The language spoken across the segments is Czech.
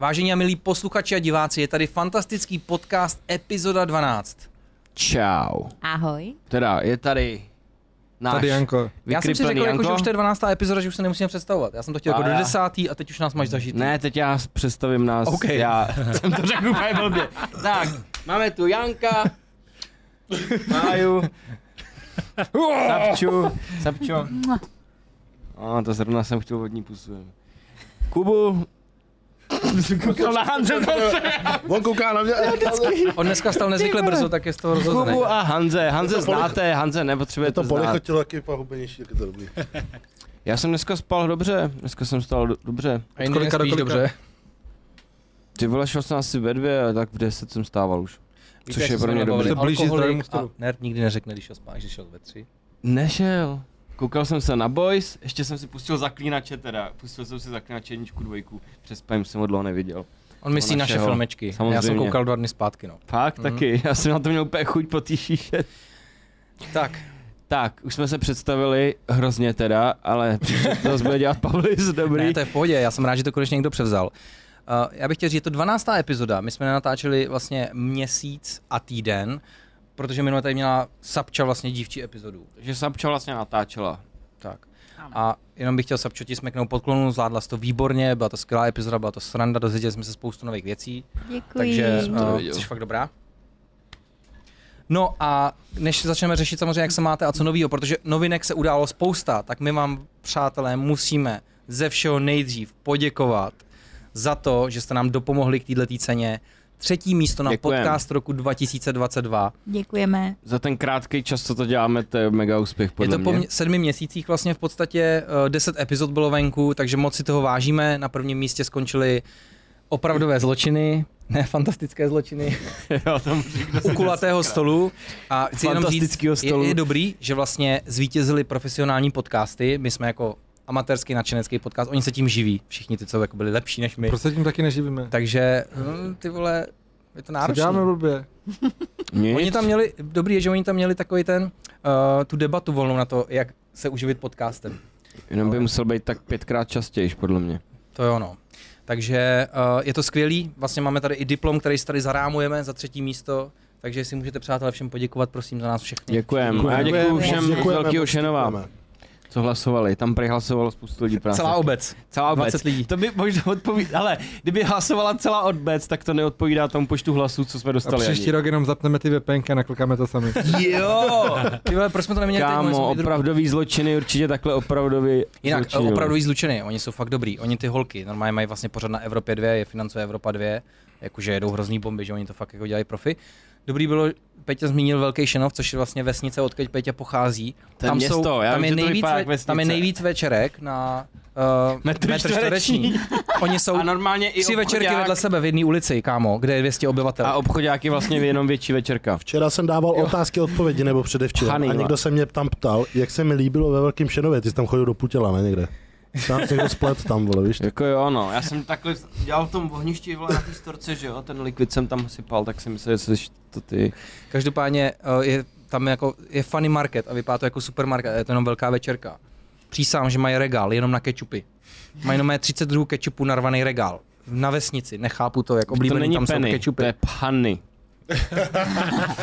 Vážení a milí posluchači a diváci, je tady fantastický podcast epizoda 12. Čau. Ahoj. Teda je tady náš Tady Janko. Já jsem si řekl, jako, že Janko. už to je 12. epizoda, že už se nemusíme představovat. Já jsem to chtěl jako A do já. 10. a teď už nás máš zažít. Ne, teď já s- představím nás. OK. Já jsem to řekl úplně blbě. Tak, máme tu Janka, Máju, Sapču, Sapčo. A to zrovna jsem chtěl vodní pusu. Kubu, Koukal na Hanze zase. On kouká na mě. On dneska stal nezvykle brzo, tak je z toho rozhozený. Kubu a Hanze. Je Hanze to poli- znáte, Hanze Je nepotřebujete to znát. polichotilo, jak je pohubenější, jak je to dobrý. Já jsem dneska spal dobře, dneska jsem spal do- dobře. A jindy kolika do nespíš kolika? dobře. Ty vole, šel jsem asi ve dvě, ale tak v deset jsem stával už. Což jak je jsme pro mě se dobrý. bavili, Se blíží alkoholik zdravému stolu. A nerd nikdy neřekne, když šel spát, že šel ve tři. Nešel. Koukal jsem se na Boys, ještě jsem si pustil zaklínače teda. Pustil jsem si zaklínače jedničku, dvojku. Přes spam jsem ho dlouho neviděl. On myslí To naše našeho. filmečky. Já jsem Samozřejmě. koukal dva dny zpátky, no. Fakt mm. taky, já jsem na to měl úplně chuť po té šíše. Tak, Tak, už jsme se představili, hrozně teda, ale to bude dělat Pavlis, dobrý. Ne, to je v pohodě, já jsem rád, že to konečně někdo převzal. Uh, já bych chtěl říct, je to 12. epizoda, my jsme nenatáčeli vlastně měsíc a týden, protože minule tady měla Sapča vlastně dívčí epizodu. Že Sapča vlastně natáčela. Tak. Ano. A jenom bych chtěl Sapčo ti smeknout podklonu, zvládla jsi to výborně, byla to skvělá epizoda, byla to sranda, dozvěděli jsme se spoustu nových věcí, Děkuji. takže to uh, věděl. jsi fakt dobrá. No a než začneme řešit samozřejmě, jak se máte a co novýho, protože novinek se událo spousta, tak my vám, přátelé, musíme ze všeho nejdřív poděkovat za to, že jste nám dopomohli k této ceně. Třetí místo na Děkujem. podcast roku 2022. Děkujeme. Za ten krátký čas, co to děláme, to je mega úspěch podle je to po mě. mě- sedmi měsících vlastně v podstatě, eh, deset epizod bylo venku, takže moc si toho vážíme. Na prvním místě skončili opravdové zločiny, ne fantastické zločiny, jo, to musí kdo u kulatého stolu. A chci jenom říct, Fantastického stolu. Je, je dobrý, že vlastně zvítězili profesionální podcasty. My jsme jako amatérský nadšenecký podcast, oni se tím živí, všichni ty, co jako byli lepší než my. Prostě tím taky neživíme. Takže hm, ty vole, je to Co náročné. děláme blbě? Nic. Oni tam měli, dobrý je, že oni tam měli takový ten, uh, tu debatu volnou na to, jak se uživit podcastem. Jenom by musel být tak pětkrát častěji, podle mě. To je ono. Takže uh, je to skvělý, vlastně máme tady i diplom, který si tady zarámujeme za třetí místo, takže jestli můžete přátelé všem poděkovat, prosím, za nás všechny. Děkujem. A děkuji všem z Děkujeme, Velkého moc Šenova, děkujeme. co hlasovali. Tam prihlasovalo spoustu lidí práce. Celá obec. Celá obec. 20 lidí. To by možná odpovídá, ale kdyby hlasovala celá obec, tak to neodpovídá tomu počtu hlasů, co jsme A dostali. příští rok jenom zapneme ty VPNky a naklikáme to sami. Jo! Ty vole, proč jsme to ani. neměli teď? Mohli jsme Kámo, být druhý. opravdový zločiny, určitě takhle opravdový Jinak, zločiny. zlučiny, opravdu zlučeny, oni jsou fakt dobrý, oni ty holky, normálně mají vlastně pořád na Evropě 2, je financuje Evropa 2, jakože jedou hrozný bomby, že oni to fakt jako dělají profi. Dobrý bylo, Peťa zmínil Velký Šenov, což je vlastně vesnice, odkud Peťa pochází. To je město, já tam, vím, je že to nejvíc, vypadá jak ve- tam je vesnice. nejvíc večerek na uh, Metr čtvereční. Oni jsou A normálně i tři večerky obchodák- vedle sebe v jedné ulici, kámo, kde je 200 obyvatel. A obchodáky vlastně jenom větší večerka. Včera jsem dával jo. otázky odpovědi, nebo předevčera. Chaný, a no. někdo se mě tam ptal, jak se mi líbilo ve Velkém Šenově. Ty jsi tam chodil do Putěla, ne někde? Sám si někdo splet tam, vole, víš? Jako jo, no. Já jsem takhle dělal v tom ohništi, vole, na té storce, že jo, ten likvid jsem tam sypal, tak jsem myslel, že jsi to ty. Každopádně eh, je tam jako, je funny market a vypadá to jako supermarket, a je to jenom velká večerka. Přísám, že mají regál jenom na kečupy. Mají jenom 32 kečupů narvaný regál. Na vesnici, nechápu to, jak to oblíbený není tam penny, jsou to kečupy. je panny.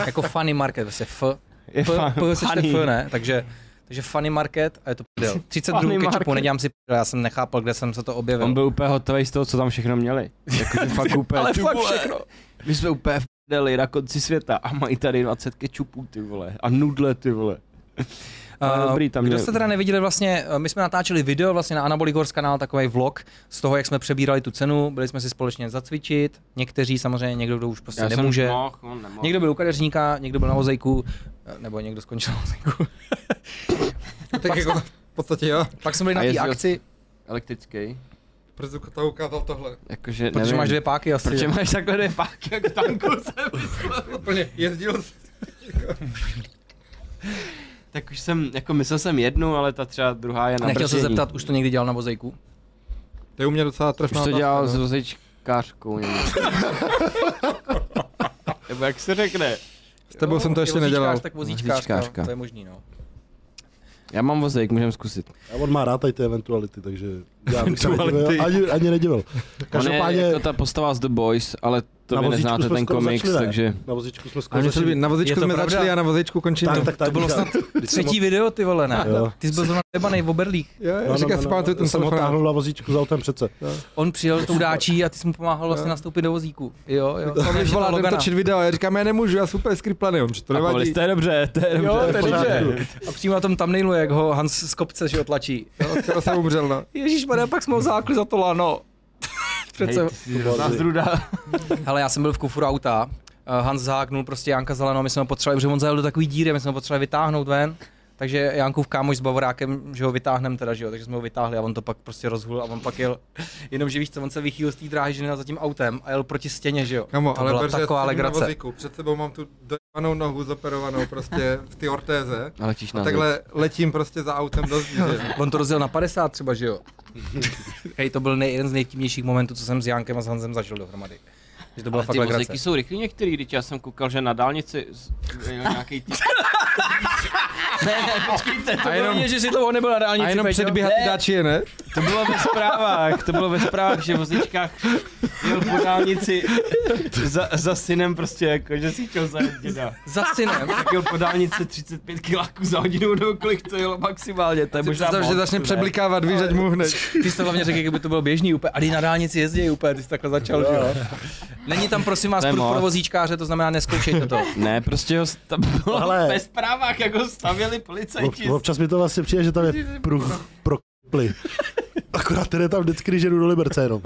Jako funny market, vlastně F. Je P, fa- P se čte funny. F, ne? Takže, takže funny market a je to prdel. 32 Funny kečupů, market. nedělám si prdel, já jsem nechápal, kde jsem se to objevil. On byl úplně hotový z toho, co tam všechno měli. Jakože fakt úplně. Ale ty fakt vole, všechno. My jsme úplně v deli na konci světa a mají tady 20 kečupů, ty vole. A nudle, ty vole. Ale Eh, dobrý, tam Kdo je- jste teda neviděli vlastně, eh, my jsme natáčeli video vlastně na Anabolic Horse kanál, takový vlog z toho, jak jsme přebírali tu cenu, byli jsme si společně zacvičit, někteří samozřejmě, někdo, kdo už prostě nemůže. mohl, on nemohl. Někdo byl u kadeřníka, někdo byl na vozejku, eh, nebo někdo skončil na vozejku. tak jako v podstatě jo. Pak jsme byli na A té jezdil- akci, Elektrický. Proč jsi to ukázal tohle? Jakože, protože nevím. máš dvě páky asi. Protože jo. máš takhle dvě páky, jak v tanku jsem. Úplně jezdil jsi. tak už jsem, jako myslel jsem jednu, ale ta třeba druhá je na Nechtěl se brzdění. zeptat, už to někdy dělal na vozejku? To je u mě docela trefná Už to otázka, dělal no. s vozečkářkou. nebo- Nebo jak se řekne? S tebou jsem to ještě nedělal. Tak no, vozíčkářka, Vozíčkářka. to je možný, no. Já mám vozejk, můžeme zkusit. A on má rád tady ty eventuality, takže Já bych se Duality. nedivil, ani, ani nedivil. On je Každopádně jako ta postava z The Boys, ale to na vy vozíčku neznáte jsme ten skoro komiks, začali, ne? takže... Na vozíčku jsme A skoro mě se líbí, začali. na Je vozíčku to jsme pravda? začali a na vozíčku končíme. Tak, tak, tak. To No, bylo snad třetí video, ty vole, ne? Jo. Ty jsi byl zrovna jebanej v oberlích. Jo, No, já no, říkám, si no, pamatuju já ten jsem ho telefonát. táhl na vozíčku za autem přece. On přijel tou dáčí a ty jsi mu pomáhal vlastně Jo. nastoupit do vozíku. Jo, jo. On mi Takže volá, to jdem Logana. točit video a já říkám, já nemůžu, já jsem úplně skriplaný, on že to A nevadí. kolis, to je dobře, to je dobře. Jo, to je dobře. A přímo na tom thumbnailu, jak ho Hans z kopce že otlačí. Jo, Skoro jsem umřel, no. Ježíš, pak jsme ho zákli za to lano. Přece. Ale já jsem byl v kufru auta. eh, Hans zaháknul prostě Janka Zelenou, my jsme ho potřebovali, protože on zajel do takový díry, my jsme ho potřebovali vytáhnout ven. Takže Jankův kámoš s Bavorákem, že ho vytáhneme teda, že jo, takže jsme ho vytáhli a on to pak prostě rozhul a on pak jel, jenomže víš co, on se vychýlil z té dráhy, že nejel za tím autem a jel proti stěně, že jo. Kamo, to ale byla berže, taková sedím Na legrace. vozíku. Před sebou mám tu dojebanou nohu zaperovanou prostě v ty ortéze. Ale tíž A na takhle letím prostě za autem do zdi, že jo. On to rozjel na 50 třeba, že jo. Hej, to byl nej, jeden z nejtímnějších momentů, co jsem s Jankem a s Hanzem zažil dohromady. Že to byla Ale fakt ty legrace. vozíky jsou rychlí některý, když já jsem koukal, že na dálnici z- jel nějaký týp. ne, ne, počkejte, to A jenom, že si toho nebyl na dálnici, A jenom Peťo. předbíhat ty Ne. dáči, ne? To bylo ve zprávách, to bylo ve zprávách, že v vozíčkách jel po dálnici za, za synem prostě jako, že si chtěl zajet děda. Za synem. Tak jel po dálnici 35 kiláků za hodinu, nebo kolik to jelo maximálně, to je Ty možná představ, že moc, začne ne? přeblikávat, víš, ať mu hned. Ty jsi to hlavně řekl, jak by to bylo běžný úplně. A ty na dálnici jezdí úplně, ty jsi takhle začal, že jo. Není tam prosím vás To je prud moc. pro vozíčkáře, to znamená neskoušejte to. Ne, prostě ho tam bylo Ale- Ale... ve zprávách, jak ho stavěli policajti. Ob- Občas mi to vlastně přijde, že tam je pruh pro k***li. Akorát ten je tam vždycky, když jdu do Liberce jenom.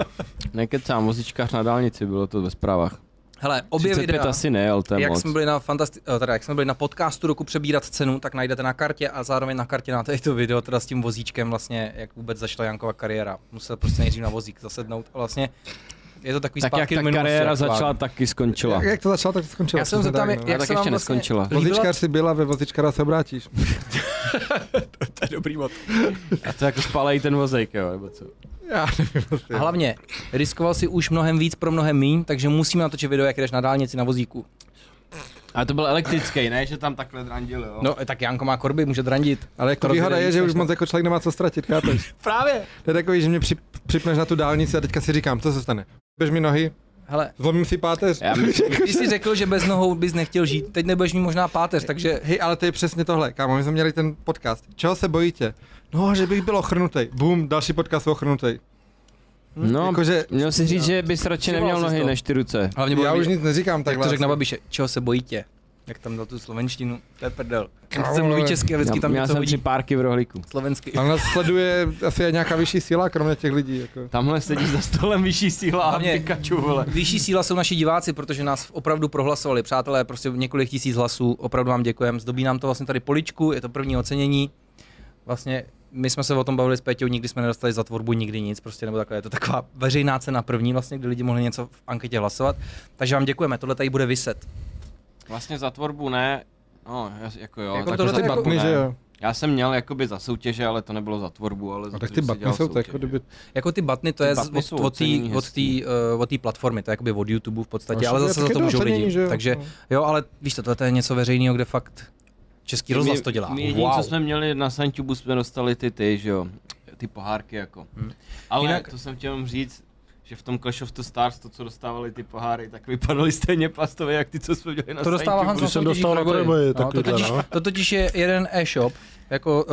Nekecám, vozíčkář na dálnici, bylo to ve zprávách. Hele, obě videa, asi ne, ale to je jak moc. jsme, byli na fantasti- eh, teda, jak jsme byli na podcastu roku přebírat cenu, tak najdete na kartě a zároveň na kartě na to video teda s tím vozíčkem vlastně, jak vůbec začala Jankova kariéra. Musel prostě nejdřív na vozík zasednout a vlastně je to takový Tak jak zpátky ta do minulosti, kariéra aktuálně. začala, taky skončila. Jak, jak to začalo, tak to skončilo. Já jsem přesně zeptám, tak, no. jak tak se ještě vám vlastně neskončila. líbila- Vozičkář si byla, ve vozičkára se obrátíš. To je dobrý bod. A to jako spálej ten vozejk, jo, nebo co? Já nevím, prostě. A hlavně, riskoval si už mnohem víc pro mnohem míň, takže musíme natočit video, jak jdeš na dálnici na vozíku. Ale to byl elektrický, ne, že tam takhle drandil, jo? No, tak Janko má korby, může drandit. Ale jako To výhoda rozjede je, že víc, už než moc jako člověk nemá co ztratit, chápeš? právě. To je takový, že mě přip, připneš na tu dálnici a teďka si říkám, co se stane? Bež mi nohy, Hele, zlomím si páteř. Já myslím, ty jsi řekl, že bez nohou bys nechtěl žít, teď nebudeš mít možná páteř, takže Hej, ale to je přesně tohle, kámo, my jsme měli ten podcast. Čeho se bojíte? No, že bych byl ochrnutý. Bum, další podcast ochrnutý. no, Jakože, měl si říct, že bys radši Přivolal neměl jsi nohy to. než ty ruce. hlavně já Babiš- už nic neříkám jak takhle. vlastně. to řekl na Babiše, čeho se bojíte? Jak tam dal tu slovenštinu, to je prdel. Kámo, Se mluví ale- česky a vždycky tam Já, já něco jsem tři hodí párky v rohlíku. slovensky. Ale nás sleduje asi nějaká vyšší síla, kromě těch lidí. Jako. Tamhle sedíš za stolem vyšší síla a Hlavně- Pikachu, vole. Vyšší síla jsou naši diváci, protože nás opravdu prohlasovali. Přátelé, prostě několik tisíc hlasů, opravdu vám děkujeme. Zdobí nám to vlastně tady poličku, je to první ocenění. Vlastně my jsme se o tom bavili s Péťou, nikdy jsme nedostali za tvorbu, nikdy nic, prostě nebo takhle. Je to taková veřejná cena první, vlastně, kdy lidi mohli něco v anketě hlasovat. Takže vám děkujeme, tohle tady bude vyset. Vlastně za tvorbu ne, no, jas- jako jo. Jako za tohle Ty tak jako- batny, ne. Prostě že jo? Já jsem měl jakoby za soutěže, ale to nebylo za tvorbu, ale za A to, tak že ty jsi batny No, dělal jsou to soutěže. jako kdyby... Jako ty batny, to Ty je batny z, jsou od, od té ocenění od hezký. té, eh, od té platformy, to je jakoby od YouTube v podstatě, No, ale že- zase za tak je to to můžou ocenění, lidi. že jo? Takže No. jo, ale víš, to, tohle je něco veřejného, kde fakt Český rozhlas to dělá. My, my jediný, co jsme měli na Santubu, jsme dostali ty ty, že jo, ty pohárky jako. Hm. Ale Jinak- Jinak... to jsem chtěl jenom říct, že v tom Clash of the Stars, to, co dostávali ty poháry, tak vypadaly stejně plastově, jak ty, co jsme dělali na To dostává Santubu. Hans Když jsem soutěžích dostal na nebyly. trojboji No, to, takovýhle, totiž, no. to totiž je jeden e-shop, jako uh,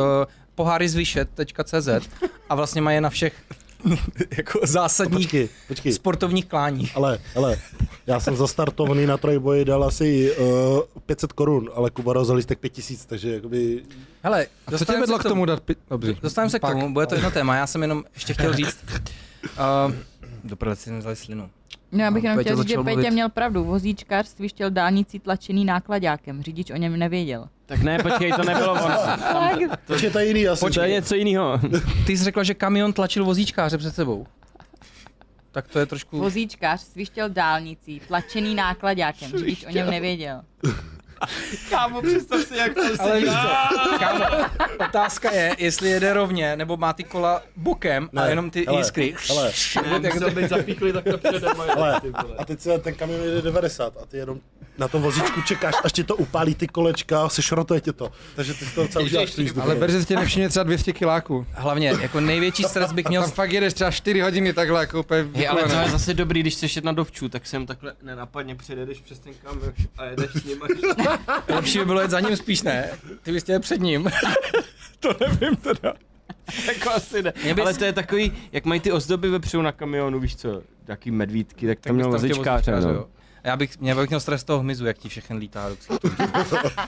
poháryzvyšet.cz a vlastně má je na všech jako zásadních Počkej, počkej. sportovních kláních. Ale, ale, já jsem zastartovaný na trojboji dal asi uh, 500 korun, ale Kuba rozholistek 5000, takže jakoby... Hele, A co tě vedlo k tomu dát... pi- Dobře. Dostaneme se k Pak. tomu, bude to jedno téma, já jsem jenom ještě chtěl říct. Uh, do prdele si nevzali slinu. No já bych No, jenom Peťa chtěl říct, že začal Peťa mluvit. měl pravdu. Vozíčkářství štěl dálnicí tlačený nákladákem. Řidič o něm nevěděl. Tak ne, počkej, to nebylo ono. To je to jiný asi. To je něco jiného. Ty jsi řekla, že kamion tlačil vozíčkáře před sebou. Tak to je trošku... Vozíčkář svištěl dálnicí, tlačený nákladákem, řidič o něm nevěděl. Kámo, představ si, jak to Ale víš co, kámo, otázka je, jestli jede rovně, nebo má ty kola bokem a Ne, jenom ty hele, jiskry. hele. Nebo tak- Musel být zapíchli takhle předem. a Ale, ty vole. a teď se ten kamion jede 90 a ty jenom na tom vozíčku čekáš, až ti to upálí ty kolečka, sešrotuje tě to. Takže ty si to docela užíváš tu jízdu. Ale Berze tě nevšimne třeba 200 kiláků. Hlavně, jako největší stres bych A měl tam fakt jedeš třeba 4 hodiny takhle, jako úplně Je, ale to vykolený. je zase dobrý, když chceš jet na dovču, tak sem takhle nenapadně předjedeš přes ten kamer a jedeš s ním. Až... Lepší by bylo jet za ním spíš, ne? Ty bys chtěl před ním. to nevím teda. jako asi ne. Mě bys- Ale to je takový, jak mají ty ozdoby vepředu na kamionu, víš co, jaký medvídky, tak tam měl bys chtěl vozičkáře, vozíčkáře, no. jo. A Já bych, mě bych měl stres toho hmyzu, jak ti všechen lítá do ksichtu.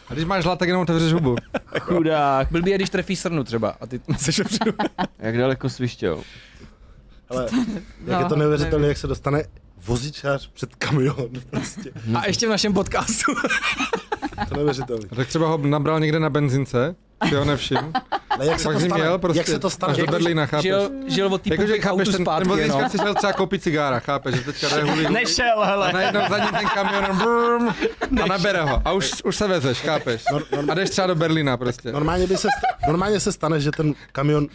A když máš hlad, tak jenom otevřeš hubu. Chudák. Blbý je, když trefí srnu třeba a ty seš vepředu. Jak daleko svištěl. Ale, jak je to neuvěřitelné, jak se dostane vozičář před kamion. Prostě. A ještě v našem podcastu. To neuvěřitelné. A tak třeba ho nabral někde na benzince, si ho nevšiml. Ale No, jak se Pak to jsi stane? měl prostě jak se to stane? až do Berlína, chápeš? žil, žil od týpů Jakože k Jako, chápeš, autu ten, ten zpátky, vozíčka no. si šel třeba koupit cigára, chápeš, že teďka jde huli, huli. Nešel, A hele. najednou za ním ten kamion jenom brum, a nabere ho. A už, už se vezeš, chápeš? A jdeš třeba do Berlína prostě. Normálně, by se, sta- normálně se stane, že ten kamion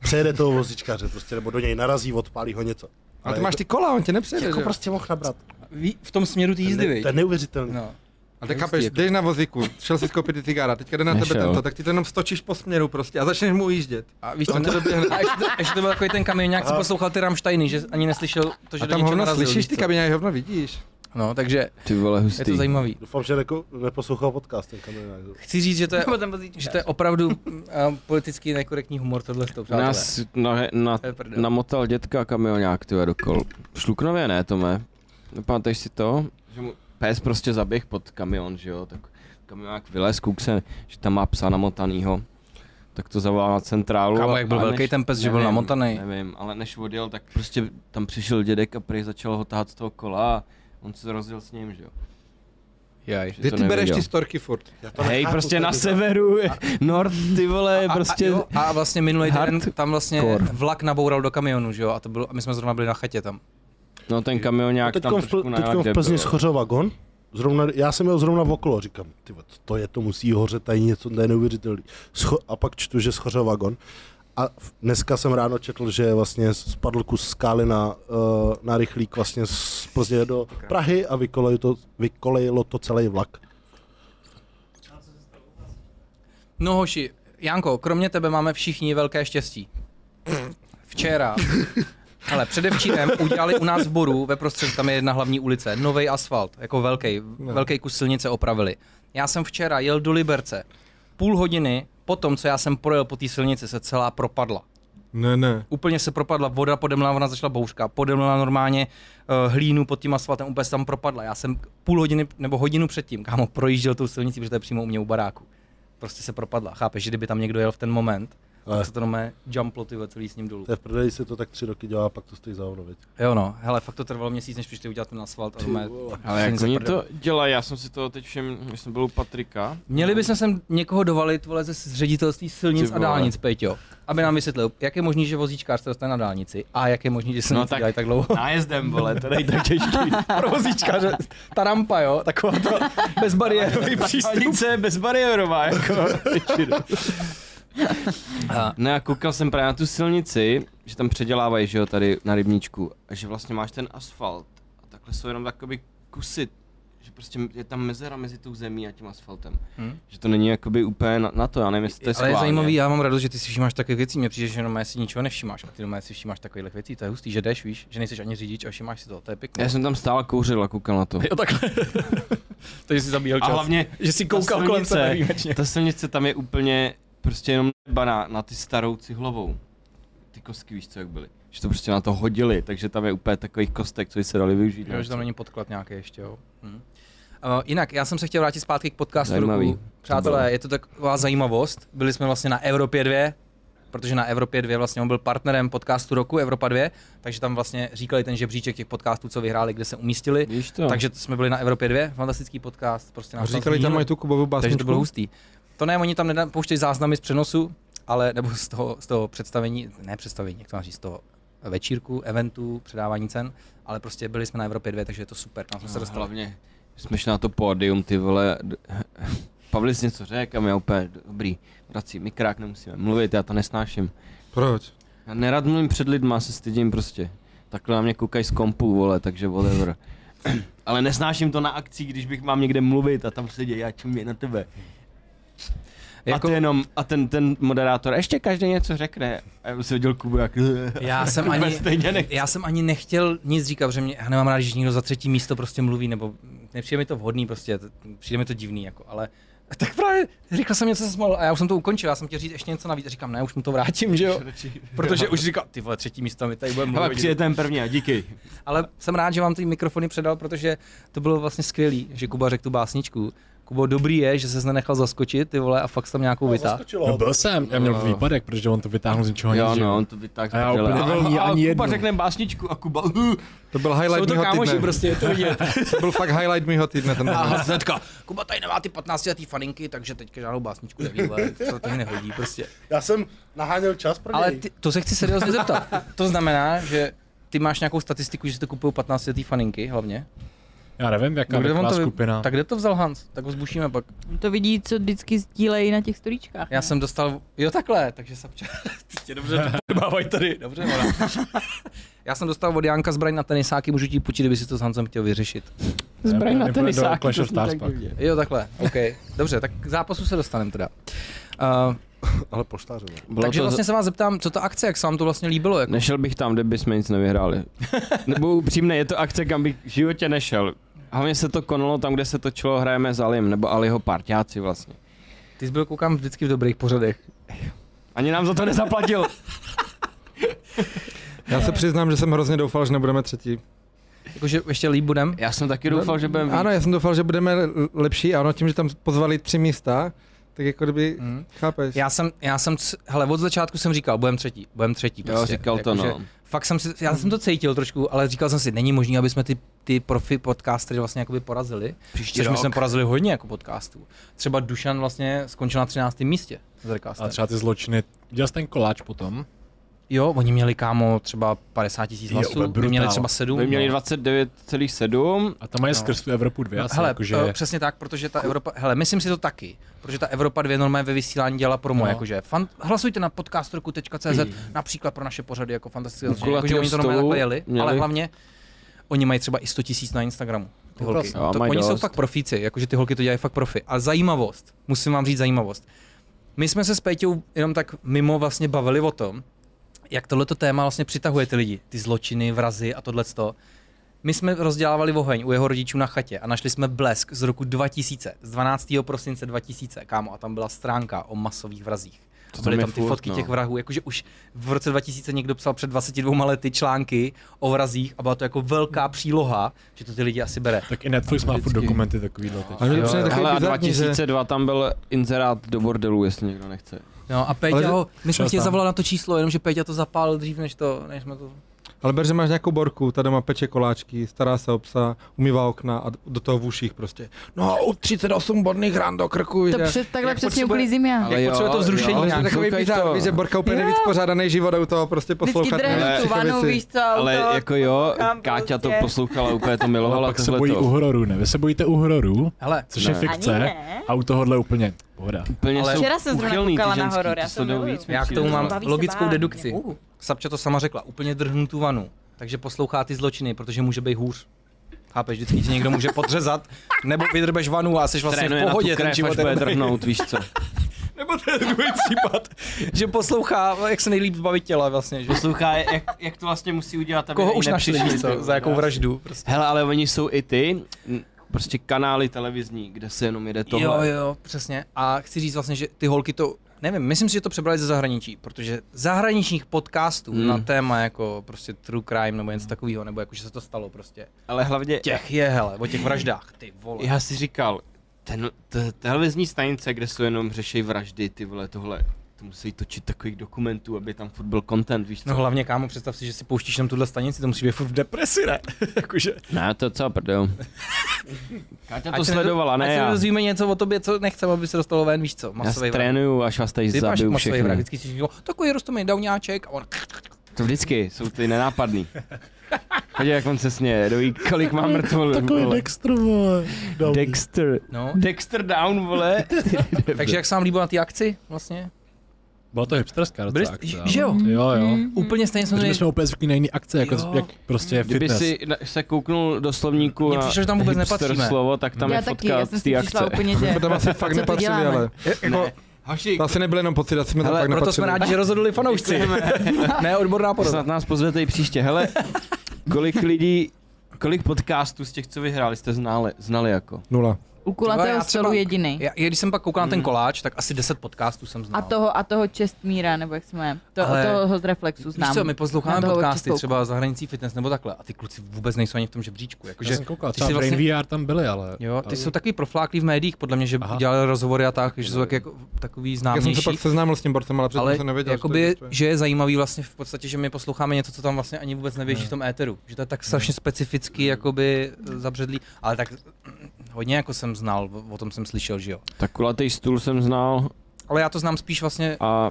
přejede toho vozičkáře, prostě, nebo do něj narazí, odpálí ho něco. A Ale ty máš ty kola, on tě nepřijede, jako že? jo? prostě mohl nabrat. Ví- V tom směru ty jízdy, Ne, viď? to je neuvěřitelné. No. A tak chápeš, Prostě- jdeš na vozíku, šel si koupit ty cigára, teďka jde na tebe Nešel. tento, tak ty to jenom stočíš po směru prostě a začneš mu ujíždět. A víš, co, to, a ještě, to- ještě to byl takový ten kamion, nějak si poslouchal ty Rammsteiny, že ani neslyšel to, že A do tam něčeho hovno narazil. slyšíš, víš ty co? kabině hovno vidíš. No, takže Ty vole hustý. je to zajímavý. Doufám, že jako neposlouchal podcast ten kamion. Chci říct, že to je, Nebo ten vozíček. že to je opravdu mm, a, politicky nekorektní humor tohle, přátelé. Nás na, na, To je prdel. namotal dětka kamionák ty do kol. Šluknově ne, Tome. Pamatuješ si to? Že mu pes prostě zaběh pod kamion, že jo? Tak kamionák vylez, kouk se, že tam má psa namotanýho. Tak to zavolá na centrálu. Kámo, a- jak byl a velký ten pes, že byl namotaný. Nevím, ale než odjel, tak prostě tam přišel dědek a prý začal ho tahat z toho kola a on se rozjel s ním, že jo? Jaj. Že Kde to ty bereš nevěděl. ty storky furt? Hej, prostě na severu, je, nord, ty vole, prostě... a, jo, a vlastně minulý den hard tam vlastně core. vlak naboural do kamionu, že jo? A to bylo, a my jsme zrovna byli na chatě tam. No ten kamionák Teď tam v, Pl- trošku najel, teďkom kde v Plzni byl. schořel vagon, zrovna, já jsem jel zrovna okolo, říkám, ty vole, co to je, to musí hořet, tady něco, to je neuvěřitelný. Scho- a pak čtu, že schořel vagon. A v- dneska jsem ráno četl, že vlastně spadl kus skály na, uh, na rychlík vlastně z Plzně do Prahy a vykolejilo to, vykolejilo to celý vlak. No hoši, Janko, kromě tebe máme všichni velké štěstí. Včera, ale předevčírem udělali u nás v Boru, ve prostředí, tam je jedna hlavní ulice, nový asfalt, jako velký, velký kus silnice opravili. Já jsem včera jel do Liberce, půl hodiny po tom, co já jsem projel po té silnici, se celá propadla. Ne, ne. Úplně se propadla voda, pode mnou ona začala bouřka, pode mnou normálně uh, hlínu pod tím asfaltem, úplně se tam propadla. Já jsem půl hodiny nebo hodinu předtím, kámo, projížděl tou silnicí, protože to je přímo u mě u baráku. Prostě se propadla, chápeš, že kdyby tam někdo jel v ten moment, Ale- tak se to normálně jumplo ty vole, celý s ním dolů. To je v prodeji se to tak tři roky dělá, pak to stojí za ono, viď? Jo no, hele, fakt to trvalo měsíc, než přišli udělat ten asfalt. A normálně, Ale jsem jak se oni prdel. to dělají, já jsem si to teď všem, když jsem byl u Patrika. Měli bychom sem někoho dovalit, vole, ze z ředitelství silnic Ty a vole. dálnic, Peťo, aby nám vysvětlil, jak je možné, že vozíčkář se dostane na dálnici a jak je možné, že se no, tak... dělají tak dlouho. Nájezdem, vole, to nejde tak těžký. provozíčka, že ta rampa, jo, taková to bezbariérový přístup. Stanice je bezbariérová, jako. A- no já koukal jsem právě na tu silnici, že tam předělávají, že jo, tady na rybníčku. A že vlastně máš ten asfalt a takhle jsou jenom takoby kusy, že prostě je tam mezera mezi tou zemí a tím asfaltem. Hm. Že to není jakoby úplně na, na to, já nevím, jestli to je Ale je schválně. zajímavý, já mám radost, že ty si všímáš takových věcí, mě přijde, že jenom si ničeho nevšímáš, a ty jenom si všímáš takových věcí, to je hustý, že jdeš, víš, že nejsi ani řidič a všímáš si to, to je pěkné. Já jsem tam stál a kouřil a koukal na to. Jo, takhle. to, že jsi zabíjel A čas. hlavně že jsi ta koukal kolem sebe silnice, výjimečně. ta silnice tam je úplně prostě jenom baná na ty starou cihlovou. Ty kostky víš co jak byly. Že to prostě na to hodili, takže tam je úplně takových kostek, co by se dali využít. no. Jo, že tam není podklad nějaký ještě, jo. Hm. Uh, jinak, já jsem se chtěl vrátit zpátky k podcastu Zajímavý. roku. Přátelé, je to taková zajímavost. Byli jsme vlastně na Evropě 2, protože na Evropě 2 vlastně on byl partnerem podcastu roku Evropa 2, takže tam vlastně říkali ten žebříček těch podcastů, co vyhráli, kde se umístili. Víš to. Takže jsme byli na Evropě 2, fantastický podcast, prostě A nás říkali tam zmínili. mají tu Kubovou Takže to bylo básničku. hustý. To ne, oni tam nedá, pouštějí záznamy z přenosu, ale nebo z toho, z toho představení, ne představení, jak to mám říct, z toho eh, večírku, eventů, předávání cen, ale prostě byli jsme na Evropě 2, takže je to super, tam jsme se No, dostali. Hlavně jsme šli na to pódium, ty vole. d- Pavlis něco řekl a my úplně dobrý, vrací mikrák, nemusíme mluvit, já to nesnáším. Proč? Já nerad mluvím před lidma, se stydím prostě. Takhle na mě koukají z kompu, vole, takže whatever. Ale nesnáším to na akcích, když bych mám někde mluvit a tam sedějí a čumí na tebe. Jako... A, ty jenom, a ten, ten moderátor, ještě každý něco řekne. A já jsem viděl Kubu, jak... Já jsem, Úplně ani, stejně nechci. já jsem ani nechtěl nic říkat, protože mě, já nemám rád, když někdo za třetí místo prostě mluví, nebo nepřijde mi to vhodný prostě, t- přijde mi to divný, jako, ale tak právě říkal jsem něco smol a já už jsem to ukončil, já jsem chtěl říct ještě něco navíc a říkám, ne, už mu to vrátím, že jo? Protože už říkal, ty vole, třetí místo, my tady budeme Hele, mluvit. přijde ten první a díky. Ale jsem rád, že vám ty mikrofony předal, protože to bylo vlastně skvělý, že Kuba řekl tu básničku. Kubo, dobrý je, že se nenechal zaskočit, ty vole, a fakt jsi tam nějakou vytáhl. No byl jsem, já měl výpadek, protože on to vytáhl z ničeho Jo, nic, že no, on to by tak A já úplně ani- ani Kuba jednu. řekne básničku a Kuba... Uh, To byl highlight Jsou to mýho kámoši týdne. prostě, je to vidět. To byl fakt highlight mýho týdne. Ten A moment. hnedka, Kuba tady nemá ty 15 letý faninky, takže teďka žádnou básničku neví, vole, to tady nehodí prostě. Já jsem naháněl čas pro něj. Ale ty, to se chci seriózně zeptat. To znamená, že ty máš nějakou statistiku, že si to kupují 15 letý faninky hlavně. Já nevím, jaká kde taková on to, vy- skupina. Tak kde to vzal Hans? Tak ho zbušíme pak. To vidí, co vždycky sdílejí na těch storíčkách. Já jsem dostal, jo takhle, takže sapča. Tě dobře podbávají tady, dobře ona. Já jsem dostal od Janka zbraň na tenisáky, můžu ti půjčit, kdyby si to s Hansem chtěl vyřešit. Zbraň na tenisáky, Clash to jsem of Stars tak pak. divně. Jo takhle, OK. Dobře, tak k zápasu se dostaneme teda. Uh, Ale poštářoval. bylo takže to- vlastně se vás zeptám, co ta akce, jak se vám to vlastně líbilo? Jako? Nešel bych tam, kde bychom nic nevyhráli. Nebo upřímně, je to akce, kam bych v životě nešel. Hlavně se to konalo tam, kde se točilo Hrajeme s Alim, nebo Aliho partiáci vlastně. Ty jsi byl, koukám, vždycky v dobrých pořadech. Ani nám za to nezaplatil. Já se přiznám, že jsem hrozně doufal, že nebudeme třetí. Jakože ještě líp budem? Já jsem taky doufal, že budeme Ano, víc. já jsem doufal, že budeme l- lepší. Ano, tím, že tam pozvali tři místa, tak jako kdyby, Mhm. chápeš? Já jsem, já jsem, c- hele, od začátku jsem říkal, budem třetí, budem třetí. Jo, Prostě. říkal to, Jakože no. Fakt jsem si, já jsem to cítil trošku, ale říkal jsem si, není možný, aby jsme ty, ty profi podcastery vlastně jakoby porazili. Příští což my rok. jsme porazili hodně jako podcastů. Třeba Dušan vlastně skončil na 13. místě. s A Recasterem. třeba ty zločiny, dělal jsi ten koláč potom? Jo, oni měli kámo třeba 50 tisíc Jo, hlasů, úplně my měli brutál. třeba no. 7. Vy měli 29,7. A tam mají skrz tu Evropu dvě asi, hele, jakože... eh, přesně tak, protože ta Evropa, hele, myslím si to taky, protože ta Evropa 2 normálně ve vysílání dělala promo, No. jakože fan, hlasujte na podcastroku.cz například pro naše pořady jako fantastické, zločiny, kulatýho jakože oni to normálně stolu takhle jeli, ale měli- hlavně oni mají třeba i 100 tisíc na Instagramu. Ty Koukal holky. jsem. Jo, to, mají oni jsou dost. fakt profíci, jakože ty holky to dělají fakt profi. A zajímavost, musím vám říct zajímavost. My jsme se s Péťou jenom tak mimo vlastně bavili o tom, jak tohleto téma vlastně přitahuje ty lidi, ty zločiny, vrazy a tohleto. My jsme rozdělávali oheň u jeho rodičů na chatě a našli jsme blesk z roku 2000, z 12. prosince 2000, kámo, a tam byla stránka o masových vrazích. A tam byly je tam ty furt, fotky no. těch vrahů, jakože už v roce 2000 někdo psal před 22 lety články o vrazích a byla to jako velká příloha, že to ty lidi asi bere. Tak i Netflix má furt dokumenty takovýhle teď. Ale mě to Jo, přijde jo. takový Hele, a bizarní, že- 2002 tam byl inzerát do bordelu, jestli někdo nechce. No a Ale- Péťa ho, my jsme Čas chtěli tam. zavolat na to číslo, jenomže Péťa to zapálil dřív, než to, než jsme to... Ale ber, že máš nějakou borku, ta doma peče koláčky, stará se o psa, umývá okna a do toho v uších prostě. No a u 38 bodných rán do krku. To že- přes, takhle Jak přesně potřebuje- uklízím já. Ale jo, potřebuje to vzrušení jo, Ale nějaký. je to ale takový koukej bizar, to. víš, že Borka úplně Jo. nejvíc pořádaný život a u toho prostě Vždycky poslouchat. drhnu tu nějaké vanu, věci. víš co, auto. Ale jako jo, koukám Káťa to prostě. poslouchala, úplně to Ale milovala pak se bojí u tohleto. hororu, ne? Vy se bojíte u hororu, Hele, což Ne. je fikce, ne. a u tohohle úplně pohoda. Úplně Ale- jsou Včera jsem zrovna uchylný ty koukala na ženský, horor, ty já jsou to jdou miluju. víc, já k většinou. tomu mám Baví se logickou bát. dedukci. Uh. Sapča to sama řekla, úplně drhnu tu vanu, takže poslouchá ty zločiny, protože může být hůř. Chápeš, vždycky ti někdo může podřezat, nebo vydrbeš vanu a jsi vlastně v Trénuje na tu pohodě, ten krev, až život jako- bude je dobrý. drhnout, víš co. Nebo to je druhý případ, že poslouchá, jak se nejlíp zbavit těla vlastně, že Poslouchá, jak, jak to vlastně musí udělat, aby koho i už našli, nepřišli, víš ty co, vole. za jakou vraždu. Prostě. Hele, ale oni jsou i ty, m, prostě kanály televizní, kde se jenom jede tohle. Jo, jo, přesně. A chci říct vlastně, že ty holky to, nevím, myslím si, že to přebrali ze zahraničí, protože zahraničních podcastů Hmm. na téma jako prostě true crime nebo něco takového, nebo jako že se to stalo prostě. Ale hlavně, Těch je, hele, o těch vraždách, ty vole. já si říkal, ten, t- televizní stanice, kde jsou jenom řešej vraždy, ty vole, tohle, to musí točit takových dokumentů, aby tam furt byl content, víš co. No hlavně, kámo, představ si, že si pouštíš tam tuhle stanici, to musí být furt v depresi, ne? Jakože. Ne, to co, prdel. Káťa to Ať se nedo- sledovala, ať ne se já. dozvíme něco o tobě, co nechceme, aby se dostalo ven, víš co? Já Masový trénuju, až vás tady Ty máš zabiju masový vrak, všechny. vždycky si říkal, takový rostomý dauňáček a on To vždycky, jsou ty nenápadný. Podívej, jak on se směje, doví, kolik má mrtvol. Takový vole. Dexter, vole. Dal- Dexter. No. Dexter down, vole. Takže jak se vám líbilo na té akci vlastně? Byla to hipsterská docela Byli, akce, j- ale- že jo? Jo, jo. Úplně stejně jsme Protože my měli. jsme úplně zvyklí na jiný akce, jako, No Jo. jak prostě Kdyby fitness. si na- se kouknul do slovníku Mně na přišlo, že tam vůbec hipster nepatříme. slovo, tak tam já je taky, fotka já jsem z si té přišla akce. úplně, že... My tam asi fakt to nepatřili, děláme? ale... Jako, Hoši, to asi nebyly jenom pocit, asi jsme tam Hele, fakt Proto jsme nepatřili. rádi, že rozhodli fanoušci. ne odborná podoba. snad nás pozvete i příště. Hele, kolik lidí, kolik podcastů z těch, co vyhráli, jste znali, znali jako? Nula. U Třeba já kulatého třeba- stolu jediný. Já, já, když jsem pak koukal Mhm. na ten koláč, tak asi 10 podcastů jsem znal. A toho, a toho Čestmíra, nebo jak jsme, to, Ale- Ale... toho z Reflexu Víš znám. co, my Na posloucháme toho podcasty Čestouka. třeba za hranicí fitness nebo takhle a ty kluci vůbec nejsou ani v tom žebříčku. Jakože, Já jsem koukal, ty si vlastně- třeba Brain VR tam byli, ale... Jo, ty ale- jsou takový profláklí v médiích, podle mě, že Aha. dělali rozhovory a tak, že jsou tak jako, takový Já jsem se známější. pak seznámil s tím borcem, ale předtím ale jsem nevěděl, jakoby, že, že to existuje. je zajímavý vlastně v podstatě, že my posloucháme něco, co tam vlastně ani vůbec neběží v tom éteru. Že to je tak strašně specificky jakoby eh, zabředlý, ale tak hm, hodně jako jsem znal, o- o tom jsem slyšel, že jo. Tak kulatý stůl jsem znal Ale já to znám spíš vlastně, a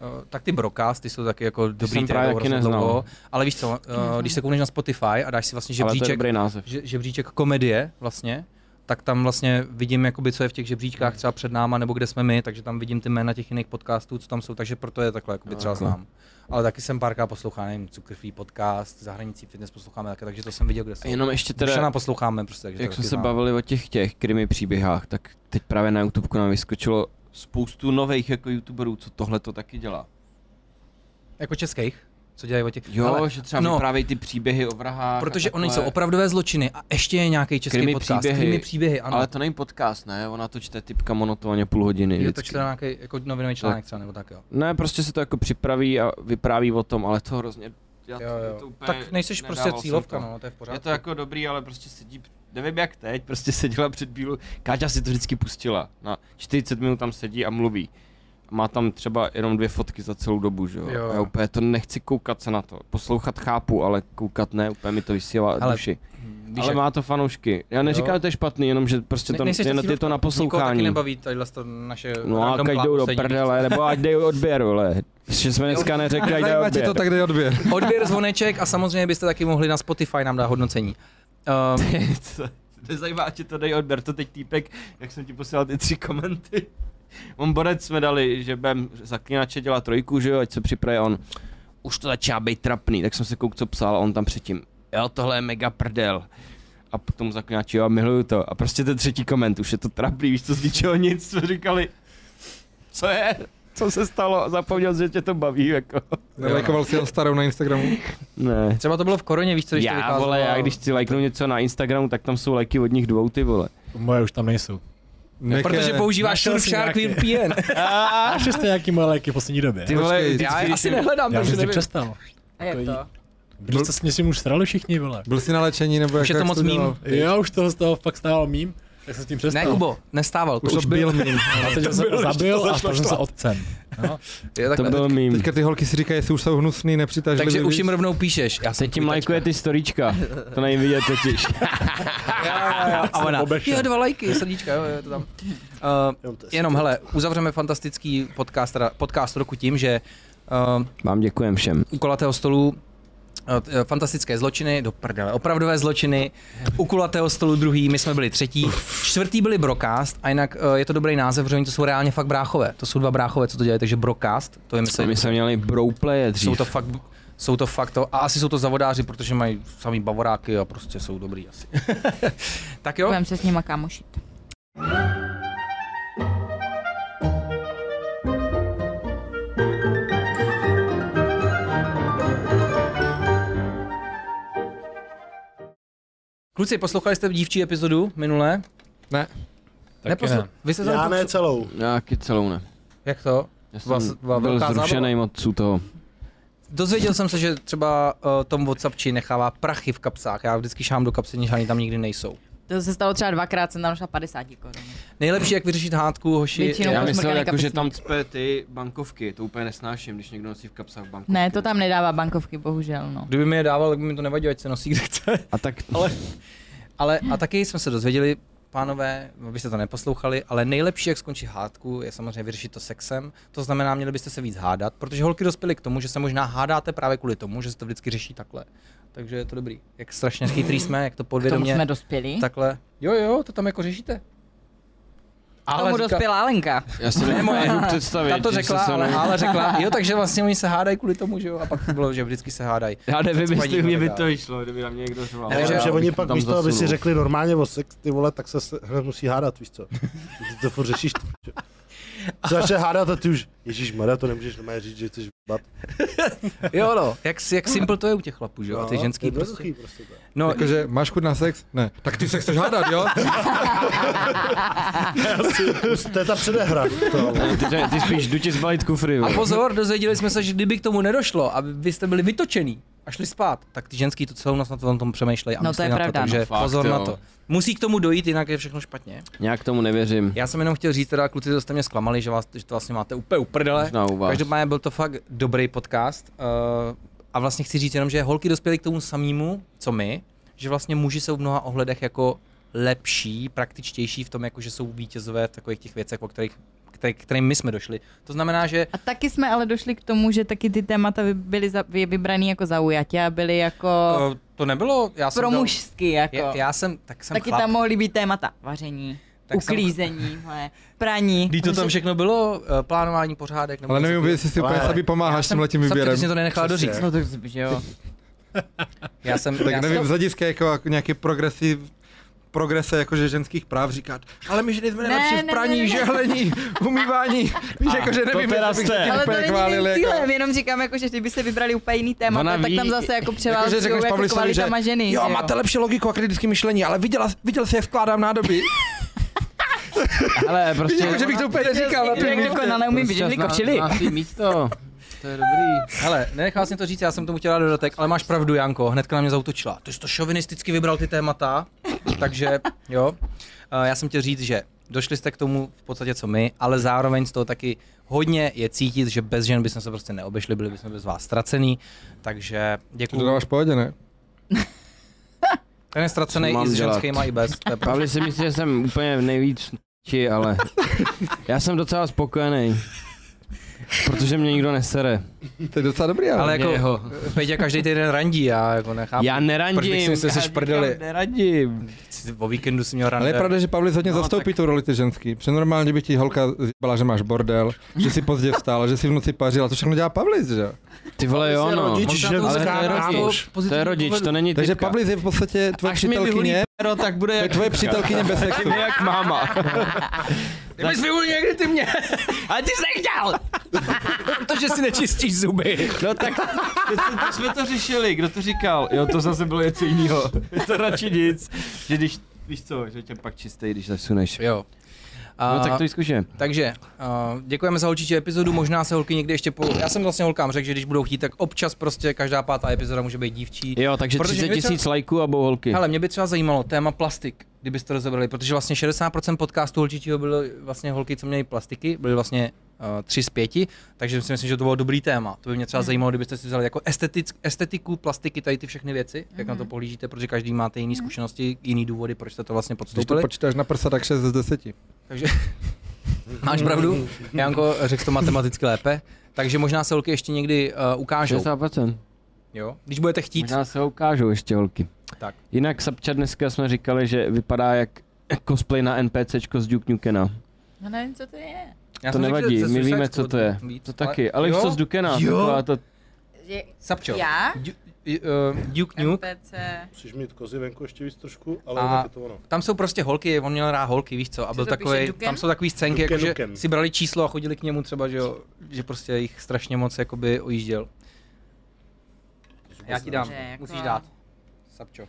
eh, tak ty brokast, ty jsou taky jako dobrý jsem právě trénor, taky rozhodl neznal. dlouho, ale víš co, eh, když se koukneš na Spotify a dáš si vlastně ale to je žebříček, dobrý název. že, žebříček komedie vlastně, tak tam vlastně vidím, jakoby, co je v těch Hmm. žebříčkách třeba před náma, nebo kde jsme my, takže tam vidím ty jména těch jiných podcastů, co tam jsou, takže proto je takhle jakoby, třeba takhle. znám. Ale taky jsem párkrát poslouchal, nevím, Cukrfree podcast, zahranicí fitness posloucháme také, takže to jsem viděl, kde jsou. Jenom ještě teda, Teda, posloucháme prostě, takže to jak jsme taky se znám. bavili o těch těch krimi příběhách, tak teď právě na YouTube nám vyskočilo spoustu nových jako youtuberů, co tohle to taky dělá. Jako českých? Co dělají o těch? Jo, Ale- ale, že třeba no. no, vyprávějí ty příběhy o vrahách. Protože a oni takhle. jsou opravdové zločiny a ještě je nějaký český Krimi podcast. příběhy. Krimi příběhy, ano. Ale to není podcast, ne? Ona to čte typka monotónně půl hodiny. je to vždycky. čte nějaký jako novinový článek třeba, nebo tak jo. Ne, prostě se to jako připraví a vypráví o tom, ale to hrozně... Já to, jo, jo. To úplně tak nejseš nedával prostě jsem cílovka, to. no, to je v pořádku. Je to jako dobrý, ale prostě sedí, nevím jak teď, prostě seděla před bílou, Káťa si to vždycky pustila, na 40 minut tam sedí a mluví. Má tam třeba jenom dvě fotky za celou dobu, že jo? Jo. A já úplně to nechci koukat se na to. Poslouchat chápu, ale koukat ne, úplně mi to vysílá Ale ale, duši. Víš, ale jak- má to fanoušky. Já neříkám, Jo. že to je špatný, jenom že prostě Ne- to, nejseš ta jen je to cílovka. na Nikoho taky poslouchání. nebaví tady to naše No a random ať jdou do plácení. prdele, nebo ať jdou odběr, vole. Že jsme dneska neřekli, ať jdou Zajímá tě odběr. to, tak dej odběr. Odběr zvoneček a samozřejmě byste taky mohli na Spotify nám dát hodnocení. Um, Co? Nezajímá tě to, dej odběr, to teď týpek, jak jsem ti posílal ty tři komenty. On borec jsme dali, že bem zaklínače dělá trojku, že jo, ať se připraje on. Už to začíná být trapný, tak jsem se kouk, co psal a on tam předtím. Jo, tohle je mega prdel. A potom zaklínači, jo, miluju to. A prostě ten třetí koment, už je to trapný, víš, to z ničeho nic, jsme říkali. Co je? Co se stalo? Zapomněl, že tě to baví, jako. Lajkoval si ho starou na Instagramu. Ne. třeba to bylo v koroně, víš co, když to Já, vycházelo- vole, já když si lajknu něco na Instagramu, tak tam jsou lajky od nich dvou, ty vole. Moje už tam nejsou. Protože používáš Našel jsi Surfshark nějaký- VPN. A že jste nějaký moje léky v poslední době. Ty vole, Počkej, vždycky, Já je když asi jsem- nehledám, Já takže jsem si nevím. přestal. A jak to? Protože se s tím už srali všichni, vole. Byl jsi na léčení, Už nebo jak, je to jak moc jsi mím. dělal? Jo, už toho z toho fakt stával mím, tak jsem s tím přestal. Ne, Kubo, nestával, to Už už, to byl mím. A teď jsem se zabil a stal jsem se otcem. Je To takhle. byl mým. Teďka ty holky si říkají, jestli už jsou hnusný, nepřitažlivý. Takže už víš? jim rovnou píšeš. Já jsem Teď tím lajkuje ty storička, to není vidět totiž. a ona, obešel. jo, dva lajky, srdíčka, jo, je to tam. Uh, Jenom to je- jenom, hele, uzavřeme fantastický podcast, teda podcast roku tím, že uh, Vám děkujem všem. u kulatého stolu eh, t- eh, fantastické zločiny, do prdele, opravdové zločiny, u kulatého stolu druhý, my jsme byli třetí, čtvrtý byli Brocast a jinak eh, je to dobrý název, protože oni to jsou reálně fakt bráchové, to jsou dva bráchové, co to dělají, takže Brocast, to je myslím, My jsme měli broplaye dřív. jsou to fakt, jsou to fakt to, a asi jsou to zavodáři, protože mají samý bavoráky a prostě jsou dobrý asi. tak jo, Budeme se s nima kámošit. kluci, poslouchali jste dívčí epizodu minule? Taky Neposlu- ne. Vy jste Já tam- ne celou. Nějaký celou ne. Jak to? Já jsem Vás- vás byl velká zrušený moc u toho. Dozvěděl jsem se, že třeba uh, Tom Whatsappči nechává prachy v kapsách. Já vždycky šám do kapsy, než ani tam nikdy nejsou. To se stalo třeba dvakrát, jsem tam našla 50 korun. Nejlepší, jak vyřešit hádku, hoši. Většinou- je- Já posmrkaný myslel, jako, že kapesník. tam cpe ty bankovky, to úplně nesnáším, když někdo nosí v kapsách bankovky. Ne, to tam nedává bankovky, bohužel, no. Kdyby mi je dával, tak by mi to nevadilo, ať se nosí kde chce. A tak Ale a taky jsme se dozvěděli, pánové, byste to neposlouchali, ale nejlepší, jak skončí hádku, je samozřejmě vyřešit to sexem. To znamená, měli byste se víc hádat, protože holky dospěly k tomu, že se možná hádáte právě kvůli tomu, že se to vždycky řeší takhle. Takže je to dobrý. Jak strašně chytrý jsme, jak to K tomu podvědomě. jsme dospěli. Tak, Takhle. Jo, jo, to tam jako řešíte. ale tomu říká- dospěla Lenka. Já si Ne, moje. nemůžu představit. Ta to že řekla, se ale, mnou- ale řekla, jo, takže vlastně oni se hádají kvůli tomu, že jo, a pak to bylo, že vždycky se hádají. Já nevím, Spaní jestli mě by kolega. to vyšlo, kdyby na mě někdo řval. Ne, Ale že- že, Já že bych oni to pak tam místo, aby si zasunul. řekli normálně o sex, ty vole, tak se se- hned musí hádat, víš co? Ty to furt řešíš, ty pičo. Co začne hádat a ty už, ježíš Maria, to nemůžeš normálně říct, že chceš bat. Jo, no, jak, jak simple to je u těch chlapů, že jo, a ty ženský prostě. Jednoduchý prostě No, to je. No, Jakože máš chuť na sex? Ne. Tak ty se chceš hádat, jo? Prostě To je ta předehra. To, Ne, Ty, ty spíš jdu ti zbalit kufry. A vole. pozor, dozvěděli jsme se, že kdyby k tomu nedošlo a vy jste byli vytočený a šli spát, tak ty ženský to celou noc na tom, tom přemýšlejí a No to myslí je na pravda, to, takže no. Fakt, pozor na jo. to. Musí k tomu dojít, jinak je všechno špatně. Nějak tomu nevěřím. Já jsem jenom chtěl říct, teda kluci, to jste mě zklamali, že, vás, že to vlastně máte úplně uprdele. Možná u vás. Každopádně byl to fakt dobrý podcast. eh, a vlastně chci říct jenom, že holky dospěly k tomu samému, co my, že vlastně muži jsou v mnoha ohledech jako lepší, praktičtější v tom, jako že jsou vítězové v takových těch věcech, o kterých, který, kterým my jsme došli. To znamená, že A taky jsme ale došli k tomu, že taky ty témata vy- byly za, vy- vybraný jako zaujatě a byly jako uh, eh, to nebylo, já jsem pro dal- mužsky. Jako. Já, já jsem, tak jsem taky chlap. tam mohly být témata vaření, Tak jsem- uklízení, hele, praní. Kdy to tam všechno bylo, eh, plánování, pořádek. nebo Ale něco nevím, takového. jestli si úplně Ale- sami pomáháš s jsem- tímhletím jsem výběrem. přesně to nenechala doříct. No tak, že jo. Já jsem, já Tak nevím, jsem, z hlediska jako, jako nějaký progresiv, progrese jakože ženských práv říkat, ale my ženy jsme nejlepší ne, v ne, praní, ne, ne. žehlení, umývání, víš, jakože nevím, teda jestli bych jste. se tím Ale to úplně není chválil, mým jako. cílem, jenom říkám, jako, že kdyby se vybrali úplně jiný téma, Ona tak ví- tam zase jako Jakože převálcují řekneš jako, jako Pavlisovi, že kvalitama ženy. jo, že máte lepší logiku a kritické myšlení, ale viděla, viděl jsi, jak vkládám nádoby. Hele, Víš, prostě... jakože Jako, bych to úplně Jako, neříkal. na tom Jak místě. jako dokonale umím prostě vidět, že kočili. místo. To je dobrý. hele, nenechala jsem to říct, já jsem tomu chtěla dodatek, ale máš pravdu, Janko, hnedka na mě zautočila. Ty jsi to šovinisticky vybral ty témata, takže jo. Eh, Já jsem chtěl říct, že došli jste k tomu v podstatě co my, ale zároveň z toho taky hodně je cítit, že bez žen bychom se prostě neobešli, byli bychom bez vás ztracený, takže To děkuji. dodáváš pohodě, ne? Ten je ztracený Co mám i s dělat? ženskýma, i bez. To je pravda. Pavli si myslí, že jsem úplně nejvíc či, ale já jsem docela spokojený. Protože mě nikdo nesere. To je docela dobrý, ale. Ale Mě jako jeho. Peťa každý týden randí, já jako nechápu. Já nerandím. Proč bych si myslel, že já jsi prdeli? říkám, Neradím. O víkendu si měl rande. Ale je pravda, že Pavlis hodně No, no, zastoupí tu roli ty ženský. Protože normálně by ti holka zjebala, že máš bordel, že si pozdě vstal, že si v noci pařila, to všechno dělá Pavlis, že? jo? Ty vole, jo, no. Rodič, Možná že to Ale zká- to je z toho rodič. To je pozitivního rodič, pohledu. to není Takže typka. Pavlis je v podstatě tvoje Až mi vyhulí přítelkyně, pero, tak bude to je jak... tvoje přítelkyně bez sexu. Bude jak máma. Ty jsi mi někdy ty mě. Ale ty jsi nechtěl! Protože si nečistíš zuby. No tak, teď jsme- teď jsme to řešili, kdo to říkal? Jo, to zase bylo něco jiného. to radši nic. Že když, víš co, že tě pak čistý, když zasuneš. Jo. A, No tak to zkuším. Takže uh, děkujeme za holčičí epizodu, možná se holky někdy ještě po... Já jsem vlastně holkám řekl, že když budou chtít, tak občas prostě každá pátá epizoda může být dívčí. Jo, takže Protože 30 mě třeba- tisíc lajků a bou holky. Ale mě by třeba zajímalo téma plastik, kdybyste rozebrali, protože vlastně 60% podcastů holčičího bylo vlastně holky, co měly plastiky, byly vlastně uh, 3 z 5, takže si myslím, že to bylo dobrý téma. To by mě třeba Mhm. zajímalo, kdybyste si vzali jako estetic, estetiku, plastiky, tady ty všechny věci, jak Mhm. na to pohlížíte, protože každý máte jiné zkušenosti, jiný důvody, proč jste to vlastně Když to podstoupili. počítáš na prsa, tak 6 z 10. Takže máš pravdu, Janko, řekl to matematicky lépe. Takže možná se holky ještě někdy uh, ukážou, 60%. jo? když budete chtít. Možná se ukážou ještě holky. Tak. Jinak Sapča dneska jsme říkali, že vypadá jak cosplay na NPCčko z Duke Nukena. No nevím, co to je. Já to jsem řekl, nevadí, že ze my Suicide víme, co Squadu to je. víc, To taky, ale jo? už co z Dukena, Jo. taková ta Sapčo, Já? Du- i- eh, Duke Nuke, NPC. Musíš mít kozy venku ještě víc trošku, ale A- a... to ono. Tam jsou prostě holky, on měl rád holky, víš co, a byl to píše takový, Duken? tam jsou takový scénky, Duken, jako, že Duken. si brali číslo a chodili k němu třeba, že, jo, že prostě jich strašně moc jakoby ojížděl. Já ti dám, Dobře, jako- musíš dát. Sapčo,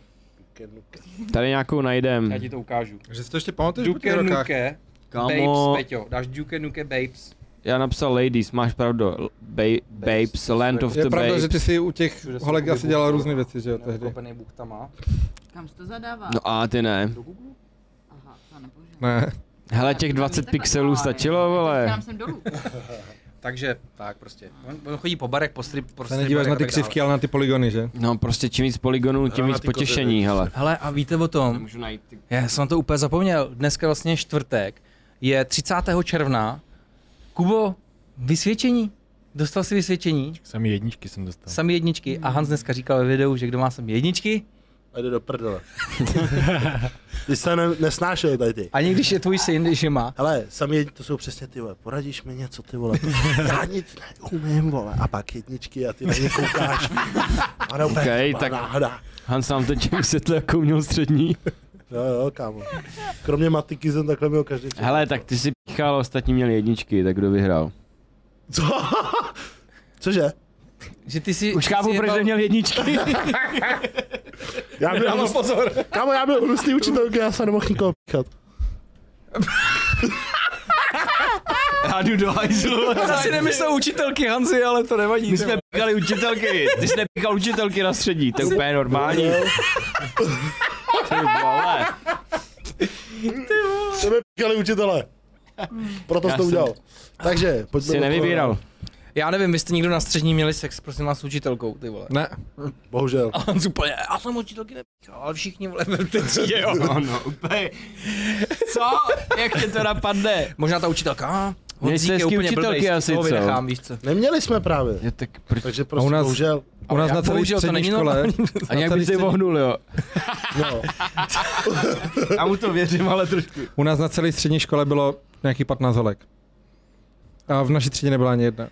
Tady nějakou najdem. já ti to ukážu. Že si to ještě pamatuješ po těch Duke rokách? Nuke, Kamo, Babes, Peťo, dáš Duke Nuke Babes. já napsal ladies, máš pravdu. L- Ba- babes, land of Prostě Je the pravda, že ty babes. si u těch holek asi dělal různé věci, že jo, tehdy. Kopený buktama. Kam jsi to zadává? No a ty ne. Aha, to nepoužívám. Ne. Hele, těch 20 pixelů stačilo, vole. jsem dolů. Takže tak prostě. On, on chodí po barech, po strip, po Se strip nedíváš barech na a ty tak dále. křivky, ale na ty poligony, že? No prostě čím víc poligonů, tím Jo, na víc ty kozy, potěšení, ne? hele. Hele, a víte o tom, Můžu najít ty... já jsem na to úplně zapomněl, dneska vlastně je čtvrtek, je 30. června. Kubo, vysvědčení? Dostal jsi vysvědčení? Sami jedničky jsem dostal. Sami jedničky a Hans dneska říkal ve videu, že kdo má sami jedničky, A jde do prdele. ty jsi to ne- nesnášel tady ty. ani když je tvůj syn, když je má. Ale sami jedni, to jsou přesně ty vole, poradíš mi něco ty vole, já nic neumím vole, a pak jedničky a ty na ně koukáš. A ne, Okej, okay, tak- tak... náhoda. Hans nám teď vysvětlil, jakou měl střední. Jo, jo, kámo. Kromě matiky jsem takhle měl každý čas. Hele, tak ty si píchal, ostatní měli jedničky, tak kdo vyhrál? Co? Cože? Že ty si, Už chápu, si proč jebal- neměl jedničky. Já byl hnusný, pozor. Kámo, já byl hnusný učitelky, já se nemohl nikoho píchat. Já jdu do hajzlu. Zase nemyslel učitelky Hanzi, ale to nevadí. My jsme píchali učitelky. Ty jsi nepíchal učitelky na střední, to je úplně normální. Ty vole. Jsme píchali učitele. Proto Já jsi to jsem- udělal. Takže, pojďme. Jsi do toho. nevybíral. Já nevím, vy jste někdo na střední měli sex, prosím vás, s učitelkou, ty vole. Ne. Bohužel. A Hans úplně, já jsem učitelky nepíchal, ale všichni vole v té třídě, jo. No, no, úplně. Co? Jak tě to napadne? Možná ta učitelka, a? Měli Honzík jste je hezký úplně učitelky blbej, asi, toho co? vynechám, víš co? Neměli jsme právě. Je tak proč? Takže A prostě u nás- bohužel. U nás já na celé bohužel to střední není škole. normální. A nějak tady bych se chci- vohnul, jo. No. Já mu to věřím, ale trošku. U nás na celé střední škole bylo nějakých 15 holek. A v naší třídě nebyla ani jedna.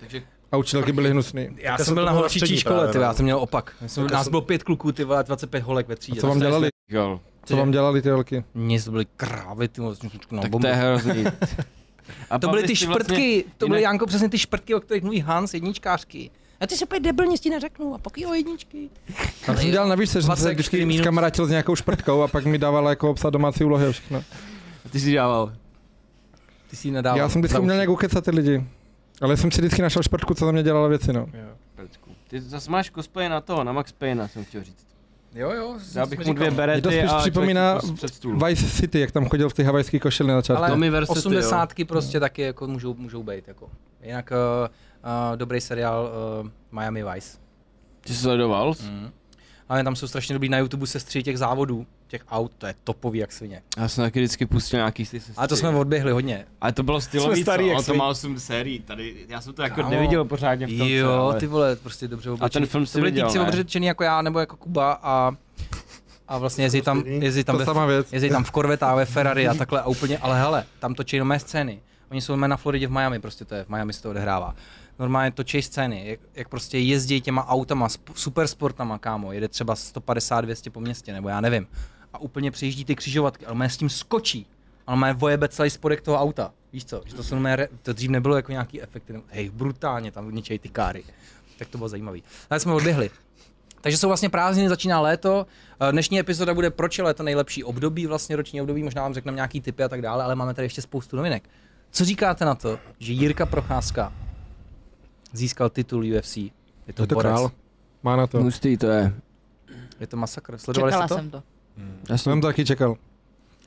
Takže- A učitelky byly hnusný. Já Tak já jsem byl na to byl horčičí střední škole, právě, ty vole, já no. jsem měl opak. Já jsem, Tak já nás jsem- bylo pět kluků, ty vole, 25 holek ve A třídě. co vám Tak dělali? Jo. Co vám dělali ty holky? Nic, to byly krávy, ty vole, no, Tak to bomby. je hrozný. A To byly ty Pavlis, vlastně- šprtky, to byly jinak- Janko přesně ty šprtky, o kterých mluví Hans, jedničkářky. A ty se úplně debilně s tím neřeknu, a pak jo, jedničky. Já jsem dělal na výšce, že jsem se 24 vždycky minut. kamarátil s nějakou šprtkou a pak mi dávala jako obsah domácí úlohy a všechno. Ty jsi dával. Ty si ji nedával. Já jsem vždycky Za uměl uši. nějak ukecat ty lidi. Ale jsem si vždycky našel šprtku, co za mě dělala věci, no. Prcku. Ty zase máš cosplay na toho, na Max Payna, jsem chtěl říct. Jo, jo. Já bych mu dvě Mě to berety spíš a připomíná člověk před stůl. Vice City, jak tam chodil v ty havajský košily na začátku. Ale Tommy versus ty, jo. 80 prostě taky jako můžou, můžou být. Jako. Jinak uh, uh, dobrý seriál uh, Miami Vice. Ty jsi sledoval? Mm. Ale tam jsou strašně dobrý na YouTube sestři těch závodů, těch aut, to je topový jak svině. Já jsem taky vždycky pustil nějaký z těch Ale to sestry. jsme odběhli hodně. Ale to bylo Jsme stylový, starý co? jak On to svině. má 8 sérií, tady, já jsem to jako Kámo. neviděl pořádně v tom, Jo, co, ale... ty vole, prostě dobře oblečený. ten film jsi to byli viděl, týpci ne? oblečený jako já nebo jako Kuba a, a vlastně jezdí tam, jezdí tam To ve, sama věc. jezdí tam v Corvette, ve Ferrari a takhle a úplně, ale hele, tam točí nové scény. Oni jsou jmenovaní na Floridě v Miami, prostě to je, v Miami se to odehrává. Normálně točí scény, jak, jak prostě jezdí těma autama, sp- supersportama, kámo, jede třeba 150-200 po městě, nebo já nevím. A úplně přejíždí ty křižovatky, ale má s tím skočí. Ale má vojebe celý spodek toho auta. Víš co, že to, jsou normálně re- to dřív nebylo jako nějaký efekt, jenom, hej, brutálně tam ničej ty káry. Tak to bylo zajímavý. Ale jsme odběhli. Takže jsou vlastně prázdniny, začíná léto. Eh, Dnešní epizoda bude proč je léto nejlepší období, vlastně roční období, možná vám řekneme nějaký typy a tak dále, ale máme tady ještě spoustu novinek. Co říkáte na to, že Jirka Procházka získal titul UFC? Je to, Je to borec. král. Má na to. Hustý to je. Je to masakr. Sledovali Čekala jste to? jsem to. Já, Jsem jsem, to taky čekal.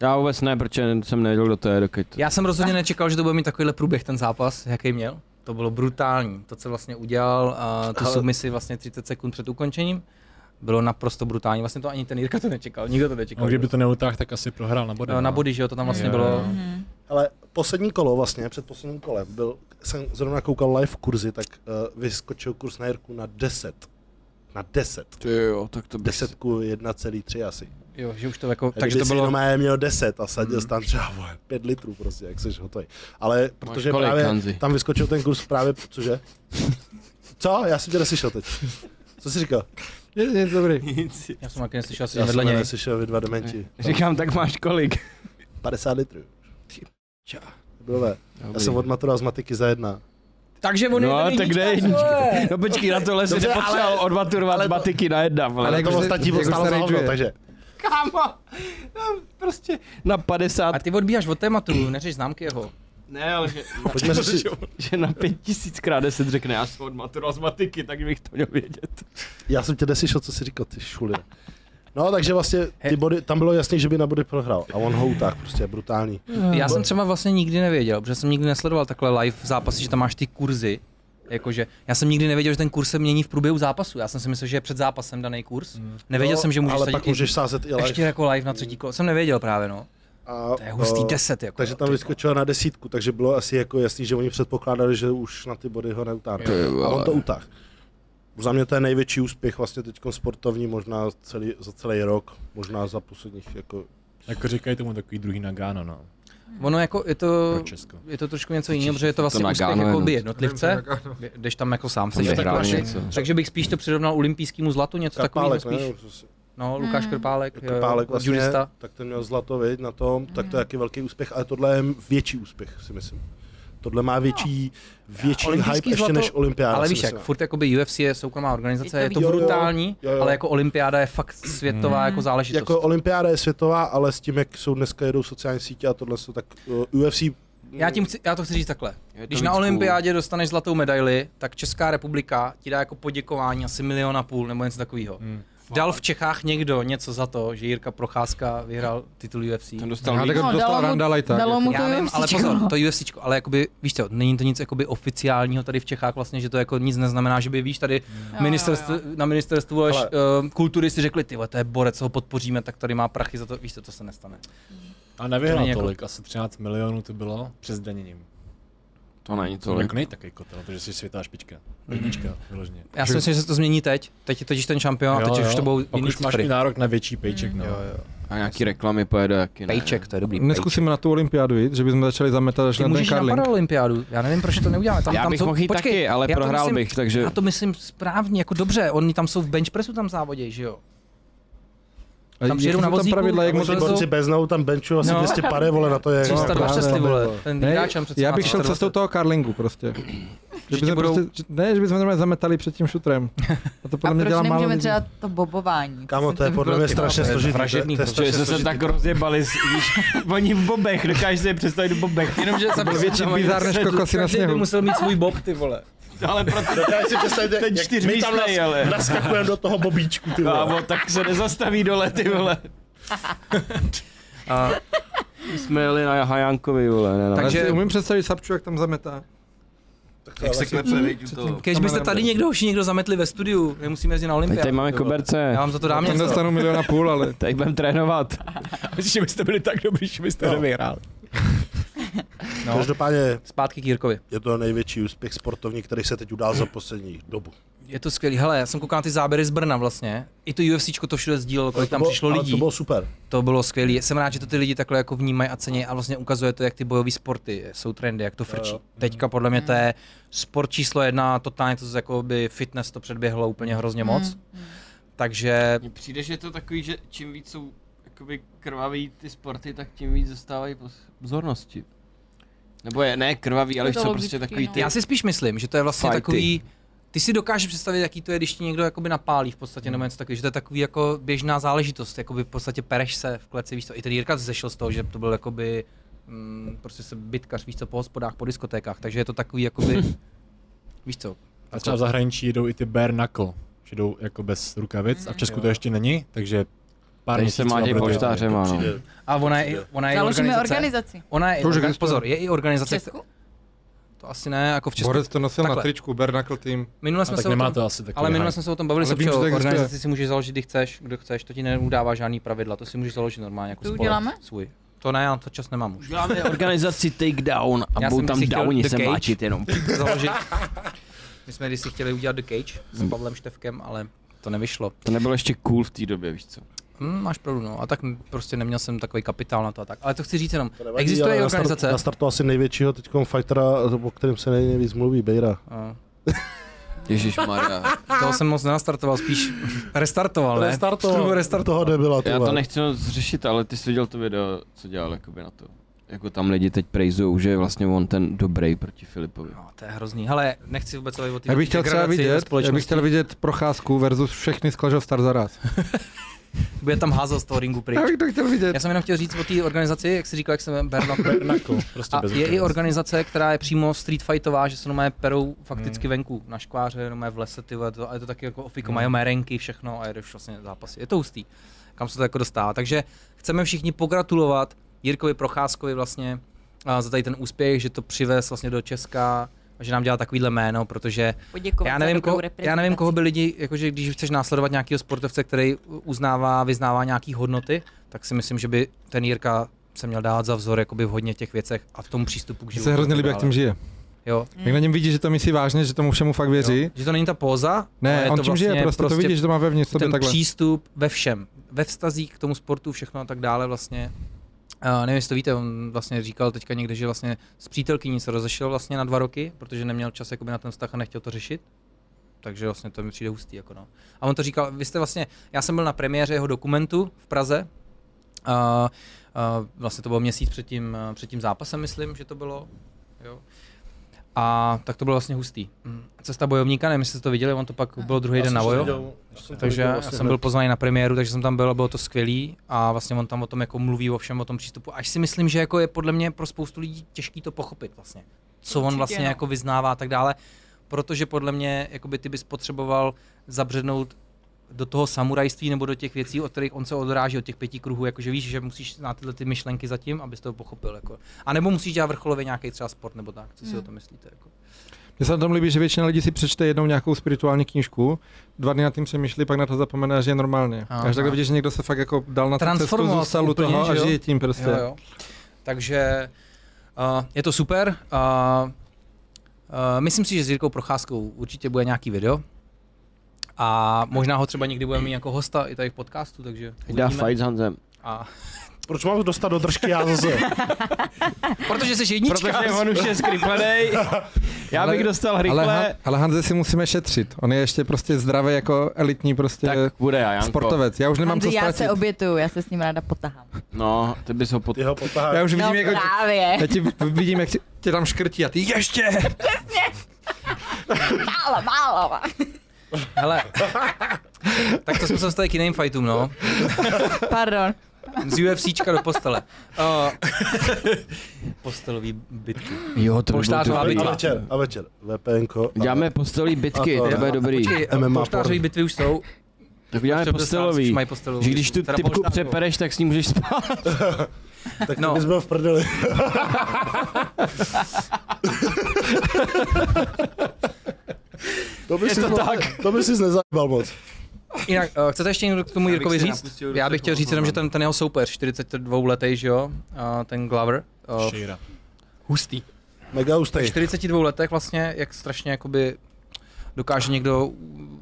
já vůbec ne, protože jsem nevěděl, kdo to je, dokud to... Já jsem rozhodně nečekal, že to bude mít takovýhle průběh ten zápas, jaký měl. To bylo brutální. To, co vlastně udělal, a tu Ale- submisi vlastně 30 sekund před ukončením, bylo naprosto brutální. Vlastně to ani ten Jirka to nečekal, nikdo to nečekal. No, kdyby to neutáhl, tak asi prohrál na body. no. Eh, na body, že jo, to tam vlastně Jo. bylo. Mhm. Ale poslední kolo vlastně, před posledním kolem, byl, jsem zrovna koukal live kurzy, tak uh, vyskočil kurz na Jirku na 10. Na 10. Ty jo, tak to 10 ku 1,3 asi. Jo, že už to jako, Takže takže to bylo... Mhm. jenom já měl 10 a sadil tam třeba vole, 5 litrů prostě, jak jsi hotový. Ale protože kolik, právě Hanzi? tam vyskočil ten kurz právě, cože? Co? Já jsem tě neslyšel teď. Co jsi říkal? Je, je dobrý. Já jsem taky neslyšel, asi Já vedle jsem něj. neslyšel vy dva dementi. Říkám, tak máš kolik? 50 litrů. Brové, já jsem odmaturoval z matiky za jedna. Takže on No, je ale ten tak kde je jedničkář, vole. No počkej, na tohle si Dobře, nepotřeboval ale- odmaturovat ale to- batiky na jedna, vole. Ale Ale jako to se- ostatní jako se stálo za hovno, rageuje. takže Kámo, prostě na 50. A ty odbíháš od tématu, neřeš známky jeho. Ne, ale že, pojďme řešit. že na 5000 krát 10 řekne, já jsem odmaturoval z matiky, tak bych to měl vědět. Já jsem tě neslyšel, co jsi říkal, ty šuli. No, takže vlastně He- ty body, tam bylo jasný, že by na body prohrál. A on ho utáhl, prostě brutální. Já jsem třeba vlastně nikdy nevěděl, protože jsem nikdy nesledoval takhle live zápasy, že tam máš ty kurzy. Jakože, já jsem nikdy nevěděl, že ten kurz se mění v průběhu zápasu. Já jsem si myslel, že je před zápasem daný kurz. Nevěděl no, jsem, že můžeš Ale sadit pak i- můžeš sázet i ještě live. jako live na třetí kolo. Jsem nevěděl právě, no. A, To je hustý o, 10 jako. Takže jo, tam ty vyskočil na desítku, takže bylo asi jako jasný, že oni předpokládali, že už na ty body ho neutáhnou. Ty A on vole. to utáhl. Za mě to je největší úspěch vlastně teď sportovní, možná celý, za celý rok, možná za posledních jako Jako říkají tomu takový druhý Nagano, no. vole. Ono jako je to, Pro Česko. je to trošku něco jiného, protože je to vlastně úspěch Nagano jako jenom. by jednotlivce, když tam jako sám Tam seš. vyhrál tak- něco. Takže bych spíš to přirovnal olympijskému zlatu, něco takového Karpálek, spíš. ne? No, Lukáš Hmm. Krpálek, jo, Karpálek vlastně, judista. tak ten měl zlato, viď, na tom, tak to je taky velký úspěch, ale tohle je větší úspěch, si myslím. Tohle má větší, větší hype No. Olympijský ještě zlato- než olympiáda. Ale si víš jak, myslím. furt jakoby UFC je soukromá Je to organizace, je to víc. Jo, jo, brutální, jo, jo. ale jako olympiáda je fakt Hmm. světová jako záležitost. Jako olympiáda je světová, ale s tím, jak jsou dneska jedou sociální sítě a tohle, jsou, tak uh, UFC... Já, tím chci, já to chci říct takhle. Je to Když víc na cool. olympiádě dostaneš zlatou medaili, tak Česká republika ti dá jako poděkování asi milion a půl nebo něco takového. Hmm. Dal v Čechách někdo něco za to, že Jirka Procházka vyhrál titul UFC? Ten dostal Já víc. tak No, dalo dostal mu- Randa Lighta. dalo mu- jako. Já to vím, ale UFCčko. pozor, to UFCčko, ale jakoby, víš co, není to nic jakoby oficiálního tady v Čechách vlastně, že to jako nic neznamená, že by víš tady jo, ministerstv, jo. na ministerstvu ale... Ale- uh, kultury si řekli, ty vole, to je borec, ho podpoříme, tak tady má prachy za to, víš co, to se nestane. A To nevyhrál není jako- tolik, asi 13 milionů to bylo přes zdaněním. To není To tolik. jako nej takový kotel, protože jsi světová špička. Jednička, vyloženě. Já si myslím, že se to změní teď, teď je totiž ten šampion a teď už to budou Pak jiný už máš i cifry. nárok na větší paycheck, Mhm. no. A nějaký reklamy pojede jaký ne. Pejček, to je dobrý. My pejček. zkusíme na tu olympiádu, viď? že bychom začali zametat až Ty na ten můžeš na Karling. paralympiádu, já nevím, proč to neuděláme. Tam, Já tam bych jsou... mohl jít taky, ale já to prohrál myslím, bych, takže- Já to myslím správně, jako dobře, oni tam jsou v benchpressu tam závodějí, že jo? A Tam jak přijedou jsou na vozíku, pravidla, jak tam moc Ty vylezou- borci bez nou tam benčují asi No. no. 200 pade, vole, na to je... jako- 326 ty právě, vole, ten Ne, výdáčem přece já má bych šel 320. cestou toho Karlingu prostě. Že bychom budou- prostě že- ne, že bychom normálně zametali před tím šutrem. A to A podle mě proč dělá málo nemůžeme lidí. třeba to bobování? Kámo, to je podle mě strašně to je složitý. to je- vražedný to je prostě. Že strašně jste se složitý. tak rozjebali, s- víš, oni v bobech, dokážeš si je představit v bobech. Jenomže jsem byl větší bizár než kokosy na Každý by sněhu. musel mít svůj bob, ty vole. Ale proto Já si představte, ten jak my tam čtyřmístnej, ale. nas- naskakujeme do toho bobíčku, ty vole. Kámo, tak se nezastaví dole, ty vole. A, Jsme jeli na Hajankovi, vole, ne na Já takže, si umím představit Sapču, jak tam zametá. Jak se klepe, vidíte to. když byste tady někdo, hoši někdo zametli ve studiu, nemusíme jezdit na Teď tady olympiádu. máme koberce. Já vám za to dám Tam něco. dostanu milion a půl, ale Teď budeme trénovat. Myslím, že byste byli tak dobrý, že byste no. nevyhráli. No, Každopádně zpátky k Jirkovi. je to největší úspěch sportovní, který se teď udál za poslední dobu. Je to skvělý. Hele, já jsem koukal na ty záběry z Brna vlastně. I to UFCčko to všude sdílelo, kolik To tam bylo- přišlo ale lidí. To bylo super. To bylo skvělé. Jsem rád, že to ty lidi takhle jako vnímají a cení a vlastně ukazuje to, jak ty bojové sporty jsou trendy, jak to frčí. Teďka podle mě to je sport číslo jedna, totálně to jako by fitness to předběhlo úplně hrozně moc. Mm. Takže Mně přijde, že je to takový, že čím víc jsou jakoby krvavý ty sporty, tak tím víc dostávají pos- pozornosti. Nebo je, ne krvavý, ale Je to jsou logicky, prostě takový no. ty... já si spíš myslím, že to je vlastně Fighty. takový, ty si dokážeš představit, jaký to je, když ti někdo jakoby napálí v podstatě nebo něco takový, že to je takový jako běžná záležitost, jakoby v podstatě pereš se v kleci, víš co, i ten Jirka zešel z toho, že to byl jakoby mm, prostě se bytkař, víš co, po hospodách, po diskotékách, takže je to takový jakoby, víš co, A třeba v zahraničí jedou i ty bare knuckle, že jdou jako bez rukavic Mhm. a v Česku to ještě není, takže pár Tady se má třeba těch bude- polštářema, no. Přijde- A ona je, ona je Založíme organizace. organizaci. Ona je, To už orga, existuje. pozor, je i V organizace. Česku? To asi ne, jako v Česku. Borec to nosil na Takhle. tričku, Bernacle Team. Minule A jsme tak se o nemá tom, to asi takový ale minule hype. jsme se o tom bavili, že Ale vím, že to existuje. organizaci si můžeš založit, kdy chceš, kdo chceš, to ti neudává žádný pravidla, to si můžeš založit normálně jako To spolek uděláme? svůj. To ne, já to čas nemám už. Děláme organizaci Takedown a Já budou jsem tam si chtěl downi The se Cage. mláčit jenom. Založit. My jsme když si chtěli udělat The Cage s Pavlem Števkem, ale to nevyšlo. To nebylo ještě cool v té době, víš co? Hm, máš pravdu, no. A tak m- prostě neměl jsem takový kapitál na to a tak. Ale to chci říct jenom, To nevadí, existuje ale i na start- organizace. Na startu asi největšího teď fightera, o kterém se nej- nejvíc mluví, Bejra. A Ježíš Maria. Toho jsem moc nenastartoval, spíš restartoval, ne? Restartoval. Restart. No, Toho nebyla, Já to nechci moc řešit, ale ty jsi viděl to video, co dělal jakoby na to. Jako tam lidi teď prejzou, že je vlastně on ten dobrý proti Filipovi. No, to je hrozný. Hele, nechci vůbec mluvit o té Já bych chtěl třeba degradaci ve vidět, já bych společnosti. chtěl vidět procházku versus všechny sklažel star zaraz. Bude tam házel z toho ringu pryč. Já bych to chtěl vidět. Já jsem jenom chtěl říct o té organizaci, jak jsi říkal, jak se jmenuje Berna. Knuckle, prostě A bez je i rukavic. organizace, která je přímo street fightová, že se nomé perou fakticky venku, na škváře, nomé v lese, ty vole, to, a je to taky jako ofiko, mají mé renky, všechno a jedeš vlastně zápasy. Je to hustý. kam se to jako dostává. Takže chceme všichni pogratulovat Jirkovi Procházkovi vlastně a za tady ten úspěch, že to přivez vlastně do Česka a že nám dělá takovýhle jméno, protože Poděkovat já za nevím, dobrou ko, já nevím, koho reprezentaci. by lidi, jakože když chceš následovat nějakého sportovce, který uznává, vyznává nějaký hodnoty, tak si myslím, že by ten Jirka se měl dávat za vzor jakoby v hodně těch věcech a v tom přístupu k Mně životu. se hrozně a tak líbí, jak dále. tím žije. Jo, Jak na něm vidíš, že to myslí vážně, že tomu všemu fakt věří. jo. Že to není ta póza, ale Ne, je on to tím žije, vlastně prostě, to vidíš, že to má vevnitř ten sobě takhle. přístup ve všem, ve vztazích k tomu sportu, všechno a tak dále vlastně. Uh, nevím, jestli to víte, on vlastně říkal teďka někde, že vlastně s přítelkyní se rozešel vlastně na dva roky, protože neměl čas jakoby na ten vztah a nechtěl to řešit. Takže vlastně to mi přijde hustý. Jako no. A on to říkal, vy jste vlastně, já jsem byl na premiéře jeho dokumentu v Praze, uh, uh, vlastně to bylo měsíc před tím, uh, před tím zápasem, myslím, že to bylo. Jo. A tak to bylo vlastně hustý. Mm. Cesta bojovníka, nevím, jestli jste to viděli, on to pak bylo druhý den na vojo. Vlastně Takže já jsem byl pozvaný na premiéru, takže jsem tam byl a bylo to skvělý a vlastně on tam o tom jako mluví o všem o tom přístupu. Až si myslím, že jako je podle mě pro spoustu lidí těžký to pochopit vlastně, co on Určitě, vlastně no. jako vyznává a tak dále, protože podle mě jakoby ty bys potřeboval zabřednout do toho samurajství nebo do těch věcí, od kterých on se odráží, od těch pěti kruhů, jakože víš, že musíš znát tyhle ty myšlenky zatím, abys to pochopil. Jako. A nebo musíš dělat vrcholově nějaký třeba sport nebo tak, co si Hmm. o tom myslíte. Jako. Mně se na tom líbí, že většina lidí si přečte jednou nějakou spirituální knížku, dva dny nad tím přemýšlí, pak na to zapomene a žije normálně. Aha. Až takhle vidíš, že někdo se fakt jako dal na tu cestu Transformoval se zůstalu úplně, toho a že jo? žije tím prostě. Jo, jo. Takže uh, je to super. Uh, uh, myslím si, že s Jirkou Procházkou určitě bude nějaký video. A možná ho třeba někdy budeme mít jako hosta i tady v podcastu, takže Dá uvidíme. fight s Hanzem. A, Proč mám to dostat do držky já zase? protože jsi jednička. Protože on už je skriplenej. Já Ale- bych dostal Ale, Han, hrykle. ale Hanze si musíme šetřit. On je ještě prostě zdravý jako elitní prostě Tak bude já, Janko. sportovec. Já už nemám co Hanzi, já ztratit. se obětuju, já se s ním ráda potahám. No, ty bys ho pot... Ty ho potáhá. Já už vidím, No jako, právě. já ti vidím, jak tě, tě tam škrtí a ty ještě. Málo, málo. Hele, tak to jsme se dostali k jiným fightům, no. Pardon. Z UFCčka do postele. Uh, postelový bitky. Jo, to Polštářová A bitva. večer, a večer. VPNko. a- Děláme postelí bitky, A to- to bude dobrý. Počkej, eh, MMA polštářový porn. bitvy už jsou. Tak uděláme Potřebujeme postelový. už mají postelovou Že když tu bitvu. Teda typku polštářovou. přepereš, tak s ní můžeš spát. Tak no. no. bys byl v prdeli. to by si to, tak. to by si nezabal moc. Jinak, uh, chcete ještě někdo k tomu Já bych Jirkovi si říct? napustil do Já bych toho chtěl říct jenom, že ten, ten jeho soupeř, 42 letý, že jo, uh, ten Glover, uh, Sheera. hustý. Mega V ustej. 42 letech vlastně, jak strašně jakoby dokáže někdo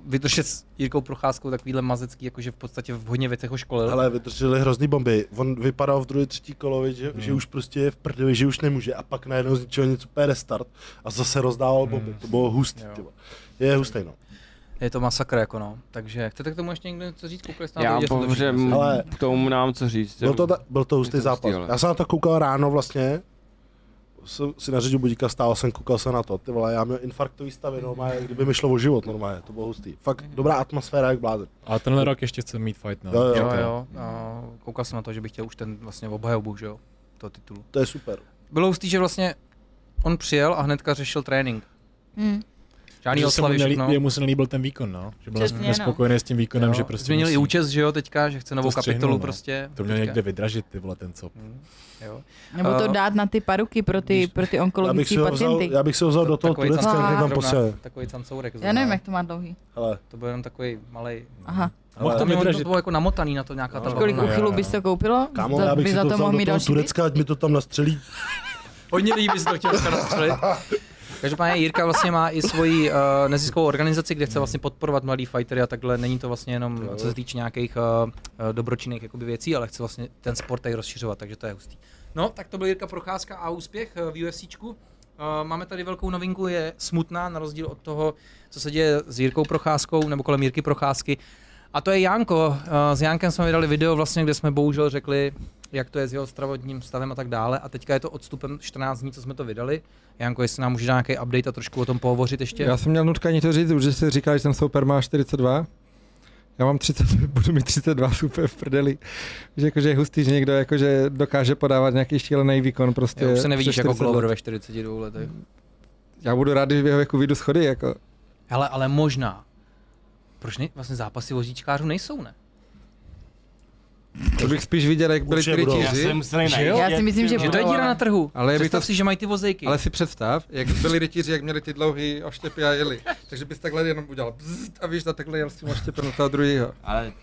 vydržet s Jirkou Procházkou takovýhle mazecký, jakože v podstatě v hodně věcech ho školil. Ale vydrželi hrozný bomby. On vypadal v druhé, třetí kolovi, že, hmm. že už prostě je v prdeli, že už nemůže. A pak najednou z ničeho nic úplně restart a zase rozdával bomby. Hmm. To bylo hustý, ty vole. Je hustý, no. Je to masakr, jako no. Takže chcete k tomu ještě někdo něco říct? Koukali jste na Já to, viděli jste to že všichni asi. Ale- k tomu nám co říct. Byl No to, ta, byl to hustý Hmm. Je to hustý, zápas. ale- Já jsem na to koukal ráno vlastně, jsem si nařídil budíka, stál jsem, koukal jsem na to. Ty vole, já měl infarktový stavy, normálně, jak kdyby mi šlo o život, normálně, to bylo hustý. Fakt Hmm. dobrá atmosféra, jak blázen. A tenhle rok ještě chce mít fight no. Jako- na. Jo, jo, Jo, jo, uh, koukal jsem na to, že bych chtěl už ten vlastně obhajobu, že jo, toho titulu. To je super. Bylo hustý, že vlastně on přijel a hnedka řešil trénink. Hm. Žádný Že se mu oslavy, nelí- všechno. Jemu se nelíbil ten výkon, no. Že byl Přesně, no. nespokojený s tím výkonem, Jo, že prostě Změnil musí- i účest, že jo, teďka, že chce novou střihnul, kapitolu no. prostě. To měl teďka. někde vydražit, ty vole, ten cop. Jo. Nebo to Eh, dát na ty paruky pro ty, pro ty Já bych, si onkologické ho vzal, pacienty. já bych si ho vzal do toho Takovej Turecka, cancourek jak tam zrovna, posel. Takový cancourek. Já nevím, zrovna. jak to má dlouhý. Hele, To byl jenom takový malý. Aha. Mohl Ale- to mělo to Vydražit. bylo jako namotaný na to nějaká ta No. Kolik vlna. jo, uchylů jo. bys to koupilo? kámo, Za- já bych by si za to to vzal mohl do mít toho další Turecka, ať mi to tam nastřelí. Hodně lidí by si to chtěl rozstřelit. Každopádně Jirka vlastně má i svoji uh, neziskovou organizaci, kde chce vlastně podporovat mladý fightery a takhle. Není to vlastně jenom, co se týče nějakých uh, uh, dobročinných jakoby věcí, ale chce vlastně ten sport tady rozšiřovat, takže to je hustý. No, tak to byl Jirka Procházka a úspěch eh, v UFCčku. Eh, Máme tady velkou novinku, je smutná, na rozdíl od toho, co se děje s Jirkou Procházkou nebo kolem Jirky Procházky. A to je Janko. Eh, S Jankem jsme vydali video, vlastně, kde jsme bohužel řekli, jak to je s jeho zdravotním stavem a tak dále. A teďka je to odstupem 14 dní, co jsme to vydali. Janko, jestli nám může dát nějaký update a trošku o tom pohovořit ještě. Já jsem měl nutkání to říct, už že jsi říkal, že ten souper má 42. Já mám 30, budu mít 32, super v prdeli. Že jakože je hustý, že někdo jakože dokáže podávat nějaký šílený výkon prostě. Já už se nevidíš přes jako 40 let. Glover ve 42 letech. Já budu rád, když v jeho věku vyjdu schody, jako. Hele, ale možná. Proč ne, vlastně zápasy vozíčkářů nejsou, ne? To bych spíš viděl, jak byli ty Určitě budou. Já rytíři. jsem se nejde. Jo? Já si myslím, že Že to je budou, díra ale- na trhu. Ale je by Představ to- si, že mají ty vozejky. Ale si představ, jak byli rytíři, jak měli ty dlouhý oštěpy a jeli. Takže bys takhle jenom udělal bzzzt a víš, a takhle jel s tím oštěpem na toho druhého. Ale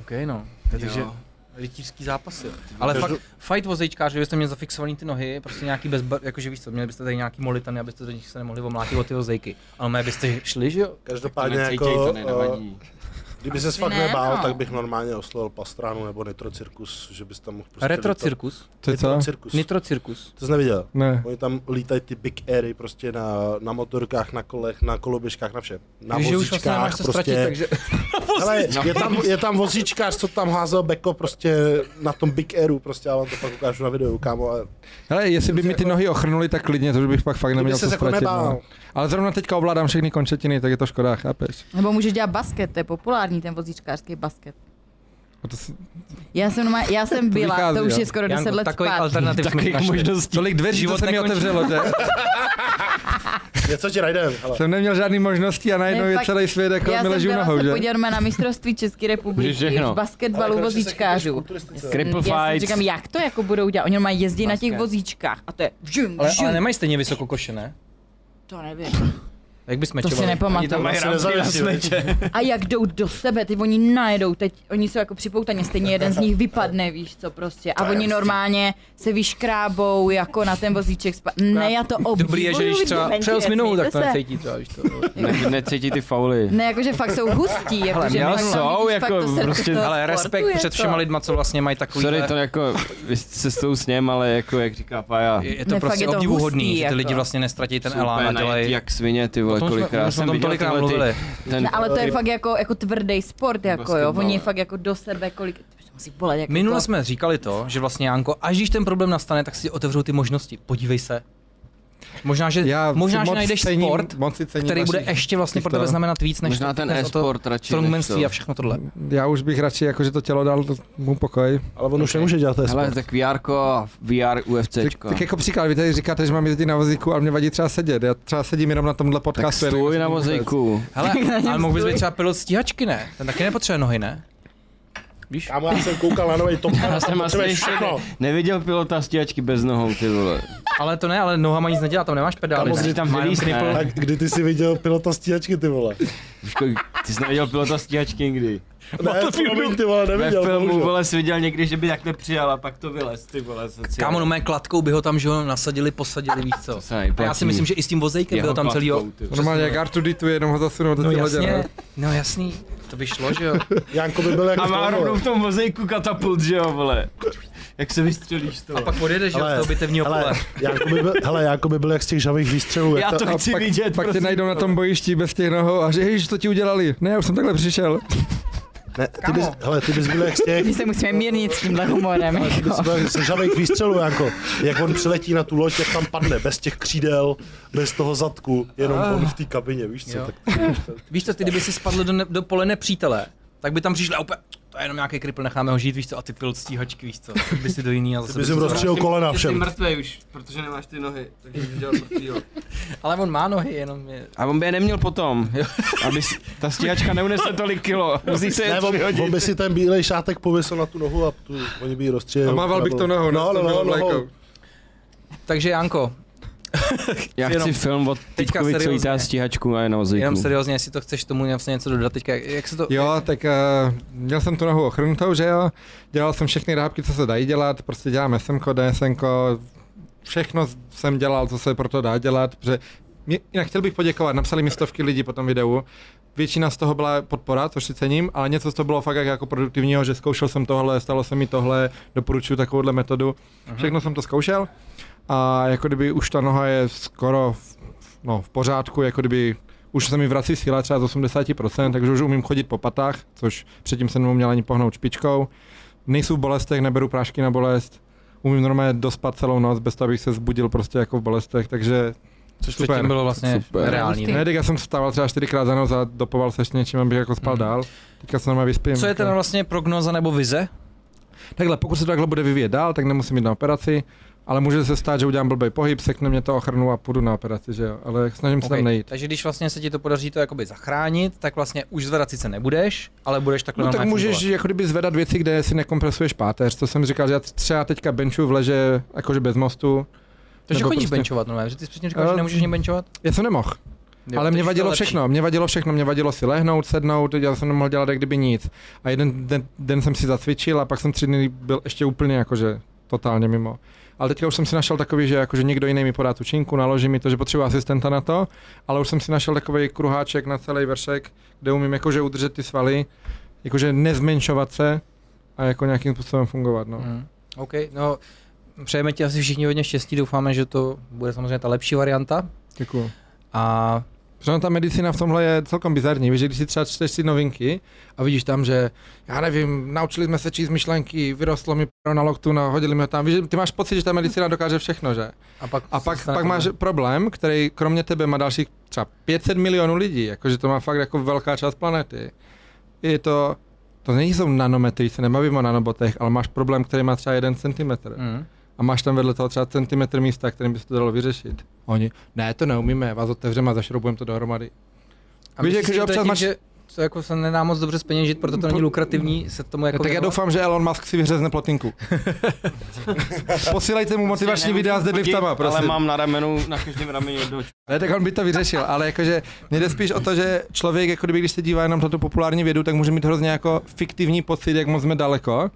OK, no. Takže Jo. rytířský zápasy. Ale fakt, Každou- fight vozejčkář, že byste měli zafixovaný ty nohy, prostě nějaký bez, jakože víš co, měli byste tady nějaký molitany, abyste do nich se nemohli omlátit o ty vozejky. Ale mé byste šli, že jo? to Každopádně necítí, jako, to eh, nenavadí. kdyby se Asi fakt ne, nebál, no. tak bych normálně oslovil Pastránu nebo Nitrocirkus, že bys tam mohl prostě... lítat- Retrocirkus. To je co? No. Nitrocirkus. Nitrocirkus. To jsi neviděl? Ne. Oni tam lítají ty big airy prostě na, na motorkách, na kolech, na koloběžkách, na všem. Na Takže už vlastně vozíčkách nemáš se prostě. ztratit, takže... Hele, je tam, je tam vozíčkář, co tam házel beko prostě na tom big airu prostě, já vám to pak ukážu na videu, kámo. ale Hele, jestli by mi Jako- ty nohy ochrnuly tak klidně, to už bych pak fakt neměl co Kdyby se jako ztratit. nebál. No. Ale zrovna teďka ovládám všechny končetiny, tak je to škoda, chápeš? Nebo můžeš dělat basket, to je populární ten vozíčkářský basket. A to si... Já jsem, normálně- já jsem byla, vychází, to už jo. je skoro 10 Janko, let takový zpátky. alternativ jsme našli. Tolik dveří, to Život se mi nekončí. otevřelo, že? Něco ti najdem, hele. Jsem neměl žádný možnosti a najednou Ne, je fakt- celý svět jako Já mi jsem leží u byla nohou, se že? podívat na mistrovství České republiky Můžeš všechno. v basketbalu Ale konečně se vozíčkářů. chytíš kulturistice. Já jsem- Cripple Já jsem fights. říkám, jak to jako budou dělat? Oni normálně jezdí na těch Basket. vozíčkách a to je vžum, Ale, ale vžum. nemají stejně vysoko koše, ne? To nevím, Jak bys to si mečovali? nepamatuju. se nezavěsil. A jak jdou do sebe, ty oni najedou, teď oni jsou jako připoutaně, stejně jeden z nich vypadne, víš co prostě. A oni normálně se vyškrábou jako na ten vozíček spa... Ne, já to obdivuju. Dobrý je, že když třeba vidíte, přijel s nesmějte minou, tak to se. necítí třeba, víš to. Ne, necítí ty fauly. Ne, jakože fakt jsou hustí, jakože měla fakt tam jsou, vidíš jako fakt to srdce prostě- toho Ale sportu, respekt je před to. všema lidma, co vlastně mají takový... Sorry, to jako, vy se s tou sněm, ale jako, jak říká Paja, je, je Ne, to fakt prostě je to obdivuhodný, hustý, že ty jako. lidi vlastně nestratí ten jsou elán a úplně najetí dělají... jak svině, ty vole, O tom jsme- kolikrát my jsme o jsem tom viděl tolikrát tyhle mluvili. ty, ten, Ne, ale to je ty- fakt jako, jako tvrdý sport, jako jo. Basketbal, Oni jo. fakt jako do sebe, kolik, to musí bolet, jako Minule to. jsme říkali to, že vlastně Janko, až když ten problém nastane, tak si otevřou ty možnosti. Podívej se. Možná, že, Já možná, si že moc najdeš cením- sport, moc si cením který bude vašich- ještě vlastně pro tebe těchto- znamenat víc než možná ten než o to e-sport radši než to. strongmanství a všechno tohle. Já už bych radši jako, že to tělo dal mu pokoj. Ale on už nemůže dělat ten Hele, sport. tak VRko a VR UFCčko. Tak, tak, jako příklad, vy tady říkáte, že mám jezdit na vozíku, ale mě vadí třeba sedět. Já třeba sedím jenom na tomhle Tak podcastu. jenom stůj sedím na vůbec. vozejku. Hele, ale mohl bys být třeba pilot stíhačky, ne? Ten taky nepotřebuje nohy, ne? Víš? Kámo, já jsem koukal na nový Top Gun, Já jsem tam asi potřebuješ ještě všechno. ne, neviděl pilota stíhačky bez nohou, ty vole. Ale to ne, ale nohama nic nedělá, tam nemáš pedály. Tam ne? si tam Má jenom vylíst, cripple. ne? Tak kdy ty jsi viděl pilota stíhačky, ty vole? Už kolik- Ty jsi neviděl pilota stíhačky nikdy. Ne, to filmu, ty vole, Ve neviděl. filmu, bohužel. vole, jsi viděl někdy, že by takhle přijal a pak to vylez, ty vole. Kámo, no mé kladkou by ho tam, že ho nasadili, posadili, víš co. se A nejplatí. já si myslím, že i s tím vozejkem by ho tam celý... Normálně jak R2D2, jenom ho zasunu do No té jasně, lodě. no jasný, to by šlo, že jo. Janko by byl jak A v má tom, rovnou vole. v tom vozejku katapult, že jo, vole. Jak se vystřelíš to? A pak odjedeš jo, z Hele, toho bitevního hele, pole. Janko by byl, hele, Janko by byl jak z těch žavých výstřelů. Já jak to ta- chci vidět, Pak tě prosím. najdou na tom bojišti bez těch nohou a že ježiš, co ti udělali? Ne, já už jsem takhle přišel. Ne, ty bys, hele, ty bys byl jak z těch, My se musíme mírnit s tímhle humorem, ty bys jako. byl jak z žavých výstřelů, Janko. Jak on přiletí na tu loď, jak tam padne, bez těch křídel, bez toho zadku, jenom Ah. on v té kabině, víš co? Jo. Tak Víš co, ty kdyby si spadl do, ne- do pole nepřítele, tak by tam přišla úplně, to je jenom nějaký kripl, necháme ho žít, víš co, a ty pil stíhačky, víš co, tak by si do jiný a zase ty bys jim si- rozstřelil kolena Ty jsi všem. mrtvej už, protože nemáš ty nohy, takže jsi dělal protýho. Ale on má nohy, jenom je... A on by je neměl potom, aby si, ta stíhačka neunese tolik kilo, musí se Ne, jet on, on, přihodit. by si ten bílej šátek pověsil na tu nohu a tu, oni by ji rozstřelili. A mával bych to nohou, no, no, no, no, vlajkou. Takže Janko, Já jenom- chci film od teďka Týkovi, co seriózně. lítá stíhačku a je na vozejku. jenom seriózně, jestli to chceš tomu vlastně něco dodat, teďka, jak- jak se to... Jo, tak uh, měl jsem tu nohu ochrnutou, že jo. Dělal jsem všechny rábky, co se dají dělat, prostě dělám SMK, DSMK, všechno jsem dělal, co se pro to dá dělat, protože mě, jinak chtěl bych poděkovat, napsali mi stovky lidí po tom videu, většina z toho byla podpora, což si cením, ale něco z toho bylo fakt jak jako produktivního, že zkoušel jsem tohle, stalo se mi tohle, doporučuji takovouhle metodu, všechno jsem to zkoušel a jako kdyby už ta noha je skoro v, no, v pořádku, jako kdyby už se mi vrací síla třeba z 80%, takže už umím chodit po patách, což předtím jsem neuměl ani pohnout špičkou. Nejsou v bolestech, neberu prášky na bolest, umím normálně dospat celou noc, bez toho, abych se zbudil prostě jako v bolestech, takže což super. předtím bylo vlastně Super. reální. ne, tak já jsem vstával třeba čtyřikrát za noc a dopoval se ještě něčím, abych jako spal Mhm. dál. Teďka se normálně vyspím. Co je teda vlastně prognoza nebo vize? Takhle, pokud se to takhle bude vyvíjet dál, tak nemusím jít na operaci, ale může se stát, že udělám blbý pohyb, sekne mě to ochrnu a půjdu na operaci, že jo, ale snažím se Ok, tam nejít. Takže když vlastně se ti to podaří to jakoby zachránit, tak vlastně už zvedat sice nebudeš, ale budeš takhle No tak normálně můžeš fungovat. jako kdyby zvedat věci, kde si nekompresuješ páteř, to jsem říkal, že já třeba teďka benchu v leže jakože bez mostu. Takže nebo chodíš prostě- benchovat, no, že ty jsi předtím říkal, Eh, že nemůžeš mě benchovat? Já jsem nemohl. Jo, ale takže mě to je vadilo lepší. všechno, mě vadilo všechno, mě vadilo si lehnout, sednout, já jsem nemohl dělat jak kdyby nic. A jeden den, den jsem si zacvičil a pak jsem tři dny byl ještě úplně jakože totálně mimo. Ale teďka už jsem si našel takový, že jakože někdo jiný mi podá tu činku, naloží mi to, že potřebuji asistenta na to, ale už jsem si našel takový kruháček na celý vršek, kde umím jakože udržet ty svaly, jakože nezmenšovat se a jako nějakým způsobem fungovat. No. Mm. OK, no, přejeme ti asi všichni hodně štěstí, doufáme, že to bude samozřejmě ta lepší varianta. Děkuju. A Protože ta medicína v tomhle je celkom bizarní, víš, že když si třeba čteš si novinky a vidíš tam, že já nevím, naučili jsme se číst myšlenky, vyrostlo mi p- na loktu, no, hodili mi ho tam, víš, že ty máš pocit, že ta medicína dokáže všechno, že? A pak, A se pak, stane pak máš problém, který kromě tebe má dalších třeba 500 milionů lidí, jakože to má fakt jako velká část planety. Je to, to nejsou nanometry, se nebavím o nanobotech, ale máš problém, který má třeba jeden centimetr. problém. Mm. A máš tam vedle toho třeba centimetr místa, kterým by se to dalo vyřešit. Oni, ne, to neumíme, vás otevřeme a zašroubujeme to dohromady. A Víš, Víš, jako, že že občas tím, máš- že to jako se nedá moc dobře speněžit, proto to není Po- lukrativní se tomu jako Jako tak já věnovat? doufám, že Elon Musk si vyřezne plotinku. Posílejte mu motivační videa s deadliftama, prosím. Prostě Ale mám na ramenu, na každém ramenu jedno Ne, tak on by to vyřešil, ale jakože mě jde spíš o to, že člověk, jako kdyby, když se dívá jenom na tu populární vědu, tak může mít hrozně jako fiktivní pocit, jak moc jsme daleko.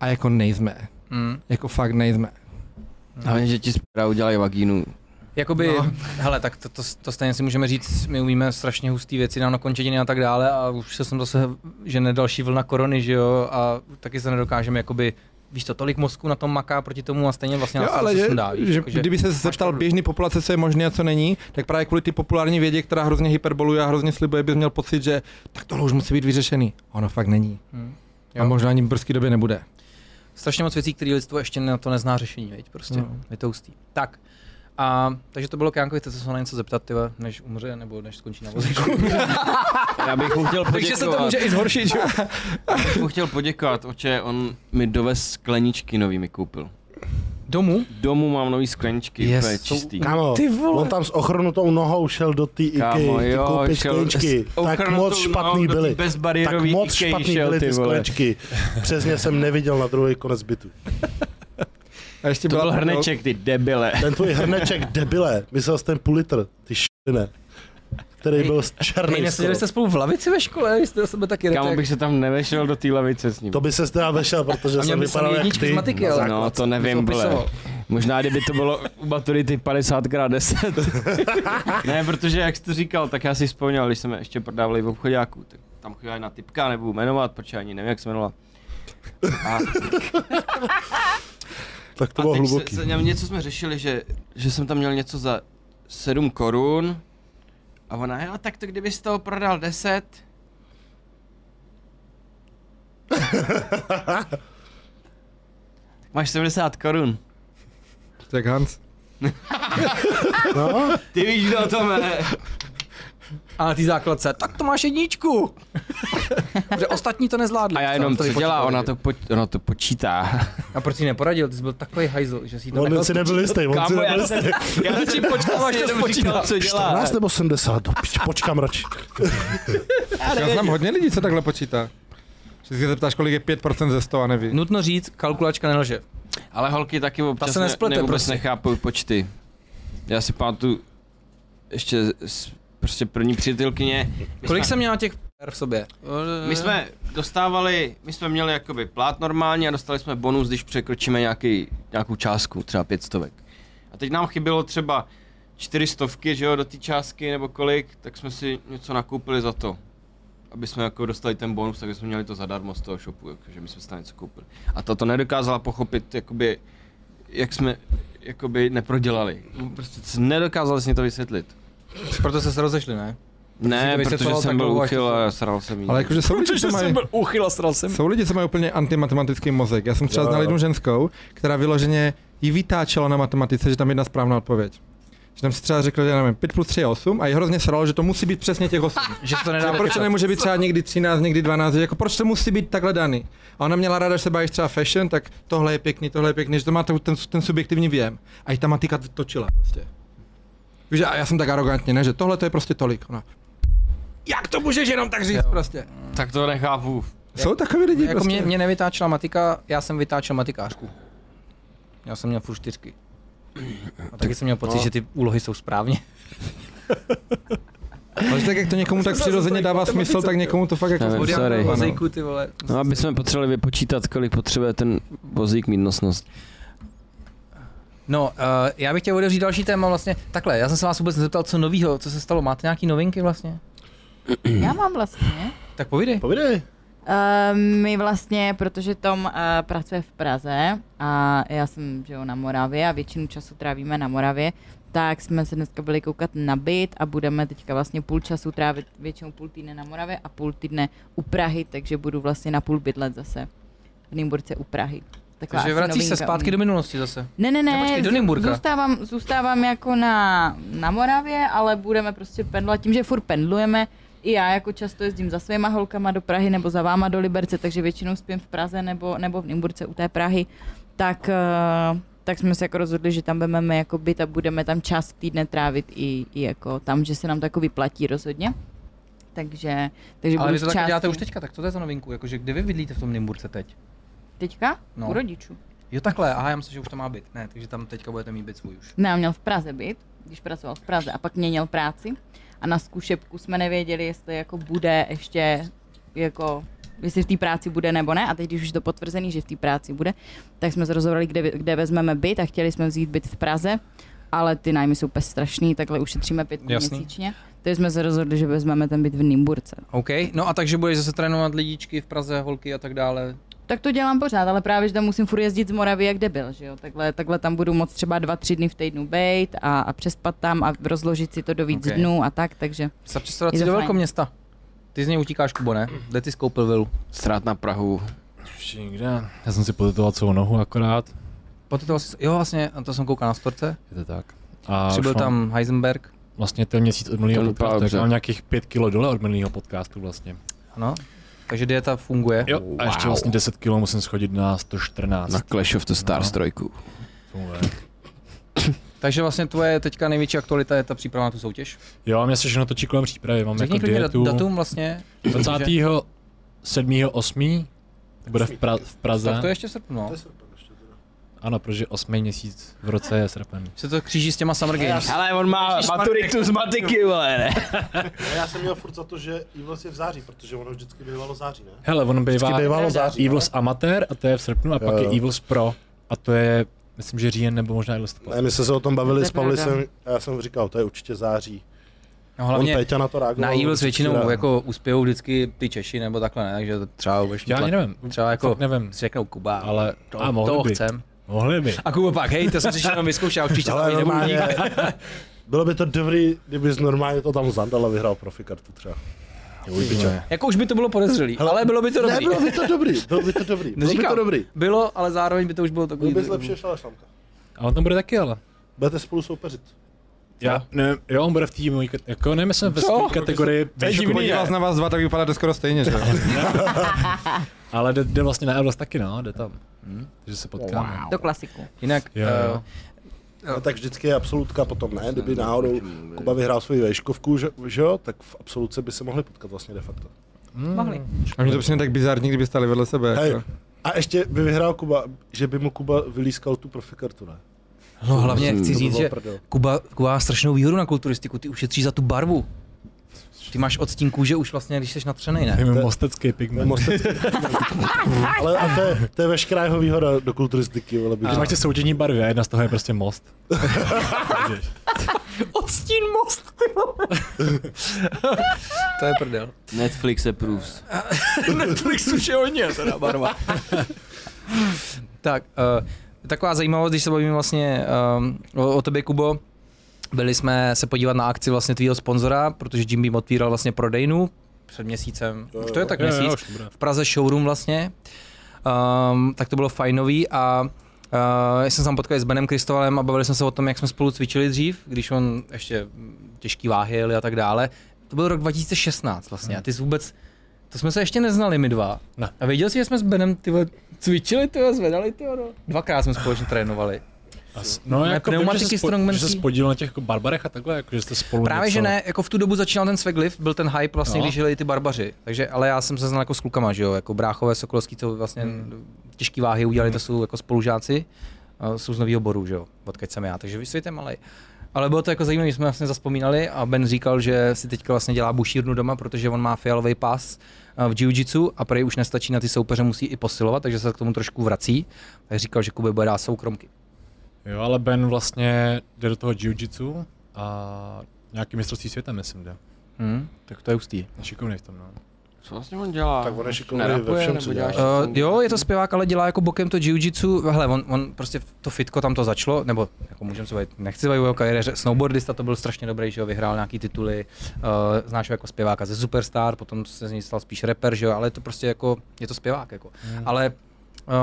A jako nejsme. Mm. Jako fakt nejsme. Hlavně, že ti zpěra udělají vagínu. Jakoby, No. no. hele, tak to, to, to, stejně si můžeme říct, my umíme strašně hustý věci na končetiny a tak dále a už se jsem zase, že ne další vlna korony, že jo, a taky se nedokážeme jakoby Víš to, tolik mozku na tom maká proti tomu a stejně vlastně Jo, nás to ale zase že, sundá, víš, že, jakože- kdyby se zeptal pravdu. běžný populace, co je možné a co není, tak právě kvůli ty populární vědě, která hrozně hyperboluje a hrozně slibuje, bys měl pocit, že tak tohle už musí být vyřešený. Ono fakt není. Hm. A možná ani v brzké době nebude. strašně moc věcí, které lidstvo ještě na to nezná řešení, veď, prostě, No. no. je to hustý. Tak, a, takže to bylo k Jankovi, chcete se ho na něco zeptat, tyva, než umře, nebo než skončí na vozíku. Já bych mu chtěl poděkovat. takže se to může i zhoršit, že? jo? Já bych mu chtěl poděkovat, oče, on mi dovez skleničky nový mi koupil. Domů? Domů mám nový skleničky, Yes. úplně Jsou- čistý. Kámo, Ty Ty vole. vole. on tam s ochrnutou nohou šel do té IKEA, Kámo, ty jo, koupit šel- skleničky. s- Tak ochrnutou moc špatný nohou do té byly. Tak bezbariérový moc IKEA špatný šel, byly ty ty vole. skleničky. Přesně jsem neviděl na druhý konec bytu. A ještě To byla byl hrneček, ty debile. Ten tvůj hrneček, debile, myslel jsi ten půl litr, ty šine, který byl Hej, černý. skoro. neseděli jste spolu v lavici ve škole, vy jste do sebe taky Kámo, jak- bych se tam nevešel do té lavice s ním. To by se teda vešel, protože A měl jsem by vypadal samý jak jedničky ty. z matiky, na ale- základ. No, to to nevím, opisoval. ble. Možná, kdyby to bylo u maturity 50x 10. ne, protože jak jsi to říkal, tak já si vzpomněl, když jsme ještě prodávali v obchodáku, tak tam chodila na typka, nebudu jmenovat, protože ani nevím, jak se jmenovala. A, Tak a to bylo teď hluboký. se, se, něco jsme řešili, že, že jsem tam měl něco za 7 korun a ona, jo, tak to kdyby z toho prodal 10, tak máš 70 korun. Jak Hans. No, Ty víš, kdo to je. A na té základce, tak to máš jedničku. Že ostatní to nezvládli. A já jenom, To co dělá, vypočítali, ona že? to, po, ona to počítá. A proč jsi neporadil, ty jsi byl takový hajzl, že jsi to on nechal si nebyl jistý, on si Kámo, nebyl já jistý. jsem, já jsem počkal, až to spočítal, co dělá. 14 nebo 70, do piči, počkám radši. Já znám hodně lidí, co takhle počítá. Že se zeptáš, kolik je 5% ze 100 a neví. Nutno říct, kalkulačka nelže. Ale holky taky občas Ta se nesplete ne, ne, vůbec prostě. nechápou počty. Já si pamatuju ještě s, prostě první přítelkyně. My Kolik jsme, jsem měl těch r v sobě? My jsme dostávali, my jsme měli jakoby plát normálně a dostali jsme bonus, když překročíme nějaký, nějakou částku, třeba pětstovek. A teď nám chybělo třeba čtyři stovky, že jo, do té částky nebo kolik, tak jsme si něco nakoupili za to. Aby jsme jako dostali ten bonus, tak jsme měli to zadarmo z toho shopu, jakože my jsme si tam něco koupili. A tato nedokázala pochopit, jakoby, jak jsme jakoby neprodělali. Prostě c- nedokázali si to vysvětlit. Proto jste se rozešli, ne? Ne, to protože vysvětloval jsem tak byl dlouho, až uchyl to- a sral jsem jí. Ale jakože jsou lidi, co mají... uchyl a sral jsem. Jsou lidi, co mají úplně antimatematický mozek. Já jsem třeba Jo, znal jo. jednu ženskou, která vyloženě ji vytáčela na matematice, že tam je jedna správná odpověď. Že tam si třeba řekl, že já nevím, 5 plus 3 je 8 a je hrozně sralo, že to musí být přesně těch 8. Že se to Že nedá proč to nemůže být třeba někdy 13, někdy 12, že jako proč to musí být takhle daný? A ona měla ráda, že se bavíš třeba fashion, tak tohle je pěkný, tohle je pěkný, že to má to- ten, ten subjektivní věm. A i ta matika to točila prostě. Víš, a já jsem tak arrogantně, ne, že tohle to je prostě tolik. Ona. Jak to můžeš jenom tak říct prostě? Tak to nechápu. Jsou takový lidi Jako prostě. mě, mě nevytáčela matika, já jsem vytáčel matikářku. Já jsem měl furt čtyřky. A taky jsem měl pocit, že ty úlohy jsou správně. Ale že tak jak to někomu tak přirozeně dává smysl, tak někomu to fakt jako... Nevím, sorry. Ano. Mozaiku, ty vole. No, aby jsme potřebovali vypočítat, kolik potřebuje ten vozík mít nosnost. No, uh, já bych chtěl otevřít další téma vlastně. Takhle, já jsem se vás vůbec nezeptal, co novýho, co se stalo. Máte nějaký novinky vlastně? Já mám vlastně. Tak povídej. Povídej. Uh, my vlastně, protože Tom uh, pracuje v Praze a já jsem že jo, na Moravě a většinu času trávíme na Moravě, tak jsme se dneska byli koukat na byt a budeme teďka vlastně půl času trávit většinou půl týdne na Moravě a půl týdne u Prahy, takže budu vlastně na půl bydlet zase v Nymburce u Prahy. Taková Takže asi vracíš se novinka mm. u zpátky mě. do minulosti zase. Ne, ne, ne, Ne, počkej, do zů- Nymburka. Zůstávám, zůstávám jako na, na Moravě, ale budeme prostě pendlovat. Tím, že furt pendlujeme, i já jako často jezdím za svýma holkama do Prahy nebo za váma do Liberce, takže většinou spím v Praze nebo, nebo v Nymburce u té Prahy, tak, eh, tak jsme se jako rozhodli, že tam vezmeme jako byt a budeme tam část týdne trávit i, i jako tam, že se nám to jako vyplatí rozhodně. Takže, takže Ale budu vy to z taky části- děláte už teďka, tak co to je za novinku? Jakože kde vy bydlíte v tom Nymburce teď? Teďka? No. No. U rodičů. Jo takhle, aha, já myslím, že už to má být. Ne, takže tam teďka budete mít byt svůj už. Ne, on měl v Praze byt, když pracoval v Praze a pak měnil práci. A na zkušebku jsme nevěděli, jestli jako bude ještě jako jestli v té práci bude nebo ne. A teď, když už je to potvrzený, že v té práci bude, tak jsme se rozhodli, kde, kde vezmeme byt a chtěli jsme vzít byt v Praze, ale ty nájmy jsou úplně strašný, takhle ušetříme pět Jasný. měsíčně. Takže jsme se rozhodli, že vezmeme ten byt v Nymburce. OK, no a takže budeš zase trénovat lidičky v Praze, holky a tak dále. Tak to dělám pořád, ale právě, že tam musím furt jezdit z Moravy, jak debil, že jo? Takhle, takhle tam budu moc třeba dva, tři dny v týdnu bejt a, a přespat tam a rozložit si to do víc Ok. okay. dnů a tak, takže Se přestěhovat Je si to do fajn. velkoměsta. Ty z něj utíkáš, Kubo, ne? Mhm. Kde ty skoupil vilu? Strát na Prahu. Ještě nikde. Já jsem si potetoval celou nohu akorát. Poté to asi, jo vlastně, a to jsem koukal na storce. Je to tak. A Přibyl už mám tam Heisenberg, Vlastně ten měsíc od minulého To vypadá podcastu, takže dobře. mám nějakých pět kilo dole od minulého podcastu vlastně. ano. Takže dieta funguje. Jo, wow. a ještě vlastně 10 kilo musím schodit na No. 114. Na Clash of the Stars 3. Funguje. Takže vlastně tvoje teďka největší aktualita je ta příprava na tu soutěž. Jo, a mě se všechno točí kolem přípravy, mám Řekni jako klidně dietu. dat- datum vlastně. 27.8. bude v, pra- v Praze. Tak to je ještě v srpnu, no. Ano, protože 8. měsíc v roce je srpen. Se to kříží s těma Summer Games. Ale on má maturitu z matiky, vole, ne? A já jsem měl furt za to, že i vlastně v září, protože ono vždycky bývalo září, ne? Hele, ono bývá Vždycky bývalo září. Evils Amateur a to je v srpnu a pak Jo, je jo. Evils Pro a to je, myslím, že říjen nebo možná i listopad. Ne, my jsme se o tom To bavili je s Pavlisem, a já jsem říkal, to je určitě září. No, On hlavně Péťa na to reagoval. na No, Eagles vždycky většinou rád. jako uspějou vždycky ty Češi nebo takhle, ne? Takže to třeba budeš mít Já ani tlak- nevím, Třeba jako fakt nevím, řeknou Kuba, ale to, a mohli toho by, chcem. mohli by. A Kuba pak, hej, to jsem si ještě jenom vyzkoušel, už příště to Ale nebudu normálně, nikdy. bylo by to dobrý, kdybys normálně to tam zandal a vyhrál profikartu třeba. Uvidíme. Jako už by to bylo podezřelý, ale bylo by to Ne, dobrý. bylo by to dobrý, bylo by to dobrý, bylo by Říkám, to dobrý. Bylo, ale zároveň by to už bylo takový... Byl bys lepší než Alešlanka. A on tam bude taky, ale. Budete spolu soupeřit. Já, ne, jo, on bude v té mojí, kat- jako ne, my jsme ve své kategorii, víš, jako- Podívá se na vás dva, tak vypadáte skoro stejně, že jo? ale jde, jde vlastně na Evils taky, no, jde tam. Hm? Takže se potkáme. do klasiku. Jinak, Jo, eh, jo. No, tak vždycky je absolutka, potom ne, kdyby náhodou Kuba vyhrál svoji vejškovku, že, že jo, tak v absolutce by se mohli potkat vlastně de facto. Mohli. A mě to přijde tak bizarní, kdyby stali vedle sebe. Hej, Jako. a ještě by vyhrál Kuba, že by mu Kuba vylískal tu profikartu, ne? No hlavně Hmm. chci To by říct, bylo že prdel. Kuba, Kuba má strašnou výhodu na kulturistiku, ty ušetříš za tu barvu. Ty máš odstín kůže už vlastně, když jsi natřenej, Je ne? mi mostecký To je pigment. mostecký. Ale a to je, to je veškerá jeho výhoda do kulturistiky, vole, bych Když máš ty soutěžní barvy a jedna z toho je prostě most. Odstín most, ty To je prdel. Netflix approves. Netflix už je hodně, teda barva. tak, uh, taková zajímavost, když se bavíme vlastně um, o, o tobě, Kubo, byli jsme se podívat na akci vlastně tvýho sponzora, protože Jim Beam otvíral vlastně prodejnu před měsícem, už to je tak Jo, jo, měsíc, už to bude. Ehm, v Praze showroom vlastně, um, tak to bylo fajnový a Uh, já jsem se tam potkal i s Benem Kristovalem a bavili jsme se o tom, jak jsme spolu cvičili dřív, když on ještě mm, těžký váhy jeli a tak dále. To byl rok 2016 vlastně a ty jsi vůbec, to jsme se ještě neznali my dva. Ne. A věděl jsi, že jsme s Benem tyhle cvičili, tyhle zvedali, tyhle, no. Dvakrát jsme společně trénovali. As, no, Ne, jako vím, že se, pneumatiky spo, že strongmanský. se spodílel na těch jako barbarech a takhle, jako, že jste spolu Právě něco... že ne, jako v tu dobu začínal ten Sveglift, byl ten hype vlastně, No. no. když jeli ty barbaři. Takže, ale já jsem se znal jako s klukama, že jo, jako bráchové, sokolovský, co vlastně hmm. těžký váhy udělali, to jsou jako spolužáci, a jsou z nového boru, že jo, odkud jsem já, takže vysvětlím malej. Ale bylo to jako zajímavé, jsme vlastně zaspomínali a Ben říkal, že si teďka vlastně dělá bušírnu doma, protože on má fialový pás a, v jiu-jitsu a prej už nestačí na ty soupeře, musí i posilovat, takže se k tomu trošku vrací. Tak říkal, že Kuby bude dát soukromky. Jo, ale Ben vlastně jde do toho jiu-jitsu a nějaký mistrovství světa, myslím, jde. Hmm. Tak to je hustý. Je Šikovnej v tom, no. Co vlastně on dělá? Tak on je šikovný Nerapuje, ve všem, nebo co dělá. dělá Uh, jo, je to zpěvák, ale dělá jako bokem to jiu-jitsu. Hele, on, on prostě to fitko tam to začalo, nebo jako můžeme se bavit, nechci bavit o jeho kariéře. Snowboardista to byl strašně dobrý, že jo, vyhrál nějaký tituly. Uh, znáš ho jako zpěváka ze Superstar, potom se z něj stal spíš rapper, že jo, ale je to prostě jako, je to zpěvák jako. Ale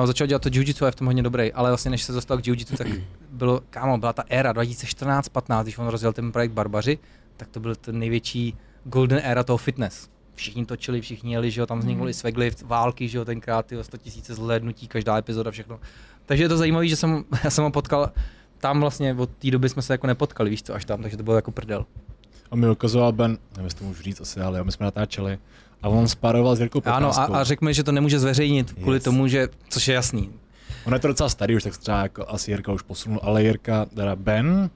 Uh, začal dělat to jiu-jitsu a je v tom hodně dobrý, ale vlastně než se dostal k jiu-jitsu, tak bylo, kámo, byla ta éra 2014-15, když on rozjel ten projekt Barbaři, tak to byl ten největší golden era toho fitness. Všichni točili, všichni jeli, že jo, tam vznikl i Sveglift, války, že jo, tenkrát, jo, 100 tisíce zhlédnutí, každá epizoda, všechno. Takže je to zajímavé, že jsem, já jsem ho potkal, tam vlastně od té doby jsme se jako nepotkali, víš co, až tam, takže to bylo jako prdel. A mi ukazoval Ben, nevím, jestli to můžu říct asi, ale jo, my jsme natáčeli. A on spároval s Jirkou Ano, a, Procházkou. a řekl mi, že to nemůže zveřejnit kvůli Yes. tomu, že, což je jasný. On je to docela starý už, tak se třeba jako asi Jirka už posunul, ale Jirka, teda Ben,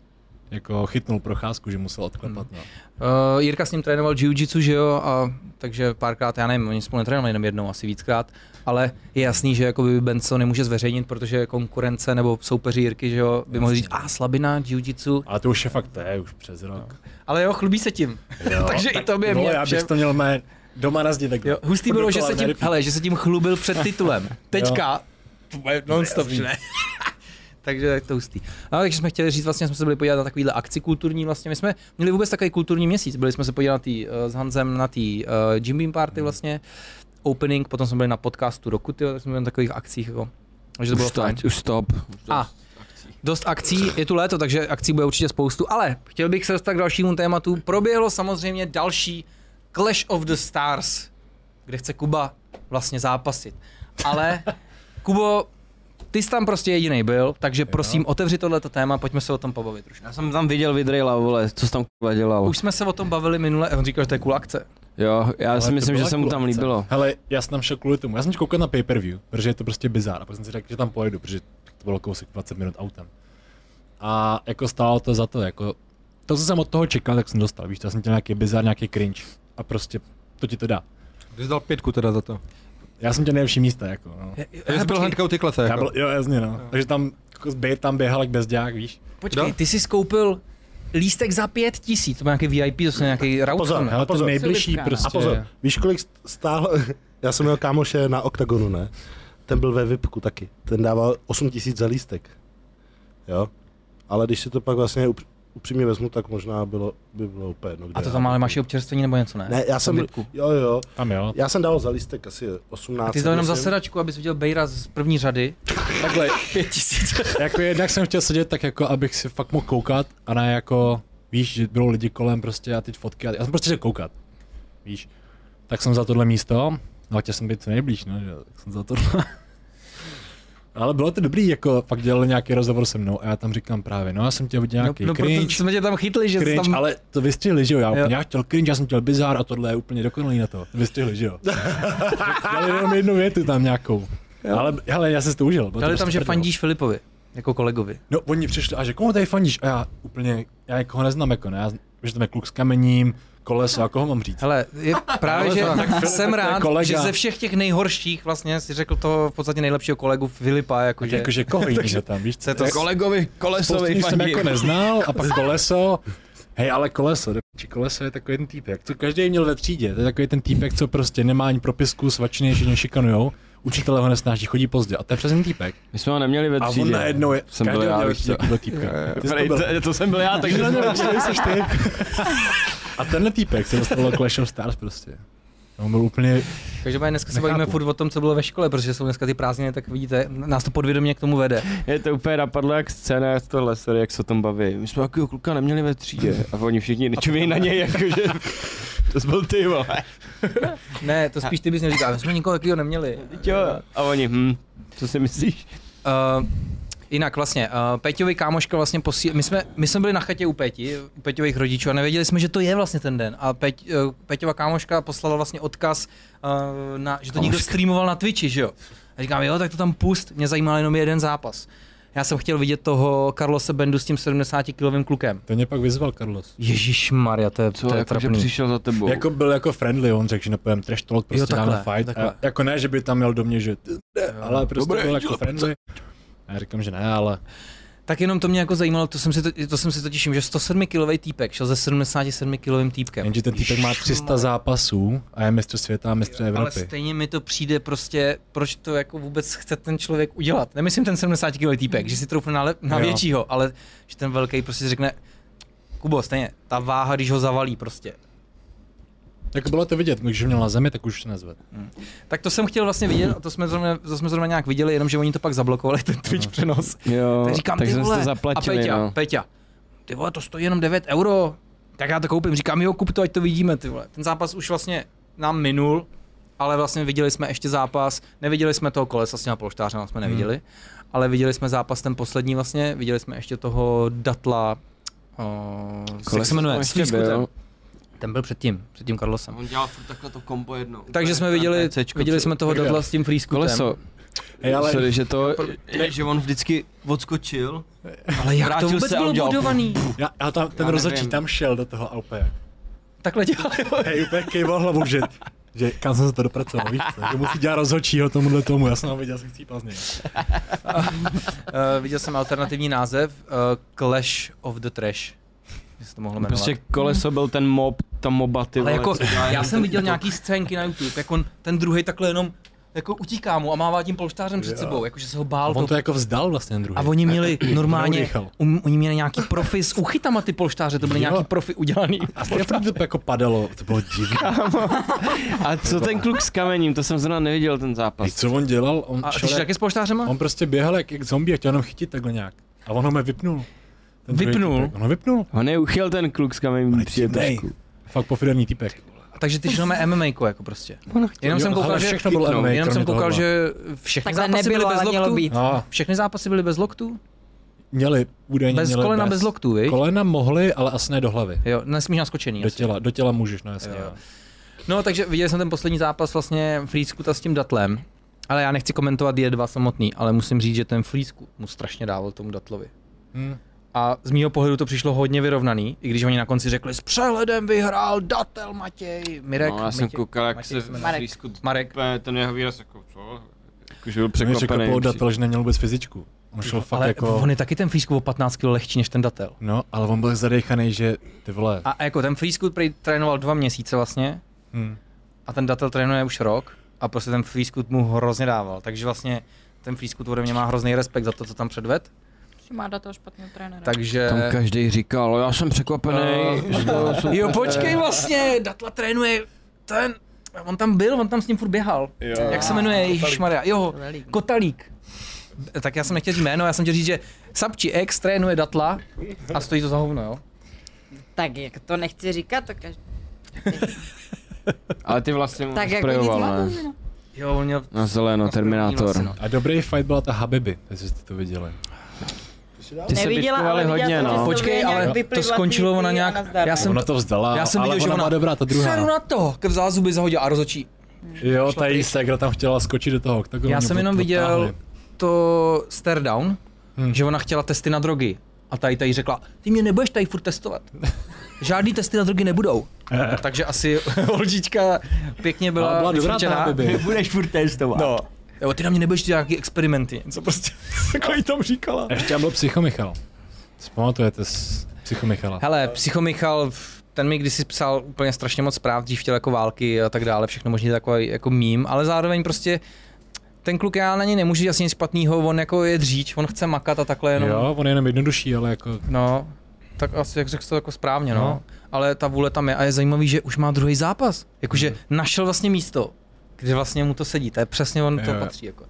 jako chytnul procházku, že musel odklepat. No. Uh, Jirka s ním trénoval jiu-jitsu, že jo, a, takže párkrát, já nevím, oni spolu netrénovali jenom jednou, asi víckrát, ale je jasný, že jakoby Benzo nemůže zveřejnit, protože konkurence nebo soupeři Jirky, že jo, by mohli říct, a slabina jiu-jitsu, Ale to už je fakt, to je už přes rok. ale jo, chlubí se tím. Jo, Takže i tobě vole, mě Já bych všem- to měl mé doma na zdi takhle. Jo, hustý bylo, že se, Dokola tím, nejlepší. hele, že se tím chlubil před titulem. Teďka, to je non-stop, že ne? takže tak to hustý. No, takže jsme chtěli říct, vlastně jsme se byli podívat na takovýhle akci kulturní, vlastně my jsme měli vůbec takový kulturní měsíc, byli jsme se podívat na tý, eh, s Hanzem na tý uh, Jim Beam party vlastně, opening, potom jsme byli na podcastu roku, tyjo, tak jsme byli na takových akcích, jako. Takže to bylo už, fajn. stať, už stop. Už dost. A dost akcí, je tu léto, takže akcí bude určitě spoustu, ale chtěl bych se dostat k dalšímu tématu. Proběhlo samozřejmě další Clash of the Stars, kde chce Kuba vlastně zápasit. Ale Kubo, ty jsi tam prostě jediný byl, takže prosím, otevři tohleto téma, pojďme se o tom pobavit trošku. Já jsem tam viděl vidrejla, vole, co jsi tam kurva dělal. Už jsme se o tom bavili minule, on říkal, že to je cool akce. Jo, já Ale si to myslím, že byla se mu tam cool akce. líbilo. Hele, já jsem tam šel kvůli tomu. Já jsem koukal na pay-per-view, protože je to prostě bizár. A pak jsem si řekl, že tam pojedu, protože to bylo kousek 20 minut autem. A jako stálo to za to, jako to, co jsem od toho čekal, tak jsem dostal. Víš, to jsem chtěl nějaký bizár, nějaký cringe. A prostě to ti to dá. Ty jsi dal pětku teda za to. Já jsem tě nejlepší místa, jako no. Ty jsi byl hnedka u ty klece, Já jako. byl, jo, jasně, no. Takže tam, jako zbyt tam běhal jak bezďák, víš. Počkej, Kdo? ty jsi skoupil lístek za pět tisíc, to byl nějaký VIP, to je nějaký Pozor, router. Hele, to pozor. nejbližší Silivka, no. prostě. A pozor, víš kolik stál, já jsem měl kámoše na OKTAGONu, ne? Ten byl ve VIPku taky, ten dával 8 tisíc za lístek. Jo? Ale když si to pak vlastně upř- upřímně vezmu, tak možná bylo, by bylo úplně jedno, kde A to já tam ale byl. máš i občerstvení nebo něco, ne? Ne, já jsem, VIPku. jo, jo, Tam jo. já jsem dal za lístek asi 18. A ty jsi dal jenom myslím. zasedačku, abys viděl Bejra z první řady. Takhle, Pět tisíc. jako jednak jsem chtěl sedět tak jako, abych si fakt mohl koukat a ne jako, víš, že bylo lidi kolem prostě a teď fotky a já jsem prostě chtěl koukat, víš. Tak jsem za tohle místo, no a chtěl jsem být co nejblíž, no, že, jo, tak jsem za tohle. Ale bylo to dobrý, jako fakt dělali nějaký rozhovor se mnou a já tam říkám právě, no já jsem chtěl vidět nějaký no, proto cringe, jsme tě tam chytli, že jsi cringe, tam... ale to vystřihli, že jo, já, Jo. úplně, já chtěl cringe, já jsem chtěl bizár a tohle je úplně dokonalý na to, vystřihli, že jo. Dali jenom jednu větu tam nějakou. Ale hele, já jsem si to užil. bylo to Dali prostě tam, že prdel. fandíš Filipovi, jako kolegovi. No, oni přišli a že komu tady fandíš? A já úplně, já jako ho neznám, jako ne, já, zn- že tam je kluk s kamením, koleso, a koho mám říct? Hele, je právě, že tak Filip, jsem to je rád, kolega. že ze všech těch nejhorších vlastně si řekl toho v podstatě nejlepšího kolegu Filipa, Tak jakože... jako, že koho jiného tam, víš? Jako Co je to Jak- Kolegovi, spoustu lidí kolesovi, jsem jako neznal a pak koleso. Hej, ale koleso, do piči, koleso je takový ten týpek, co každý měl ve třídě, to je takový ten týpek, co prostě nemá ani propisku, svačiny, že mě šikanujou, učitele ho nesnáží, chodí pozdě a to je přesně ten týpek. My jsme ho neměli ve A třídě. on najednou je, Jsem každý byl já, měl ve víš třídě co. takovýhle týpka. Ty jsi to Prej, byl. No, to- To jsem byl já, takže Ne, jsem ne, ne, jsi ty. A tenhle týpek se dostal do Clash of Stars prostě. On byl úplně Každopádně dneska se Nechápu. bavíme furt o tom, co bylo ve škole, protože jsou dneska ty prázdniny, tak vidíte, nás to podvědomě k tomu vede. Je to úplně napadlo jak scéna jak tohle, sorry, jak se o tom baví. My jsme takového kluka neměli ve třídě a oni všichni nečumějí na něj, jakože to jsi byl ty vole. Ne, to spíš ty bys měl říkat, my jsme nikoho takového neměli. Vždyť jo. A oni, hm, co si myslíš? Uh, jinak vlastně, uh, Péťovi kámoška vlastně posí... My jsme, my jsme byli na chatě u Péti, u Péťových rodičů a nevěděli jsme, že to je vlastně ten den. A Péť, uh, Péťova kámoška poslala vlastně odkaz, uh, na, že to někdo streamoval na Twitchi, že jo. A říkám, jo, tak to tam pust, mě zajímal jenom jeden zápas. Já jsem chtěl vidět toho Carlose Bendu s tím 70-kilovým klukem. To mě pak vyzval Carlos. Ježíš Maria, to je, to jako, je jakože trapný. přišel za tebou. Jako byl jako friendly, on řekl, že nepojem trash talk, prostě Jo, takhle, dáme fight. takhle. A, jako ne, že by tam měl do mě, že ty jde, ale prostě dobrý, byl jako friendly. A já říkám, že ne, ale Tak jenom to mě jako zajímalo, to jsem si, to, to jsem si totiž, že 107 kilový týpek šel se 77 kilovým týpkem. jenže ten týpek má 300 zápasů a je mistr světa a mistr Ale Evropy. stejně mi to přijde prostě, proč to jako vůbec chce ten člověk udělat. Nemyslím ten 70 kilový týpek, že si troufne na, le- na Jo. většího, ale že ten velký prostě si řekne, Kubo, stejně, ta váha, když ho zavalí prostě. Tak bylo to vidět, když měl na zemi, tak už se nezved. Tak to jsem chtěl vlastně vidět, a to jsme zrovna, to jsme zrovna nějak viděli, jenomže oni to pak zablokovali, ten Twitch přenos. jo, Tak říkám, No, tak ty jsem si vole, to a zaplatili, Peťa, no. Peťa, ty vole, to stojí jenom 9 euro, tak já to koupím, říkám, jo, kup to, ať to vidíme, ty vole. Ten zápas už vlastně nám minul, ale vlastně viděli jsme ještě zápas, neviděli jsme toho kolesa s těma polštářem, Hmm. jsme neviděli, ale viděli jsme zápas ten poslední vlastně, viděli jsme ještě toho Datla, o, jak se jmenuje, s ještě Flískutem. byl. Ten byl předtím, předtím Carlosem. On dělal furt takhle to kombo jednou. Takže jsme viděli, NPCčko, viděli co- jsme toho Datla s tím Flískutem. Koleso, Hej, ale sorry, že to... Ne, že on vždycky odskočil. Ale jak to Vrátil vůbec se a bylo udělal- budovaný? já, já tam, ten Já rozhodčí nevím. tam šel do toho a úplně. Takhle dělali. Hej, úplně kejval hlavou, že, že kam jsem se to dopracoval, víš co? Že musí dělat rozhodčího tomuhle tomu, já jsem ho viděl, jsem chcí pazně. Uh, viděl jsem alternativní název uh, Clash of the Trash. Že se to mohlo jmenovat. Prostě koleso byl ten mob, ta moba, ty ale vole, jako, co dělá já jenom jsem ten- viděl nějaký scénky na YouTube, jak on, ten druhý takhle jenom jako utíká mu a mává tím polštářem před sebou, jakože se ho A bál. on to, to jako vzdal vlastně ten druhý. a oni měli normálně, neudýchal. um, oni měli nějaký profi s uchytama ty polštáře, to byly Jo. nějaký profi udělaný. A stejně to jako padalo, to bylo divné. A co ten kluk s kamením, to jsem zrovna neviděl ten Víš, zápas. co on dělal? On, A ty šel jsi jak, taky s polštářema? on prostě běhal jak, jak zombie a chtěl jenom chytit takhle nějak. A on ho mě vypnul. Ten druhý Vypnul? Týpek. On ho vypnul. On je uchyl ten kluk s On kamením, je přijde divnej. trošku. Fakt pofiderní týpek. Takže ty šel na MMA jako prostě. Jenom Jo, jsem koukal, ale že, všechno bylo MMA, jenom jsem kromě koukal, tohohle. že všechny Takhle zápasy byly nebylo, bez ale mělo loktů. být. No, Všechny zápasy byly bez loktů? měli údajně Bez měli kolena, bez loktů, viď? Kolena mohli, ale asi ne do hlavy. Jo, nesmíš naskočený. Do těla, do těla můžeš, no jasně. Jo. Jo. No, takže viděli jsme ten poslední zápas vlastně Frýskuta s tím Datlem. Ale já nechci komentovat je dva samotný, ale musím říct, že ten Frýskut mu strašně dával tomu Datlovi. Hm. A z mýho pohledu to přišlo hodně vyrovnaný, i když oni na konci řekli, s přehledem vyhrál Datel Matěj. Mirek, No, já jsem Matěj- koukal, jak Matěj se jmenuje. Marek. Frýsku Marek. úplně ten jeho výraz jako, co? Jakože byl Mě řekl překvapený. poudatel, že neměl vůbec fyzičku. On šel fakt Ale jako... on je taky ten Frýskut o 15 kg lehčí než ten Datel. No, ale on byl zadechaný, že ty vole. A jako ten Frýskut prej trénoval dva měsíce vlastně Hm. a ten Datel trénuje už rok a prostě ten Frýskut mu hrozně dával. Takže vlastně ten Frýskut ode mě má hrozný respekt za to, co tam předved. Že má data špatného trenéra. Takže... Tam každý říkal, já jsem překvapený. Eh, Jo, prostě počkej vlastně, Datla trénuje ten, on tam byl, on tam s ním furt běhal. Jo. Jak se jmenuje, Maria? jo, Kotalík. Tak já jsem nechtěl říct jméno, já jsem chtěl říct, že Sapči X trénuje Datla a stojí to za hovno, jo. Tak jak to nechci říkat, to každý. Ale ty vlastně mu Tak jako nic sprejoval, ne? moc, Jo, on měl... Na zeleno, Terminátor. Vlastně, no. A dobrý fight byla ta Habibi, jestli jste to viděli. Ty se Neviděla, bitkovali ale viděla hodně, jsem, že no. jsou- Počkej, nějak ale to vyplivla skončilo týpy ona a nějak... nazdar. Já jsem, Ona to vzdala, já jsem ale viděl, že ona ona... byla dobrá, ta druhá. no. Seru na to, ke zázuby zahodil a rozhodčí. Jo, ta její segra tam chtěla skočit do toho oktagonu. Já jsem pot- jenom viděl potáhli. to stare down, Hmm. hmm. že ona chtěla testy na drogy. A tady tady řekla, ty mě nebudeš tady furt testovat. Žádný testy na drogy nebudou. Takže asi holčička pěkně byla, Ale byla dobrá vyfrčená. ta Habibi. Budeš furt testovat. No. Jo, ty na mě nebudeš dělat nějaký experimenty. Co prostě takový tam říkala. Ještě tam byl Psychomichal. Si pamatujete z Psychomichala? Hele, Psychomichal, ten mi kdysi psal úplně strašně moc zpráv, dřív chtěl jako války a tak dále, všechno možný takový jako mím, ale zároveň prostě ten kluk, já na něj nemůžu říct asi nic špatného, on jako je dříč, on chce makat a takhle jenom. Jo, on je jenom jednodušší, ale jako No, Tak asi, jak řekl jsi to jako správně, no. No. Ale ta vůle tam je a je zajímavý, že už má druhý zápas. Hmm. Jakože našel vlastně místo, kde vlastně mu to sedí. To je přesně on to Jo, jo. patří. Jako.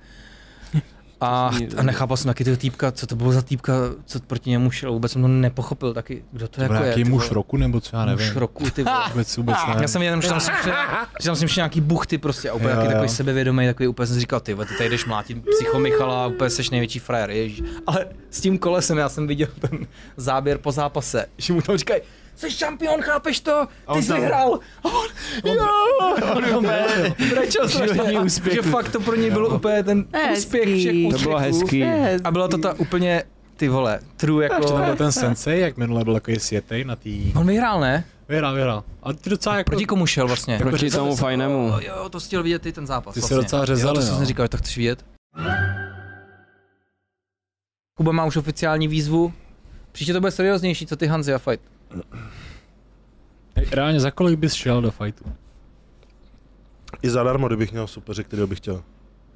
A, zní- a nechápal jsem taky toho týpka, co to bylo za týpka, co proti němu šel, vůbec jsem to nepochopil taky, kdo to, To jako byl je. nějaký ty muž vole. roku nebo co, já nevím. Muž roku, ty vole. Vůbec, vůbec nevím. Já jsem jenom, že tam jsem přišel, že tam jsem přišel nějaký buchty prostě a úplně Jo, taky jo. takový sebevědomý, takový úplně jsem říkal, ty vole, ty tady jdeš mlátit psycho Michala a úplně seš největší frajer, ježíš. Ale s tím kolesem já jsem viděl ten záběr po zápase, že mu tam říkají, jsi šampion, chápeš to? Ty jsi vyhrál. A on, jo, brečel strašně, úspěch. že fakt to pro něj byl úplně ten Hezký. úspěch všech To To bylo úspěchů. hezký. A byla to ta úplně, ty vole, true Ještě tam jako... byl ten sensei, jak minule byl takový světej na tý... On vyhrál, ne? Vyhrál, vyhrál. A ty docela jako... No. Proti komu šel vlastně? Jako Proti řezal tomu jsem- fajnému. Jo, jo, to chtěl vidět ty ten zápas. Ty jsi vlastně. docela řezal, jo, to no. jsem si říkal, že to chceš vidět. Kuba má už oficiální výzvu. Příště to bude serióznější, co ty Hanzi a fight. Hej, Reálně za kolik bys šel do fightu? I zadarmo, kdybych měl soupeře, kterého bych chtěl.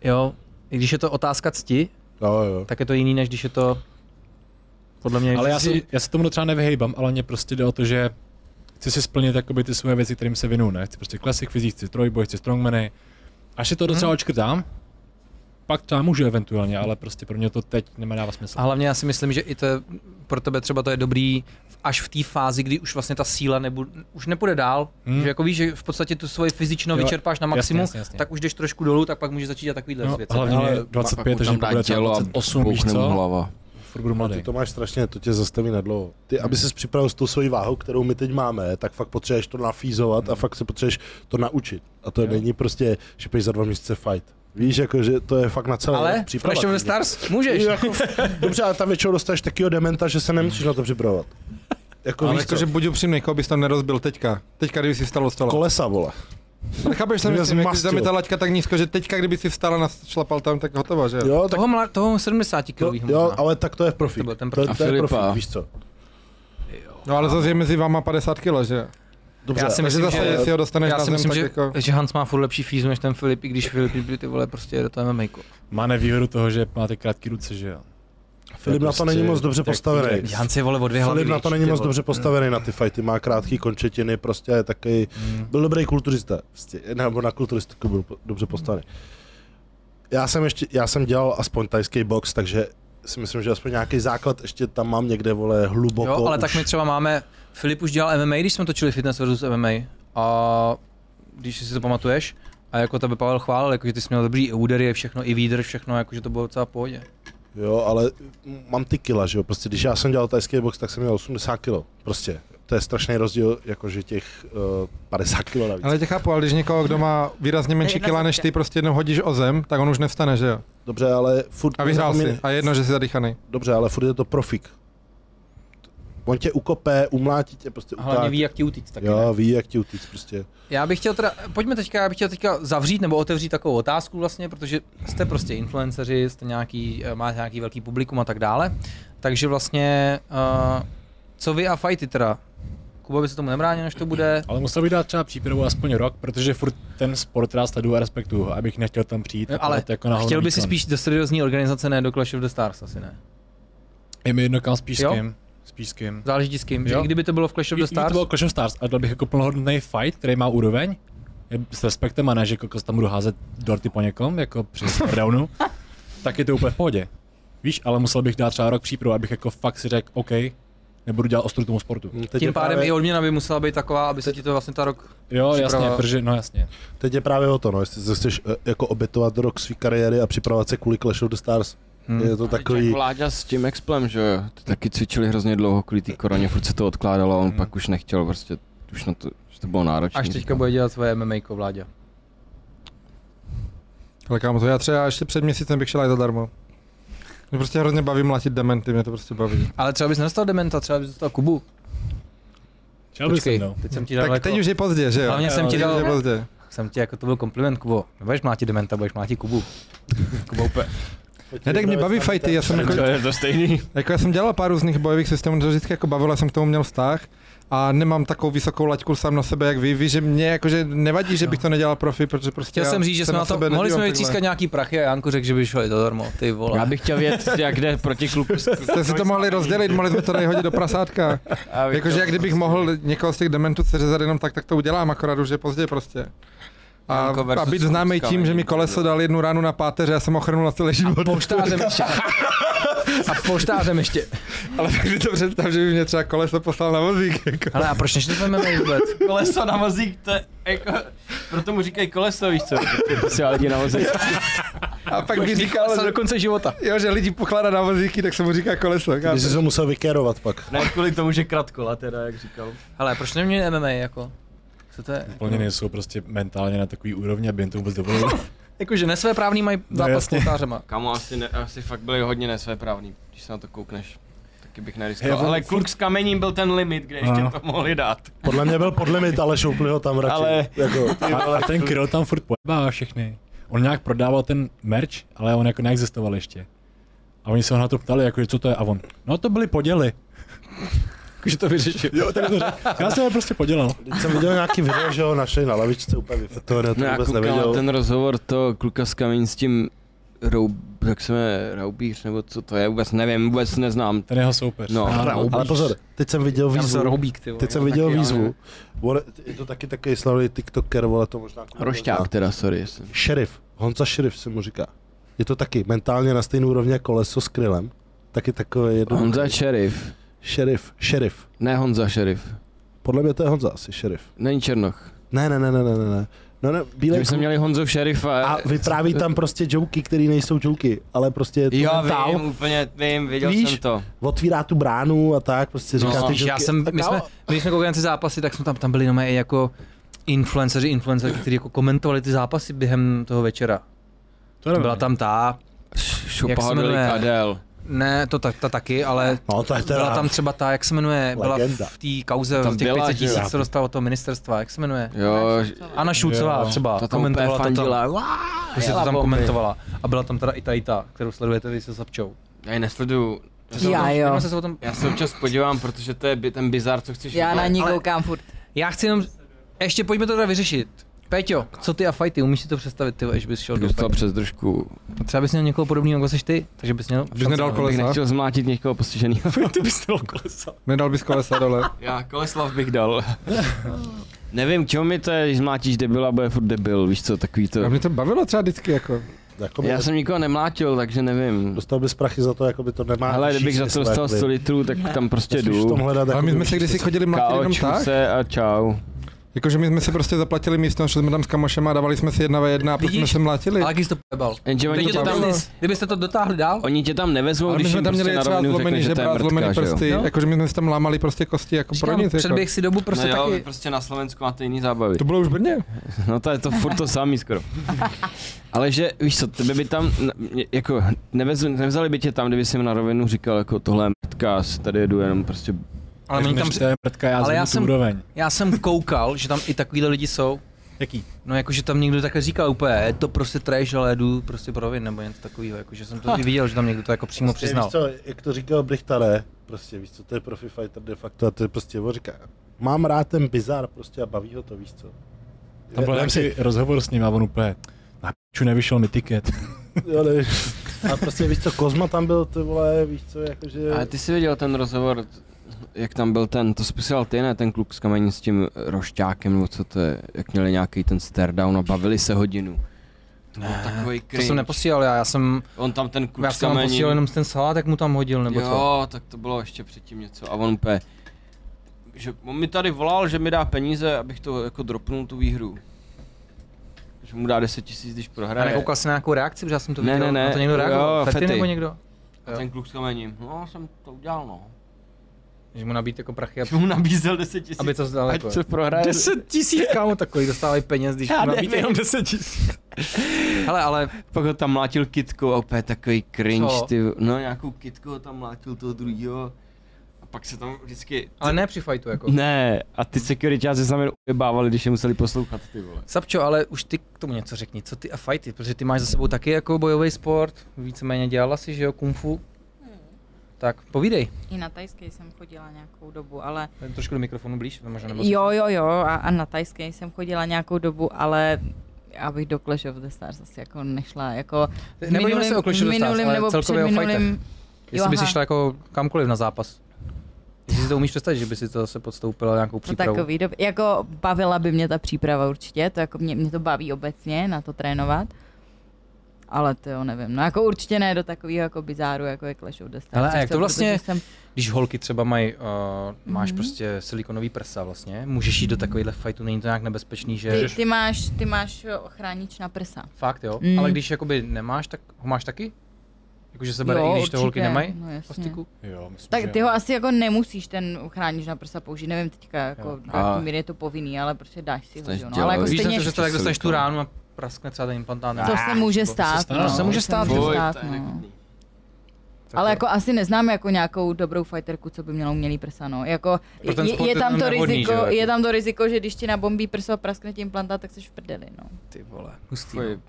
Jo, i když je to otázka cti, Jo, jo. tak je to jiný, než když je to podle mě... Ale já, si, já se tomu třeba nevyhejbám, ale mě prostě jde o to, že chci si splnit jakoby, ty svoje věci, kterým se vinu, ne? Chci prostě klasik fyzik, chci trojboj, chci strongmany. Až si to Mhm. docela hmm. očkrtám, pak to já můžu eventuálně, ale prostě pro mě to teď nemá smysl. A hlavně já si myslím, že i to je, pro tebe třeba to je dobrý v- až v té fázi, kdy už vlastně ta síla nebu, už nepůjde dál, Hmm. že jako víš, že v podstatě tu svoji fyzičnou Jo, vyčerpáš na jasně, maximum, jasně, jasně. tak už jdeš trošku dolů, tak pak můžeš začít dělat takovýhle No, věci. hlavně Ale ale 25, Pak mu takže tam mi dá bude třeba tělo a 28, víš bouchne mu co? hlava. Furt budu Ty mladý. to máš strašně, to tě zastaví na dlouho. Ty, aby ses připravil s tou svojí váhou, kterou my teď máme, tak fakt potřebuješ to nafízovat a fakt se potřebuješ to naučit. A to není prostě, že půjdeš za dva měsíce fight. Víš, jako, že to je fakt na celé Ale v příprava. Clash of the Stars můžeš. Jo, Jako, dobře, ale tam většinou dostaneš takového dementa, že se nemusíš na to připravovat. Jako Ale víš, jako, co? že buď upřímný, jako bys tam nerozbil teďka. Teďka, kdyby si stalo stola. kolesa, vole. Ale chápeš, jsem Mě myslím, jak zmastil. tam je ta laťka tak nízko, že teďka, kdyby si vstala a šlapal tam, tak hotovo, že jo? Jo, tak, Toho, mla, toho 70 to, kilového jo, ale tak to je profík. To byl ten to, profík. to je A profík, Filipa. víš co. No ale zase je mezi váma 50 kg, že jo? Dobře, Já si Takže myslím, zase, že- jestli ho dostaneš Já na si zem, myslím, tak že, jako... že Hans má furt lepší fízu než ten Filip, i když Filip by ty vole prostě do toho MMA. Má nevýhodu toho, že máte krátké ruce, že jo? Filip na to není moc dobře postavený. Hans je vole o dvě hlavy. Filip na to větší, není ty moc vole. dobře postavený na ty fajty, má krátký končetiny, prostě je taky, Hmm. byl dobrý kulturista, prostě, nebo na kulturistiku byl po- dobře postavený. Já jsem ještě, já jsem dělal aspoň tajský box, takže si myslím, že aspoň nějaký základ ještě tam mám někde, vole, hluboko Jo, ale už. tak my třeba máme, Filip už dělal MMA, když jsme točili Fitness versus MMA a když si to pamatuješ, a jako tebe Pavel chválil, jako, že ty jsi měl dobrý i údery, i všechno, i výdrž, všechno, jako, že to bylo docela v pohodě. Jo, ale mám ty kila, že jo, prostě když já jsem dělal tajský box, tak jsem měl 80 kilo, prostě. To je strašný rozdíl, jakože těch uh, 50 kilo navíc. Ale tě chápu, ale když někoho, kdo má výrazně menší jedna kila než srdce. ty, prostě jednou hodíš o zem, tak on už nevstane, že jo? Dobře, ale furt... A vyhrál nezapomínej- si. A je jedno, že jsi zadýchaný. Dobře, ale furt je to profik. On tě ukopé, umlátí tě, prostě A hlavně utáhne. ví, jak ti utíct taky. ne? Jo, ví, jak ti utíct prostě. Já bych chtěl teda, pojďme teďka, já bych chtěl teďka zavřít nebo otevřít takovou otázku vlastně, protože jste prostě influenceři, jste nějaký, eh, máte nějaký velký publikum a tak dále. Takže vlastně, uh, co vy a fighty teda? Kuba by se tomu nebránil, než to bude. Ale musel bych dát třeba přípravu aspoň rok, protože furt ten sport rád sleduju a respektuju, ho, abych nechtěl tam přijít. a Ale padat jako na chtěl hovno by si výkon. spíš do seriózní organizace, ne do Clash of the Stars asi ne. Je mi jedno kam spíš Jo? s kým. Spíš s kým. Záleží ti s kým, že Jo. i kdyby to bylo v Clash of I- the i Stars, To byl Clash of Stars a dal bych jako plnohodnotný fight, který má úroveň. Je s respektem a ne, že kokos tam budu házet dorty po někom, jako přes downu. tak je to úplně v pohodě. Víš, ale musel bych dát třeba rok přípravu, abych jako fakt si řekl, OK, nebudu dělat ostru tomu sportu. Hm, Teď je tím pádem právě, i odměna by musela být taková, aby se ti to vlastně ta rok... Jo, jasně, Příprava- protože, no jasně. Teď je právě o to, no, jestli se chceš eh, jako obětovat rok své kariéry a připravovat se kvůli Clash of the Stars. Hmm. Je to takový... Jako Láďa s tím Explem, že jo, ty taky cvičili hrozně dlouho kvůli té koroně, furt se to odkládalo a on pak už nechtěl prostě, už na to, že to bylo náročné. Až teďka bude dělat svoje MMA vládě. Ale kámo, to já třeba ještě před měsícem bych šel aj zadarmo. Mě prostě hrozně baví mlátit dementy, mě to prostě baví. Ale třeba bys nedostal Dementa, třeba bys dostal Kubu. Čel bych Počkej, se mnou. teď jsem ti dal Tak jako... teď už je pozdě, že jo? Hlavně jsem ti Teď dal- už je pozdě. Jsem ti, jako to byl kompliment, Kubo. Nebudeš mlátit dementa, budeš mlátit Kubu. Kubo úplně. Ne, tak mě baví fighty, já jsem jako, To je to stejný. jako já jsem dělal pár různých bojových systémů, to vždycky jako bavilo, já jsem k tomu měl vztah a nemám takovou vysokou laťku sám na sebe, jak vy, víš, že mě jakože nevadí, že bych to nedělal profi, protože prostě Chtěl já jsem říct, že se jsme na to, mohli sebe nedívám jsme takhle. vytřískat nějaký prachy a Janko řekl, že by šlo i to darmo, ty Já vole. bych chtěl vědět, jak jde proti klubu. Jste si to mohli rozdělit, mohli jsme to tady hodit do prasátka. Jakože jak kdybych mohl někoho z těch dementů seřezat jenom tak, tak to udělám, akorát už je pozdě prostě. A, Janko a versus být známý Ruska, tím, že mi nevím, koleso dal jednu ránu na páteře, já jsem ochrnul na celý život. Poštářem ještě. A poštářem ještě. Ale tak si to představ, že by mě třeba koleso poslal na vozík. Jako. Ale a proč neštepeme vůbec? Koleso na vozík, to je jako... Proto mu říkají koleso, víš co? To si ale lidi na vozík. A pak by říkal, Koleso že, do konce života. jo, že lidi pokládá na vozíky, tak se mu říká koleso. Ty chápeš? jsi se musel vykérovat pak. Ne, kvůli tomu, že kratkola teda, jak říkal. Hele, proč neměli MMA jako? Co to je? Úplně nejsou prostě mentálně na takový úrovni, aby jim to vůbec dovolilo. Jakože Jako, nesvéprávný mají zápas s jasně. poltářema. Kamo, asi, ne, asi fakt byli hodně nesvéprávný, když se na to koukneš. Taky bych Hej, neriskoval. on Ale furt- kluk s kamením byl ten limit, kde ještě Ano. to mohli dát. Podle mě byl pod limit, ale šoupli ho tam radši. Ale- Jako, A, a ten Kryl tam furt pojebá všechny. On nějak prodával ten merch, ale on jako neexistoval ještě. A oni se ho na to ptali, jako, že co to je, a on, no to byly poděly. Jakože to vyřešil. Jo, tak to řekl. Já jsem je prostě podělal. Teď jsem viděl nějaký video, že ho našli na lavičce úplně vyfetované, to No já vůbec koukal na nevěděl. ten rozhovor to kluka s kamín s tím Roub, jak se jmenuje, Roubíř, nebo co to je, vůbec nevím, vůbec neznám. Ten jeho soupeř. No. A- Raubíš. Ale pozor, teď jsem viděl no. Tam se výzvu. roubík, ty vole. Teď jsem viděl výzvu. Vole, je to taky takový slavný tiktoker, vole to možná... kluci Rošťák nezná. teda, sorry. Jestli. Šerif, Honza Šerif se mu říká. Je to taky mentálně na stejnou úrovni jako Leso s Krylem. Taky takový jedno... Honza Šerif. Šerif, šerif. Ne Honza Šerif. Podle mě to je Honza asi, šerif. Není Černoch. Ne, ne, ne, ne, ne, ne, ne. No ne, Že bílej bychom měli Honzu Šerifa. A vypráví tam prostě joky, které nejsou joky, ale prostě je to Jo, mentál, vím, úplně vím, viděl Víš? jsem to. otvírá tu bránu a tak, prostě říká No, ty víš, joky. já jsem, Tak my jo. jsme, my když jsme koukali na ty zápasy, tak jsme tam, tam byli jenom i jako influenceři, influencerky, kteří jako komentovali ty zápasy během toho večera. To nevím. Byla tam ta, Jak se Šupa jmenuje? Kadel. ne, to ta, ta taky, ale No, to je teda... byla tam třeba ta, jak se jmenuje, byla Legenda. v té kauze Tam z těch byla, 500 že tisíc, jo. co dostala od toho ministerstva, jak se jmenuje? Jo, ž- Anna Šulcová Jo. třeba ta tam úplně komentovala to, fandila. Uá, že se Prostě to jela tam bomby. komentovala. A byla tam teda i ta, i ta kterou sledujete vy se Sapčou. Já ji nesleduju. Já se- Já jo. Jenom se o tom, Já se občas podívám, protože to je bi- ten bizar, co chceš Já vidět. na ní Ale- koukám furt. já chci jenom, ještě pojďme to teda vyřešit. Peťo, co ty a fajty, umíš si to představit, ty, vole, že bys šel do Dostal fightu? přes držku. A Třeba bys měl někoho podobného, jako seš ty, takže bys měl... no. Bys nedal Bych No. kolesa, nechtěl zmlátit někoho postiženého. nedal bys kolesa dole. Já Koleslav bych dal. Nevím, k čemu mi to je, když zmlátíš debila, bude furt debil, víš co, takový to. A mě to bavilo třeba vždycky, jako. Jako Já by- jsem nikoho nemlátil, takže nevím. Prostě Dostal bys prachy za to, jako by to nemá. Ale nižší kdybych za to smysl, dostal jakoby. 100 litrů, tak tam prostě Musíš v tom jdu. hledat, jako Ale my jakoby, jsme se kdysi určitě- chodili mlátit Kao, jenom tak. se a čau. Jakože my jsme si prostě zaplatili místo, šli jsme tam s kamošem a dávali jsme si jedna ve jedna a pak jsme Vidíš? se mlátili. Ale jaký jsi to pojebal? Jenže Teď oni je tě to tam, business. Kdybyste to dotáhli dál, oni tě tam nevezmou, Ale my když jsme jim tam prostě měli na třeba rovinu zlomený řekne, že to je žebra, zlomený mrtka, že jo. prsty, jo? No. jakože my jsme si tam lámali prostě kosti jako pro říkám, nic. Jako. předběh si dobu prostě No jo, vy taky... prostě na Slovensku máte jiný zábavy. To bylo už v Brně. No to je to furt to samý skoro. Ale že, víš co, tebe by tam, n- jako, nevez, nevzali by tě tam, kdyby jsi jim na rovinu říkal, jako tohle je mrtka, já si tady jedu jenom prostě Ale, oni tam, to je mrtka, já, Ale zvednu já tu jsem- úroveň. já jsem koukal, že tam i takovýhle lidi jsou. Jaký? No jakože tam někdo takhle říkal úplně, je to prostě trash, ale jdu prostě pro vin, nebo něco takového. Jakože jsem to i viděl, že tam někdo to jako přímo Prostě, přiznal. víš co, jak to říkal Brichta, ne, prostě víš co, to je profi fighter de facto a to je prostě, on říká, mám rád ten bizar prostě a baví ho to, víš co. Tam byl Vem nějaký si, rozhovor s ním a on úplně, na piču nevyšel mi tiket. jo, ne, a prostě víš co, Kozma tam byl, ty vole, víš co, jakože... Ale ty jsi viděl ten rozhovor, t- jak tam byl ten, to spisal ty, ne, ten kluk s kamení s tím eh, rošťákem, nebo co to je, jak měli nějaký ten staredown a bavili se hodinu. To byl takový To cringe. jsem neposílal já, já jsem, On tam ten kluk já s jsem tam kamení, posílal jenom ten salát, jak mu tam hodil, nebo jo, co. tak to bylo ještě předtím něco a on úplně, že on mi tady volal, že mi dá peníze, abych to jako dropnul tu výhru. Že mu dá 10 tisíc, když Já prohraje. nekoukal jsem na nějakou reakci, protože já jsem to Ne, viděl. ne, ne, Na to někdo reagoval? jo, Fety, Fety. nebo někdo? A ten kluk s kamením, no jsem to udělal no. Že mu nabít jako prachy, Že mu nabízel 10 tisíc, aby to zdal ať jako. se prohraje. 10 tisíc, kámo, takový dostávají peněz, když Já mu nabídne nevím. jenom 10 tisíc. Hele, ale Pak ho tam mlátil kitkou a úplně takový cringe, Co? ty, no nějakou kitku ho tam mlátil toho druhýho. A pak se tam vždycky... Ale ne při fightu jako. Ne, a ty securitáři se jenom ujebávali, když je museli poslouchat, ty vole. Sapčo, ale už ty k tomu něco řekni, co ty a fighty, protože ty máš za sebou taky jako bojový sport, víceméně dělala si, že jo, kung fu. Tak povídej, I na tajský jsem chodila nějakou dobu, ale Jen trošku do mikrofonu blíž, možná nebo Jo, jo, jo, a, a na tajské jsem chodila nějakou dobu, ale abych do Clash of the Stars asi jako nešla, jako v Nebojíme se o Clash of the Stars, minulým ale nebo celkově o předminulým- Jestli by si aha. šla jako kamkoliv na zápas. Jestli si to umíš představit, že by si to se podstoupila nějakou No přípravu. takový, dob- jako bavila by mě ta příprava určitě, to jako mě, mě to baví obecně na to trénovat. Ale to jo, nevím, no jako určitě ne do takového jako bizáru, jako je Clash of the Stars. Hele, a což jak to protože vlastně- Jsem, Když holky třeba mají, uh, máš Mhm. prostě silikonový prsa vlastně, můžeš jít do takovýchhle fightů, není to nějak nebezpečný, že... ty, ty, máš, ty máš jo, chránič na prsa. Fakt jo, Mm. ale když jakoby nemáš, tak ho máš taky? Jakože se bere, i když to holky určitě, nemají? No, Po jasně. styku? Jo, myslím, že Tak ty jo. ho asi jako nemusíš ten chránič na prsa použít, nevím teďka, jako do A- jaký míry je to povinný, ale prostě dáš si ho, Než že jo, no, dělá- ale jako Víš, stejně, že se to tak dostaneš tu silikon. ránu a praskne třeba ten implantát. to se může nebo- stát, stane, no, no. To se může to stát, může Fuj, stát, to je no. nechutný. Tak Ale jo. jako asi neznám jako nějakou dobrou fighterku, co by měla umělý prsa, no. Jako Pro ten je, sport je, je tam to to nevhodný, riziko, že jo, jako. je tam to riziko, že když ti nabombí prso a praskne ti implantát, tak jsi v prdeli, no. Ty vole, hustý. Fuj,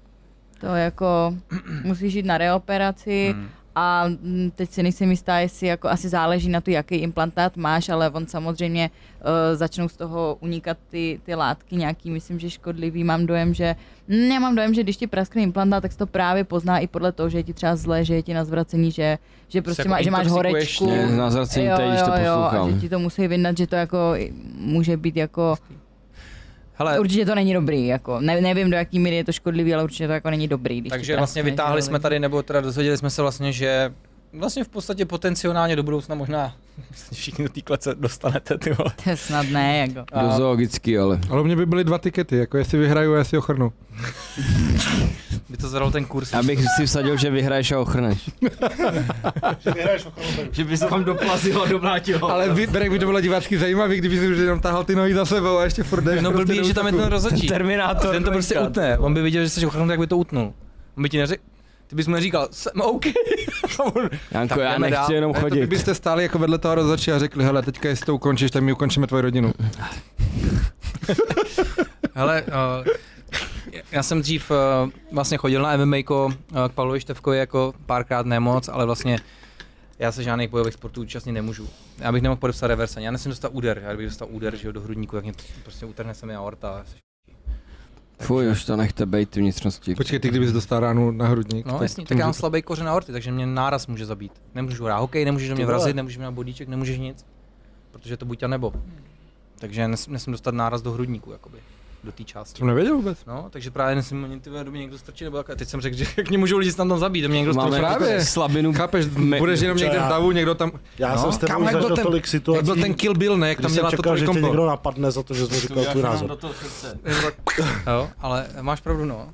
To jako musíš jít na reoperaci Hmm. a mm, teď si nejsem jistá, jestli jako asi záleží na to, jaký implantát máš, ale on samozřejmě uh, začnou z toho unikat ty, ty látky nějaký, myslím, že škodlivý. Mám dojem, že mm, já mám dojem, že když ti praskne implantát, tak se to právě pozná i podle toho, že je ti třeba zle, že je ti na zvracení, že, že prostě jako má, že máš intoxikuješ, horečku. Mě na zracení tady, když to a že poslouchám. ti to musí vyndat, že to jako i- může být jako, Hele, určitě to není dobrý, jako ne, nevím do jaký míry je to škodlivý, ale určitě to jako není dobrý. Když ti Takže vlastně praskne, že vytáhli jo, jsme tady, nebo teda dozvěděli jsme se vlastně, že vlastně v podstatě potenciálně do budoucna možná všichni do té klece dostanete, ty vole. To je snad ne, jako. A- Do zoologický, ale. Ale u mě by byly dva tikety, jako jestli vyhraju, jestli ochrnu. By to zadal ten kurz. Abych si vsadil, že vyhraješ a ochrneš. Že by se vám doplazilo, No. dovrátilo. Ale vy, Berek by to bylo divácky zajímavý, kdyby si už jenom tahal ty nohy za sebou a ještě furt jdeš No prostě blbý, do že tam je ten útoku. rozhodčí. Terminátor. Ten to prostě dvakrát. utne. On by viděl, že jsi ochranu, tak by to utnul. On by ti neřekl, ty bys mu neříkal, jsem OK. A on- Janko, Tak já jdeme dál. nechci jenom Ne, To chodit. kdybyste stáli jako vedle toho rozhodčí a řekli, hele, teďka jestli to ukončíš, tak my ukončíme tvoji rodinu. Hele, uh, já jsem dřív uh, vlastně chodil na MMA ko, uh, k Pavlovi Števkovi jako párkrát nemoc, ale vlastně já se žádných bojových sportů účastnit nemůžu. Já bych nemohl podepsat reverse, ani já nesmím dostat úder, já kdybych dostal úder že jo, do hrudníku, tak mě to- prostě utrhne se mi aorta. Fuj, už to nechte bejt vnitřnosti. Počkej, ty kdybys dostal ránu na hrudník. No tak jasně, to tak já mám může- slabý kořen aorty, takže mě náraz může zabít. Nemůžu hrát hokej, nemůžeš do mě Ty vole. vrazit, nemůžeš mi na bodíček, nemůžeš nic, protože to buď a nebo. Takže nes- nesmím dostat náraz do hrudníku, jakoby, do té části. Jsem nevěděl vůbec. No, takže právě nesmím ani ty vole, do mě někdo strčí, nebo tak. Teď jsem řekl, že jak mě můžou lidi tam tam zabít, do mě někdo Máme strčí. právě. slabinu. Chápeš, Me- budeš jenom Co někde v já- davu, někdo tam... Já No, jsem s kam, tebou jak byl zažil ten- tolik Jak byl situací, ten Kill Bill, ne? Jak když tam jsem měla to čekal, že tě trojkombo. někdo napadne za to, že jsi mu říkal tvůj názor. do toho srdce. Jo, ale máš pravdu, no.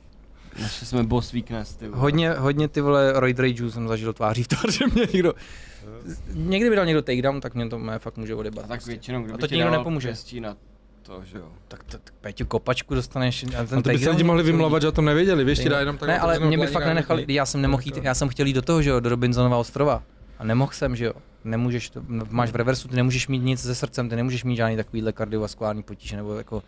Naše jsme boss weakness, ty vole. Hodně, hodně ty vole Roid Rageů jsem zažil tváří v tvář, že mě někdo... Někdy by dal někdo takedown, tak mě to mé fakt může odebat. prostě. A tak většinou, A kdo to by ti ti nikdo dával nepomůže. pěstí na to, že jo. tak, tak, tak Péťu kopačku dostaneš a ten A to by se lidi mohli vymlouvat, že o tom nevěděli, víš, ti dá jenom tak... no, Ne, ale mě by fakt nenechali, já jsem nemohl jít, já jsem chtěl jít do toho, že jo, do Robinsonova ostrova. A nemohl jsem, že jo. Nemůžeš, to, máš v reversu, ty nemůžeš mít nic se srdcem, ty nemůžeš mít žádný takovýhle kardiovaskulární potíže nebo jako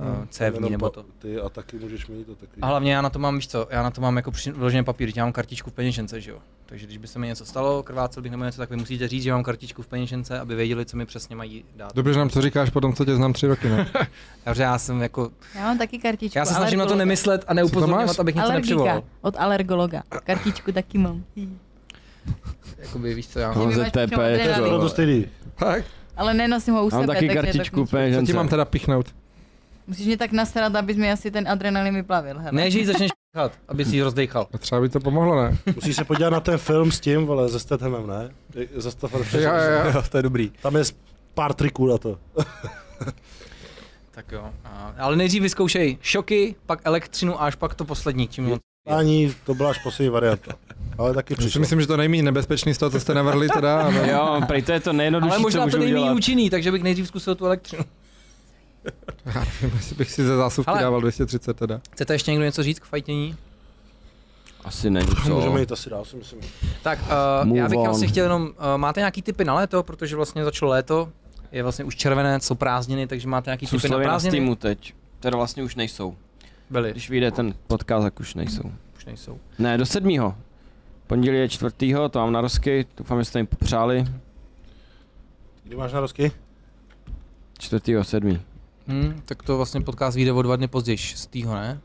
Hmm, uh, cévní Jenom nebo pa- to. Ty a taky můžeš mít to takový. A hlavně já na to mám, víš co, já na to mám jako při- vložený papír, já mám kartičku v peněžence, že jo. Takže když by se mi něco stalo, krvácel bych nebo něco, tak vy musíte říct, že mám kartičku v peněžence, aby věděli, co mi přesně mají dát. Dobře, že nám to říkáš potom, co tě znám tři roky, ne? Takže já jsem jako, Já mám taky kartičku. já se snažím na to alergologa. nemyslet a neupozorňovat, máš? abych něco nepřivolal. Alergika od alergologa. Kartičku taky mám. Jakoby víš co, já No, Ty mi máš ZTP, většinou No, je To je adrenalin. to stejný. Tak, Ale nenosím ho u Mám sebe, taky takže je to kartičku k ničemu. úplně, co ti že mám teda pichnout? Musíš mě tak nasrat, abys mi asi ten adrenalin vyplavil. Hele. Ne, že ji začneš píchat, aby si ji rozdechal. No, třeba by to pomohlo, ne? Musíš se podívat na ten film s tím, vole, se Stathamem, ne? Se Stathamem. Jo, jo, jo. to je dobrý. Tam je s- pár triků na to. Tak jo. A, ale nejdřív vyzkoušej šoky, pak elektřinu a až pak to poslední, čím moc. Ani to byla až poslední varianta. Ale taky Já si přišlo. myslím, že to nejméně nebezpečný z toho, co jste navrhli teda. ale- Jo, prej to je to nejjednodušší, Ale co možná to můžu nejméně udělat. účinný, takže bych nejdřív zkusil tu elektřinu. Já nevím, jestli bych si ze zásuvky Ale- dával 230 teda. Chcete ještě někdo něco říct k fajtění? Asi není Co? co. Můžeme jít asi dál, si myslím. Tak uh, Move já bych on. vlastně chtěl jenom, uh, máte nějaký typy na léto, protože vlastně začalo léto, je vlastně už červené, jsou prázdniny, takže máte nějaký Jsou typy na slovy na prázdniny? Steamu teď. Teda vlastně už nejsou. Byly, Když vyjde ten podcast, tak už nejsou. už nejsou. Ne, do sedmýho. Pondělí je čtvrtýho, to mám na rozky, doufám, že jste mi popřáli. Kdy máš narozky? Čtvrtýho, sedmý. Hmm, tak to vlastně podcast vyjde o dva dny později, šestýho, ne?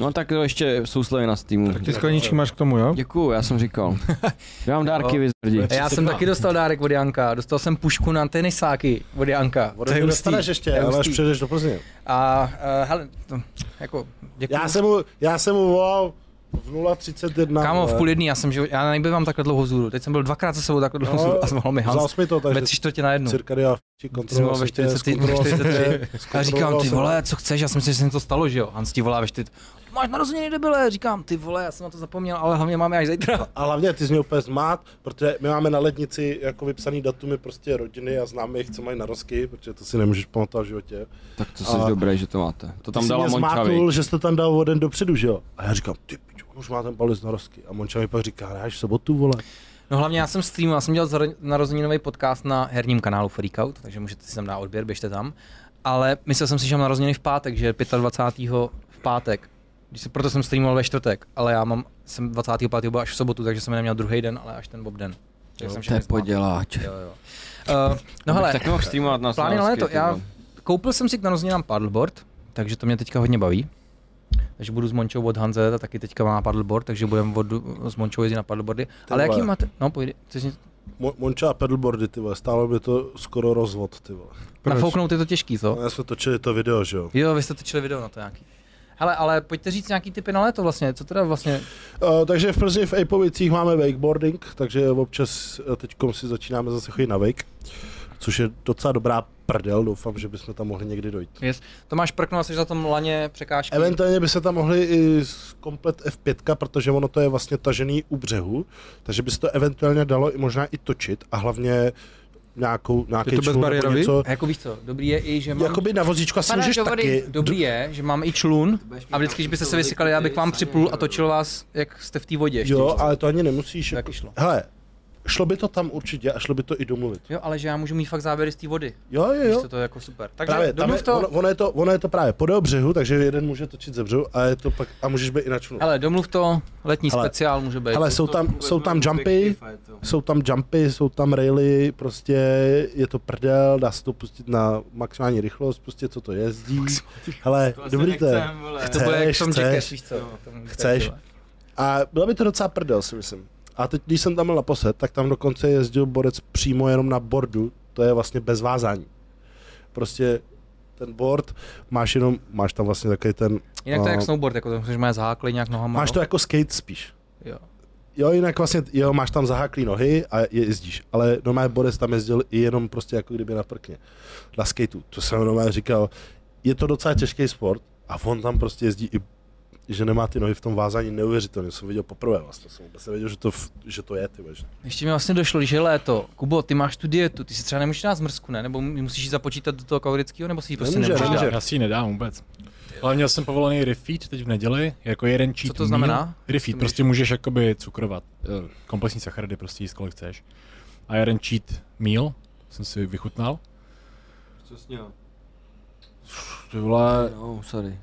No tak to ještě jsou slovy na Steamu. Ty skleníčky máš k tomu, jo? Děkuju, já jsem říkal. Já mám dárky vyzrdí. A já jsem taky dostal dárek od Janka, dostal jsem pušku na tenisáky od Janka. Vodu to dostaneš To ještě, je ale až hustý. přejdeš do Plzně. A uh, hele, to, jako, děkuji. Já jsem mu, já jsem mu volal v 0.31. Kámo, v vole. půl jedný, já jsem, že já nebývám takhle dlouho vzhůru. Teď jsem byl dvakrát za sebou takhle dlouho No, vzhůru a zvolal mi Vzal Hans jsi mi ve to, takže tři čtvrtě na jednu. cirkadia v kontroloval Jsi mu ve jsem tě, 40, zkontroloval ve jsem tě, 43. zkontroloval A říkám, ty jsem- vole, co chceš, já jsem si, že se mi to stalo, že jo? Hans ti volá ve čtyř. Máš narozeniny debile, říkám, ty vole, já jsem na to zapomněl, ale hlavně máme až zítra. A hlavně ty z něj úplně zmát, protože my máme na lednici jako vypsaný datumy prostě rodiny a známe jich, co mají narozky, protože to si nemůžeš pamatovat v životě. Tak to jsi A- dobré, že to máte. To Ty tam jsi dala mě Monča, viď? zmátnul, že jste tam dal o den dopředu, že jo? A já říkám, ty pičo, on už má ten palec narozky. A Monča mi pak říká, hráš v sobotu, vole. No hlavně já jsem streamoval, já jsem dělal zar- narozeninový podcast na herním kanálu Freakout, takže můžete si tam dát odběr, běžte tam. Ale myslel jsem si, že mám narozeniny v pátek, že 25. v pátek. Když se, proto jsem streamoval ve čtvrtek, ale já mám, jsem 25. byl až v sobotu, takže jsem je neměl druhý den, ale až ten bob den. Takže jsem To všechny je zmátl. poděláč. Jo, jo. Uh, no hele, Tak mohl streamovat na Plány na no. Slavsky, léto. ty Já vole. koupil jsem si k narozeninám paddleboard, takže to mě teďka hodně baví. Takže budu s Mončou od Hanze, ta taky teďka má paddleboard, takže budeme od, s Mončou jezdit na paddleboardy. Ale jaký vole. máte? No, pojď, chceš něco- Mo- Monča a pedalboardy, ty vole, stálo by to skoro rozvod, ty vole. nafouknout je to těžký, co? No, já jsme točili to video, že jo. Jo, vy jste točili video na to nějaký. Hele, ale pojďte říct nějaký typy na léto vlastně, co teda vlastně, Uh, takže v Plzni v Ejpovicích máme wakeboarding, takže občas eh, teď si začínáme zase chodit na wake, což je docela dobrá prdel, doufám, že bychom tam mohli někdy dojít. jest, Tomáš Prkno, jsi na tom laně překážky. Eventuálně by se tam mohli i s- komplet F5, protože ono to je vlastně tažený u břehu, takže by se to eventuálně dalo i možná i točit a hlavně nějakou, nějaký Je to bezbariérový? něco. A jako víš co, dobrý je i, že mám, Jakoby na vozíčku asi Padáš můžeš do vody. taky. dobrý je, že mám i člun a vždycky, když byste se vysykali, já bych vám připlul a točil vás, jak jste v té vodě. ještě Jo, víc. ale to ani nemusíš. Taky jako- šlo. Hele, šlo by to tam určitě a šlo by to i domluvit. Jo, ale že já můžu mít fakt záběry z té vody. Jo, jo, Víš jo. co, to je jako super. Takže Právě, tam je, domluv to. Ono, ono, je to, ono je to právě podél břehu, takže jeden může točit ze břehu a, je to pak, a můžeš být i na člunu. Hele, domluv to, letní Hele, speciál může být. Ale jsou tam, jsou tam jumpy, jsou tam jumpy, jsou tam raily, prostě je to prdel, dá se to pustit na maximální rychlost, prostě co to jezdí. Hele, dobrý to je. Vlastně to bude jak chceš, v tom Jackass, chceš. víš co. Tomu Chceš? tak, vole. A byla by to docela prdel, si myslím. A teď, když jsem tam byl naposled, tak tam dokonce jezdil borec přímo jenom na bordu, to je vlastně bez vázání. Prostě ten board, máš jenom, máš tam vlastně takový ten, Jinak to je jak No. snowboard, jako to můžeš mít zháklý nějak nohama. máš to no? jako skate spíš. Jo. Jo, jinak vlastně, jo, máš tam zaháklý nohy a je- jezdíš, ale normálně Boris tam jezdil i jenom prostě jako kdyby na prkně, na skateu, to jsem normálně říkal, je to docela těžký sport a on tam prostě jezdí i že nemá ty nohy v tom vázání neuvěřitelně, jsem viděl poprvé vlastně, jsem vůbec nevěděl, že to, f- že to je, ty vole, že- Ještě mi vlastně došlo, že je léto. Kubo, ty máš tu dietu, ty si třeba nemůžeš dát zmrzku, ne? Nebo mu- musíš ji započítat do toho kalorického, nebo si ji prostě Nemůže, nemůžeš, nemůže. dát? Já si ji nedám vůbec. Ale měl jsem povolený refeed teď v neděli, jako jeden cheat to znamená? Meal. Refeed, prostě můžeš jakoby cukrovat, eh, komplexní sacharidy prostě jíst kolik chceš. A jeden cheat meal jsem si vychutnal. Ty vole, No, sorry.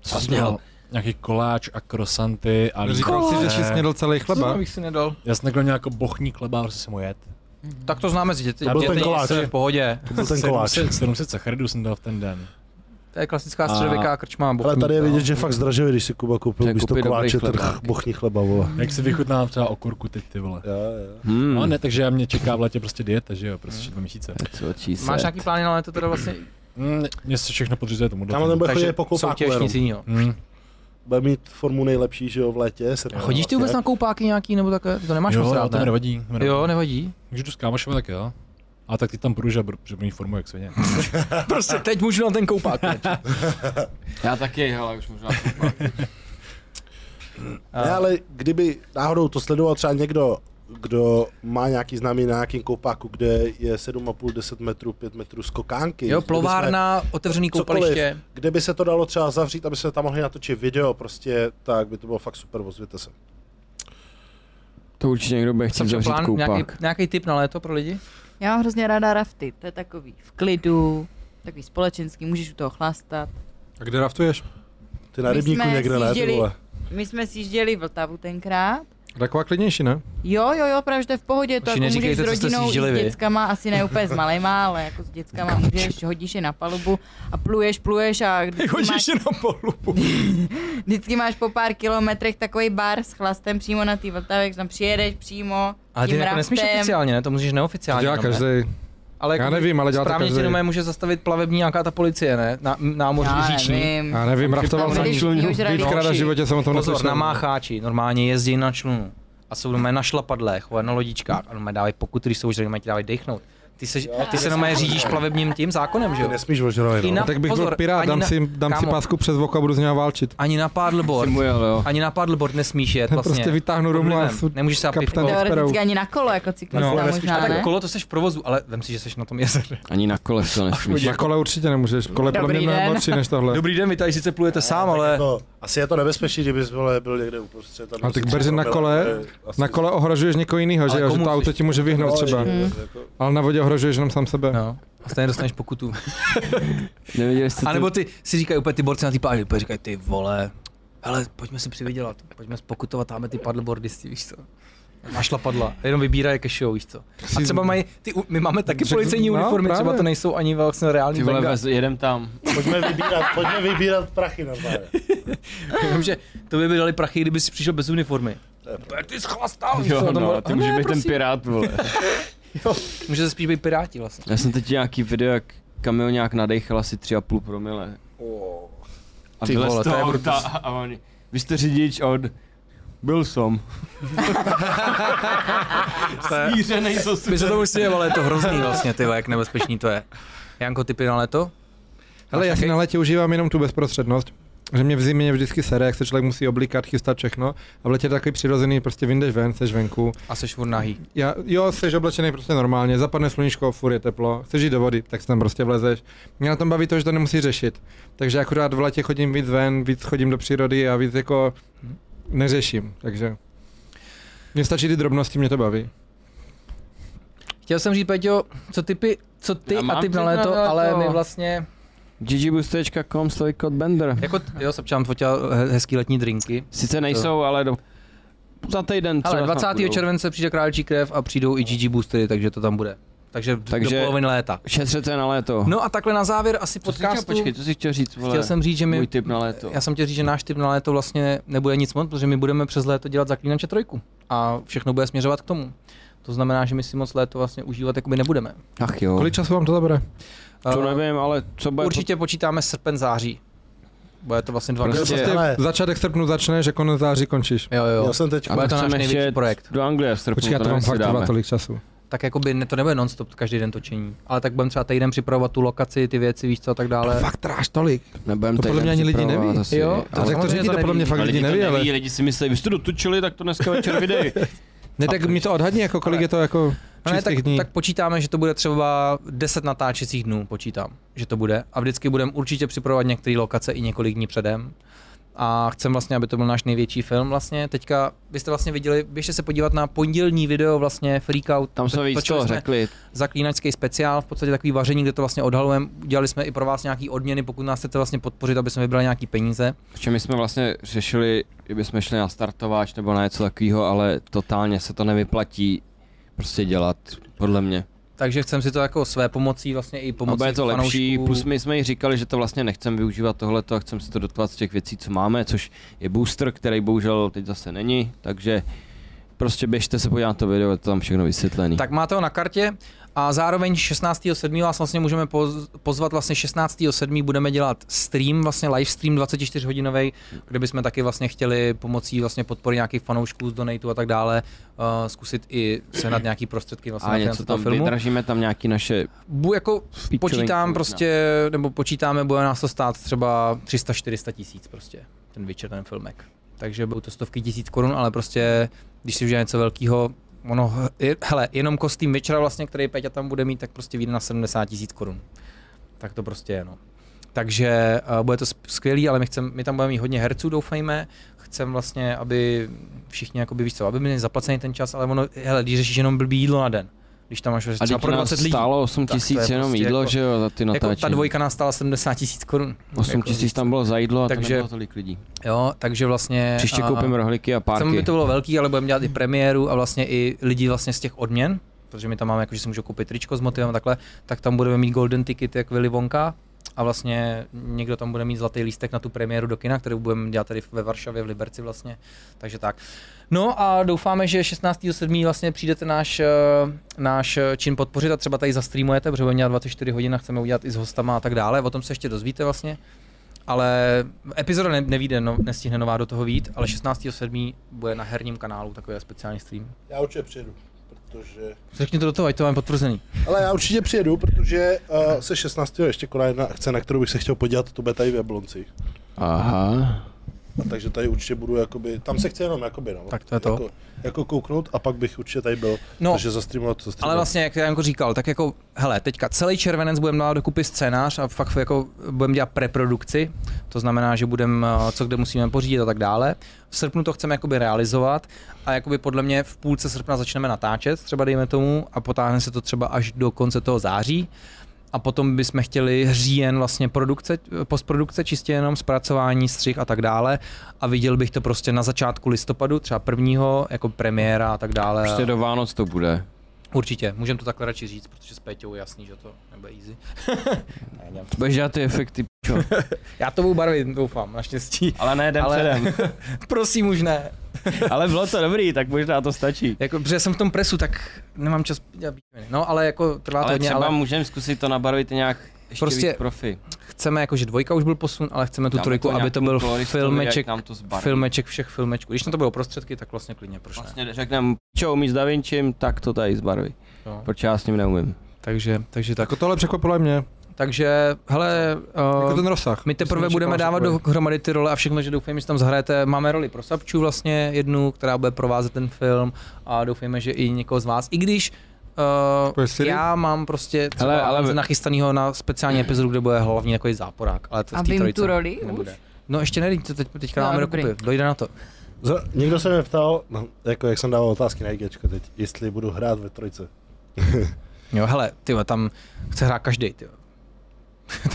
co jsi měl? Nějaký koláč a krosanty a Říkal jsi, že jsi Ne, snědl celý chleba. bych si nedal. Já jsem takhle měl jako bochní chleba, prostě jsem ho jet. Tak to známe z dětí. To byl děti ten koláč. jsou V pohodě. To byl ten koláč. 700, 700 sacharidů jsem dal v ten den. To je klasická A- středověká krčma. Ale bochní, tady je no. vidět, že fakt zdražili, když si Kuba koupil Že místo koupí dobrý koláče ten chlebák. ch- bochní chleba, vole. Jak si vychutnám třeba okurku teď ty vole. Jo, jo. Hmm. No ne, takže já mě čeká v létě prostě dieta, že jo, prostě dva měsíce. Co čísle? Máš nějaký plány na léto teda vlastně? Mm, Mně se všechno podřizuje tomu. Kámo, ten bude Takže chodit po koupáku soutěž, jenom. nic jiného. Mm. Bude mít formu nejlepší, že jo, v létě. srpnu A chodíš ty a vůbec tak. na koupáky nějaký, nebo takhle? Ty to nemáš jo, moc jo, rád, to mi ne? nevadí. to mi nevadí. Jo, nevadí. Když jdu s kámošem, tak jo. A tak ty tam půjdu, že, br- že budu mít formu jak svině. Prostě teď můžu na ten koupák. Já taky, hele, už možná. Ne, ale kdyby náhodou to sledoval třeba někdo, kdo má nějaký známý na nějakém koupáku, kde je 7,5-10 metrů, 5 metrů skokánky. Jo, kdyby jsme- plovárna, otevřený cokoliv, koupaliště. Kde by se to dalo třeba zavřít, aby jsme tam mohli natočit video, prostě tak by to bylo fakt super, ozvěte se. To určitě někdo bude chtít Samčo, zavřít nějaký, koupák. nějaký tip na léto pro lidi? Já mám hrozně ráda rafty, to je takový v klidu, takový společenský, můžeš u toho chlastat. A kde raftuješ? Ty na My rybníku jsme někde, ne, ty sjížděli- vole. My jsme sjížděli Vltavu tenkrát. Taková klidnější, ne? Jo, jo, jo, právě že to je v pohodě, je to Už jako můžeš neříkejte, s co jste rodinou, i sjížděli s vy. dětskama, asi ne úplně s malejma, ale jako s dětskama můžeš, hodíš je na palubu a pluješ, pluješ a vždycky máš, na polubu. vždycky máš po pár kilometrech takový bar s chlastem přímo na té Vltavě, jak tam přijedeš přímo, Ale ty tím jako nesmíš raftem. oficiálně, ne? To můžeš To neoficiálně. dělá jenom, ne? každý. Ale Já jako nevím, ale dělá to Správně tě každý. doma může zastavit plavební nějaká ta policie, ne? Na, námořní Já říční. nevím. Já nevím, raftoval Tam jsem byli vyžralí víckrát a v oči. životě jsem o tom Pozor, neslyšel. na mácháči, normálně jezdí na člunu a jsou doma na šlapadlech, vole, na lodičkách a doma dávají pokuty, když jsou už doma ti dávají dechnout. Ty se, ty se doma řídíš plavebním tím zákonem, že Ty jo? nesmíš ožrali, I no. na- A tak bych Pozor, byl pirát, ani dám, na- si, dám si kámo. pásku přes oko a budu s ním válčit. Ani na paddleboard, Mu jel, jo. ani na paddleboard nesmíš jet vlastně. Prostě vytáhnu Pod rumla a vlivem. su- Nemůžeš se kapitán. napít- Teoreticky Odpadou. ani na kolo jako cyklista No, možná, A ne? tak kolo to seš v provozu, ale vem si, že seš na tom jezeře. Ani na kole to nesmíš. Na kole určitě nemůžeš, kole pro Dobrý mě den. mnohem lepší než tohle. Dobrý den, vy tady sice plujete sám, Tak ale... Jako, asi je to nebezpečí, kdyby jsi vole, byl někde uprostřed. prostě A No, tak Beřin na kole, na kole ohrožuješ někoho jiného, že Ale jo? Že komu to jsi- auto ti může vyhnout třeba. Ale na vodě ohrožuješ jenom sám sebe. No. A stejně dostaneš pokutu. Neviděli jste A to? nebo ty si říkají úplně ty borci na ty pády, úplně říkají ty vole, hele, pojďme si přivydělat, pojďme spokutovat, dáme ty paddleboardisty, víš co. Našla padla, jenom vybírají ke show, víš co. A třeba mají, ty, u- my máme taky Řekl- policejní no, uniformy, třeba právě. to nejsou ani vlastně reální Ty vole, benga. vez, jedem tam. Pojďme vybírat, pojďme vybírat prachy na pár. Jenom, že to by by dali prachy, kdyby si přišel bez uniformy. Úplně, Ty schlastal, víš co. Jo, a tam no, vole, ty "A můžeš ne, být ten prosím." pirát, vole. Můžete spíš být piráti vlastně. Já jsem teď nějaký video, jak kamionák nadechal asi 3,5 promile. A Ty vylez vole, z toho to je auta a oni, vy jste řidič od... Byl jsem. Svíře nejsou My se to už smějeme, ale je to hrozný vlastně, ty vole, jak nebezpečný to je. Janko, typy na léto? Hele, já si na létě užívám jenom tu bezprostřednost. Že mě v zimě vždycky sere, jak se člověk musí oblíkat, chystat všechno. A v letě je takový přirozený, prostě vyndeš ven, seš venku. A seš furt nahý. Já, jo, jsi oblečený prostě normálně, zapadne sluníčko, furt je teplo, chceš jít do vody, tak se tam prostě vlezeš. Mě na tom baví to, že to nemusí řešit. Takže akorát v letě chodím víc ven, víc chodím do přírody a víc jako neřeším, takže... Mně stačí ty drobnosti, mě to baví. Chtěl jsem říct, Peťo, co typy, co ty Já a mám typ na typ na léto, léto. ale my vlastně ggboostečka.com stojí kod Bender. Jako, t- jo, Sobčan fotil he- hezký letní drinky. Sice nejsou, ale do... za týden třeba Ale snad 20. budou. července přijde Králčí krev a přijdou i GG Boostery, takže to tam bude. Takže, takže Takže- do poloviny léta. Šetřete na léto. No a takhle na závěr asi co jsi chtěl, podcastu. počkej, co jsi chtěl říct, vole? Chtěl jsem říct, že Můj my, tip na léto. já jsem chtěl říct, že náš typ na léto vlastně nebude nic moc, protože my budeme přes léto dělat zaklínače trojku a všechno bude směřovat k tomu. To znamená, že my si moc léto vlastně užívat jakoby nebudeme. Ach jo. Kolik času vám to zabere? To Eh, nevím, ale co bude... Určitě počítáme srpen, září. Bude to vlastně dva Prostě- měsíce. Prostě Ale- začátek srpnu začneš a konec září končíš. Jo, jo. Já jsem teď... A Bude to to náš chceme největší ještě projekt. do Anglie v srpnu, Počkej, já to nevím, vám jestli fakt trvá dáme. tolik času. tak jakoby ne, to nebude non-stop každý den točení, ale tak budeme třeba týden připravovat tu lokaci, ty věci, víš co, a tak dále. Fakt tráš tolik. Nebudem To podle týden mě ani lidi připravovat neví. asi, Jo, ale- to Tak to samozřejmě řekni, to to podle mě neví. fakt ale lidi neví, ale... lidi si myslí, vy jste dotučili, tak to dneska večer vydej. Ne, tak mi to odhadni, jako kolik je to jako No ne, tak, čistých dní. tak počítáme, že to bude třeba 10 natáčecích dnů, počítám, že to bude. A vždycky budeme určitě připravovat některé lokace i několik dní předem. A chcem vlastně, aby to byl náš největší film vlastně. Teďka byste vlastně viděli, běžte se podívat na pondělní video vlastně Freakout. Tam jsme víc Točili toho jsme řekli. zaklínačský speciál, v podstatě takový vaření, kde to vlastně odhalujeme. Dělali jsme i pro vás nějaký odměny, pokud nás chcete vlastně podpořit, aby jsme vybrali nějaký peníze. Protože my jsme vlastně řešili, kdyby jsme šli na startováč nebo na něco takového, ale totálně se to nevyplatí prostě dělat, podle mě. Takže chcem si to jako své pomocí vlastně i Pomocí pomocí je No, to lepší, fanoušků. plus my jsme jí říkali, že to vlastně nechcem využívat tohleto a chcem si to dotovat z těch věcí, co máme, což je booster, který bohužel teď zase není, takže prostě běžte se podívat na to video, je to tam všechno vysvětlený. Tak máte ho na kartě a zároveň 16.7. vás vlastně můžeme poz- pozvat, vlastně 16.7. budeme dělat stream, vlastně live stream 24 hodinový, kde bychom taky vlastně chtěli pomocí vlastně podpory nějakých fanoušků z donatů a tak dále uh, zkusit i sehnat nějaký prostředky vlastně a na něco finance toho tam, filmu. vydražíme tam nějaký naše Bu, jako Píčovinku, počítám ne. prostě, nebo počítáme, bude nás to stát třeba 300-400 tisíc prostě, ten večer, ten filmek. Takže budou to stovky tisíc korun, ale prostě, když si udělá něco velkého, ono, je- hele, jenom kostým večera vlastně, který Peťa tam bude mít, tak prostě vyjde na 70 tisíc korun. Tak to prostě je, no. Takže uh, bude to s- skvělý, ale my, chcem, my tam budeme mít hodně herců, doufejme. chcem vlastně, aby všichni, jakoby, víš co, aby měli zaplacený ten čas, ale ono, hele, když řešíš jenom blbý jídlo na den, když tam máš prostě A třeba teď pro nás 20 lidí, stálo 8 Tak to je tisíc jenom prostě jídlo, jako- že jo, za ty jako natáčení. ta dvojka nás stála 70 tisíc korun. 8 Jako, tisíc tam bylo za jídlo a Takže- takže... tam bylo tolik lidí. Jo, takže vlastně... Příště a- koupím rohlíky a Chceme, párky. aby to bylo velký, ale budeme dělat i premiéru a vlastně i lidi vlastně z těch odměn, protože my tam máme, jako, že si můžou koupit tričko s motivem a takhle, tak tam budeme mít golden ticket jak Willy Wonka a vlastně někdo tam bude mít zlatý lístek na tu premiéru do kina, kterou budeme dělat tady ve Varšavě, v Liberci vlastně, takže tak. No a doufáme, že 16.7. vlastně přijdete náš, eh, náš eh, čin podpořit a třeba tady zastreamujete, protože budeme dělat 24 hodin a chceme udělat i s hostama a tak dále, o tom se ještě dozvíte vlastně. Ale epizoda ne, nevíde, no, nestihne nová do toho vít, ale 16.7. bude na herním kanálu takový speciální stream. Já určitě přijedu, protože... Řekni to do toho, ať to máme potvrzený. Ale já určitě přijedu, protože uh, se 16. ještě koná jedna akce, na kterou bych se chtěl podívat, to bude tady v Jablonci. Aha. A takže tady určitě budu, jakoby, tam se chci jenom, jakoby, no. Tak to je to. Jako, jako kouknout a pak bych určitě tady byl, No. no, takže zastreamovat, Ale zastreamovat. vlastně, jak Janko říkal, tak jako, hele, teďka celý červenec budeme dát dokupy scénář a fakt jako budeme dělat preprodukci, to znamená, že budeme, eh, co kde musíme pořídit a tak dále. V srpnu to chceme jakoby realizovat a jakoby podle mě v půlce srpna začneme natáčet, třeba dejme tomu, a potáhne se to třeba až do konce toho září. A potom bychom chtěli říjen vlastně produkce, postprodukce, čistě jenom zpracování, střih a tak dále. A viděl bych to prostě na začátku listopadu, třeba prvního, jako premiéra a tak dále. Ještě do Vánoc to bude. Určitě, můžeme to takhle radši říct, protože s Péťou je jasný, že to nebude easy. Budeš dělat ty efekty, čo? Já to budu barvit, doufám, naštěstí. Ale ne, jdem Ale- předem. Prosím, už ne. Ale bylo to dobrý, tak možná to stačí. Jako, protože jsem v tom presu, tak nemám čas dělat bíliny. No, ale jako trvá to Ale hodně, třeba ale můžeme zkusit to nabarvit nějak ještě Prostě prostě víc profi. chceme, jako, že dvojka už byl posun, ale chceme tu Dáme trojku, to aby to nějakému byl koloristovi, filmeček, jak nám to zbarví. filmeček všech filmečků. Když na to budou prostředky, tak vlastně klidně, proč ne? Vlastně řekneme, čo umí s Da Vinčím, tak to tady zbarví. No. Proč já s ním neumím. Takže, takže tak. Jako tohle překvapilo i mě, Takže, hele, jako eh, ten rozsah. My teprve budeme dávat dohromady ty role a všechno, že doufejme, že tam zahrajete. Máme roli pro Sapču vlastně jednu, která bude provázet ten film a doufejme, že i někoho z vás. I když Bude Uh, Siri? já mám prostě třeba Hele, ale- ale... nachystanýho na speciální epizodu, kde bude hlavní takový záporák, ale to A z té vím trojice tu roli nebude. už? No ještě nevím, to teď, teďka No, dáme dobrý. dokupy, dojde na to. Za, někdo se mě ptal, no, jako jak jsem dával otázky na IGčko teď, jestli budu hrát ve trojce. Jo, hele, ty tam chce hrát každý, ty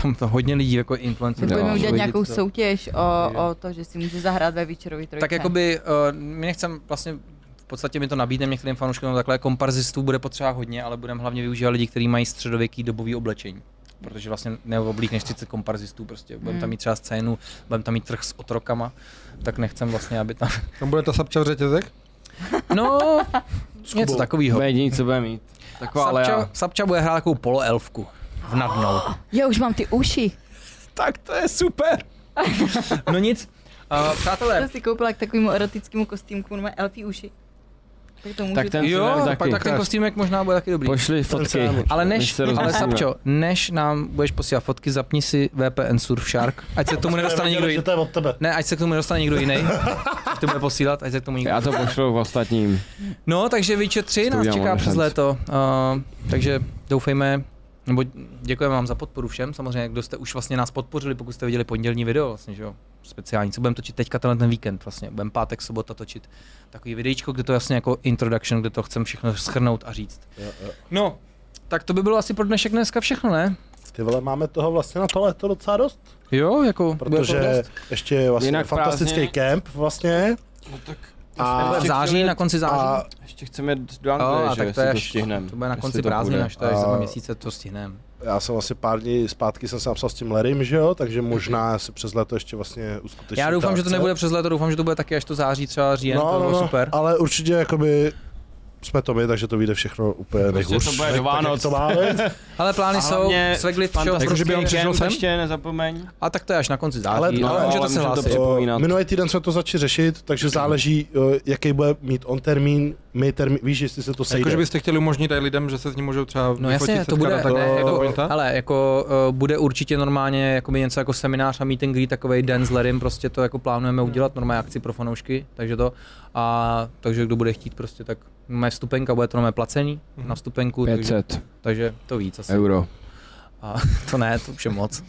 tam to hodně lidí jako influencerů. Tak budeme Jo. udělat Lidi, nějakou co- soutěž o, o to, že si může zahrát ve večerový trojce. Tak jakoby, uh, my nechcem vlastně v podstatě mi to nabídneme některým fanouškům, no takhle komparzistů bude potřeba hodně, ale budeme hlavně využívat lidi, kteří mají středověký dobový oblečení. Protože vlastně neoblíkneš 30 komparzistů, prostě budeme tam mít třeba scénu, budeme tam mít trh s otrokama, tak nechcem vlastně, aby tam... Tam bude ta sapča v řetězek? No, něco Jo. takového. Bude jediný, co bude mít. Taková Sapča, Lea. Sapča bude hrát takovou poloelfku v nadnou. Já už mám ty uši. Tak to je super! No nic, uh, To přátelé, si koupila k takovému erotickému kostýmku, má elfí uši. Tak to můžu. Tak ten si jo, dám pak, taky. tak ten kostýmek možná bude taky dobrý. Pošli fotky. Ale Než než, se ale rozmyslíme. Sapčo, než nám budeš posílat fotky, zapni si VPN Surfshark, ať se k tomu nedostane Nevěděl, nikdo že jiný. to je od tebe. Ne, ať se k tomu nedostane někdo jiný. Ať to bude posílat, ať se k tomu nikdo. Já to pošlu v ostatním. No, takže Witcher 3 To nás udělám, čeká máme přes šanci. léto. Uh, takže doufejme, nebo děkujeme vám za podporu všem, samozřejmě, kdo jste už vlastně nás podpořili, pokud jste viděli pondělní video, vlastně, že jo, speciální, co budeme točit teďka tenhle ten víkend, vlastně, budeme pátek, sobota točit takový videíčko, kde to je vlastně jako introduction, kde to chcem všechno schrnout a říct. No, tak to by bylo asi pro dnešek dneska všechno, ne? Ty vole, máme toho vlastně na to léto docela dost, Jo, jako protože ještě je vlastně Jinak Jinak fantastický prázdniny. kemp vlastně. No tak A, v září, na konci září. a ještě chceme jít do Anglie, a, že tak tak to je to až, stihneme. to bude na jestli konci to prázdnin, půjde. až to je za dva A- měsíce, to stihneme. já jsem asi pár dní zpátky jsem se napsal s tím Lerym, že jo, takže možná se přes léto ještě vlastně uskuteční Mhm. Já ta doufám, že to akce. nebude přes léto, doufám, že to bude taky až to září, třeba říjen, to bylo super. no, Ale určitě jakoby jsme to my, takže to vyjde všechno úplně Prostě nejhůř. to bude Tak- do tak, jak Vánoc. to má být. Ale A plány jsou, hlavně Sveglit show, fantastický prostě, by on přišel kemp sem? Ještě nezapomeň. a tak to je až na konci září, ale, Ale- ale, ale- můžete ale se můžeme to hlásit. při- připomínat. O, Eh, Minulý týden jsme to začali řešit, takže záleží, o, jaký bude mít on termín, my termín, víš, jestli se to sejde. Jakože byste chtěli umožnit tady lidem, že se s ním můžou třeba No jasně, vyfotit, to bude, setkat a ne, tak, jako, pointa? ale jako uh, bude určitě normálně jako něco jako seminář a meet and greet, takovej den s Lerim, prostě to jako plánujeme udělat, normálně akci pro fanoušky, takže to, a takže kdo bude chtít prostě, tak mé vstupenka, bude to normálně placení Mhm. na vstupenku, takže, 500 takže, to víc asi. euro. A to ne, to už je moc.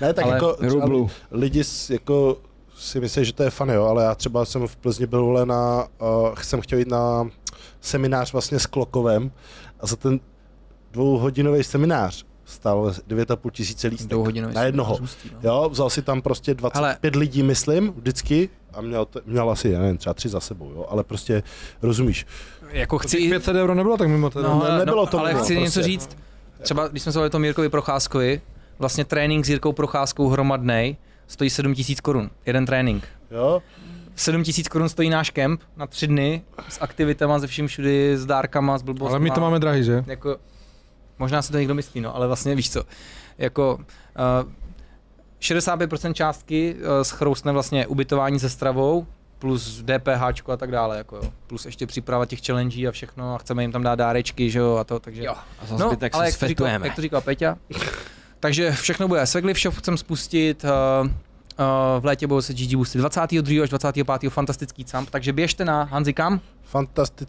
Ne, tak ale jako třeba rublu. lidi s, jako si myslí, že to je fun, jo, ale já třeba jsem v Plzni byl vole na, uh, jsem chtěl jít na seminář vlastně s Klokovem a za ten dvouhodinový seminář stál 9,5 tisíce lístek Dvouhodinový na jednoho. seminář, hustý, no. Jo, vzal si tam prostě 25 lidí, myslím, vždycky a měl, t- měl asi, já nevím, třeba tři za sebou, jo, ale prostě rozumíš. Jako Těch chci, 500 euro nebylo tak mimo teda. No, Ne- ale- nebylo no, to ale mimo, chci něco prostě. říct. Třeba když jsme se bavili o tom Jirkovi Procházkovi, vlastně trénink s Jirkou Procházkou hromadnej stojí 7 tisíc korun. Jeden trénink. Jo? 7 tisíc korun stojí náš kemp na tři dny s aktivitama, se vším všudy, s dárkama, s blbostma. Ale my to máme drahý, že? Jako, možná si to někdo myslí, no, ale vlastně víš co. Jako, uh, 65% částky uh, schroustne vlastně ubytování se stravou, plus DPH a tak dále, jako jo. plus ještě příprava těch challenge a všechno a chceme jim tam dát dárečky, že jo, a to, takže... No, Jo, a za zbytek se jak to, říkal, svetujeme. jak to říkal Peťa. Takže všechno bude. Segli Shop chcem spustit, uh, uh, v létě budou se GG Boosty 22. až 25. fantastický camp, takže běžte na Hanzi kam?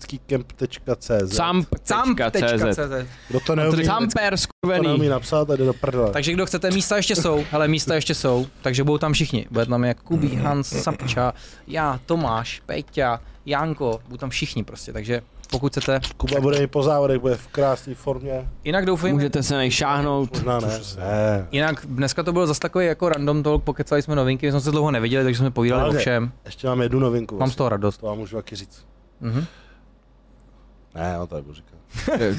fantastickýcamp.cz Camp.cz. Camp.cz Kdo to neumí, Camper kdo to neumí skurvený. napsat, a jde do prdele. Takže kdo chcete, místa ještě jsou, hele, místa ještě jsou, takže budou tam všichni. Bude tam jak Kubí, Hans, Sapča, já, Tomáš, Peťa, Janko, budou tam všichni prostě, takže pokud chcete. Kuba bude i po závodech, bude v krásné formě. Jinak doufejme, Můžete se nejšáhnout. Možná ne. ne. Jinak dneska to bylo zase takový jako random talk, pokecali jsme novinky, my jsme se dlouho neviděli, takže jsme povídali Ale- o všem. Ještě mám jednu novinku. Mám z toho radost. To vám můžu taky říct. Mhm. Ne, no to nebudu říkat.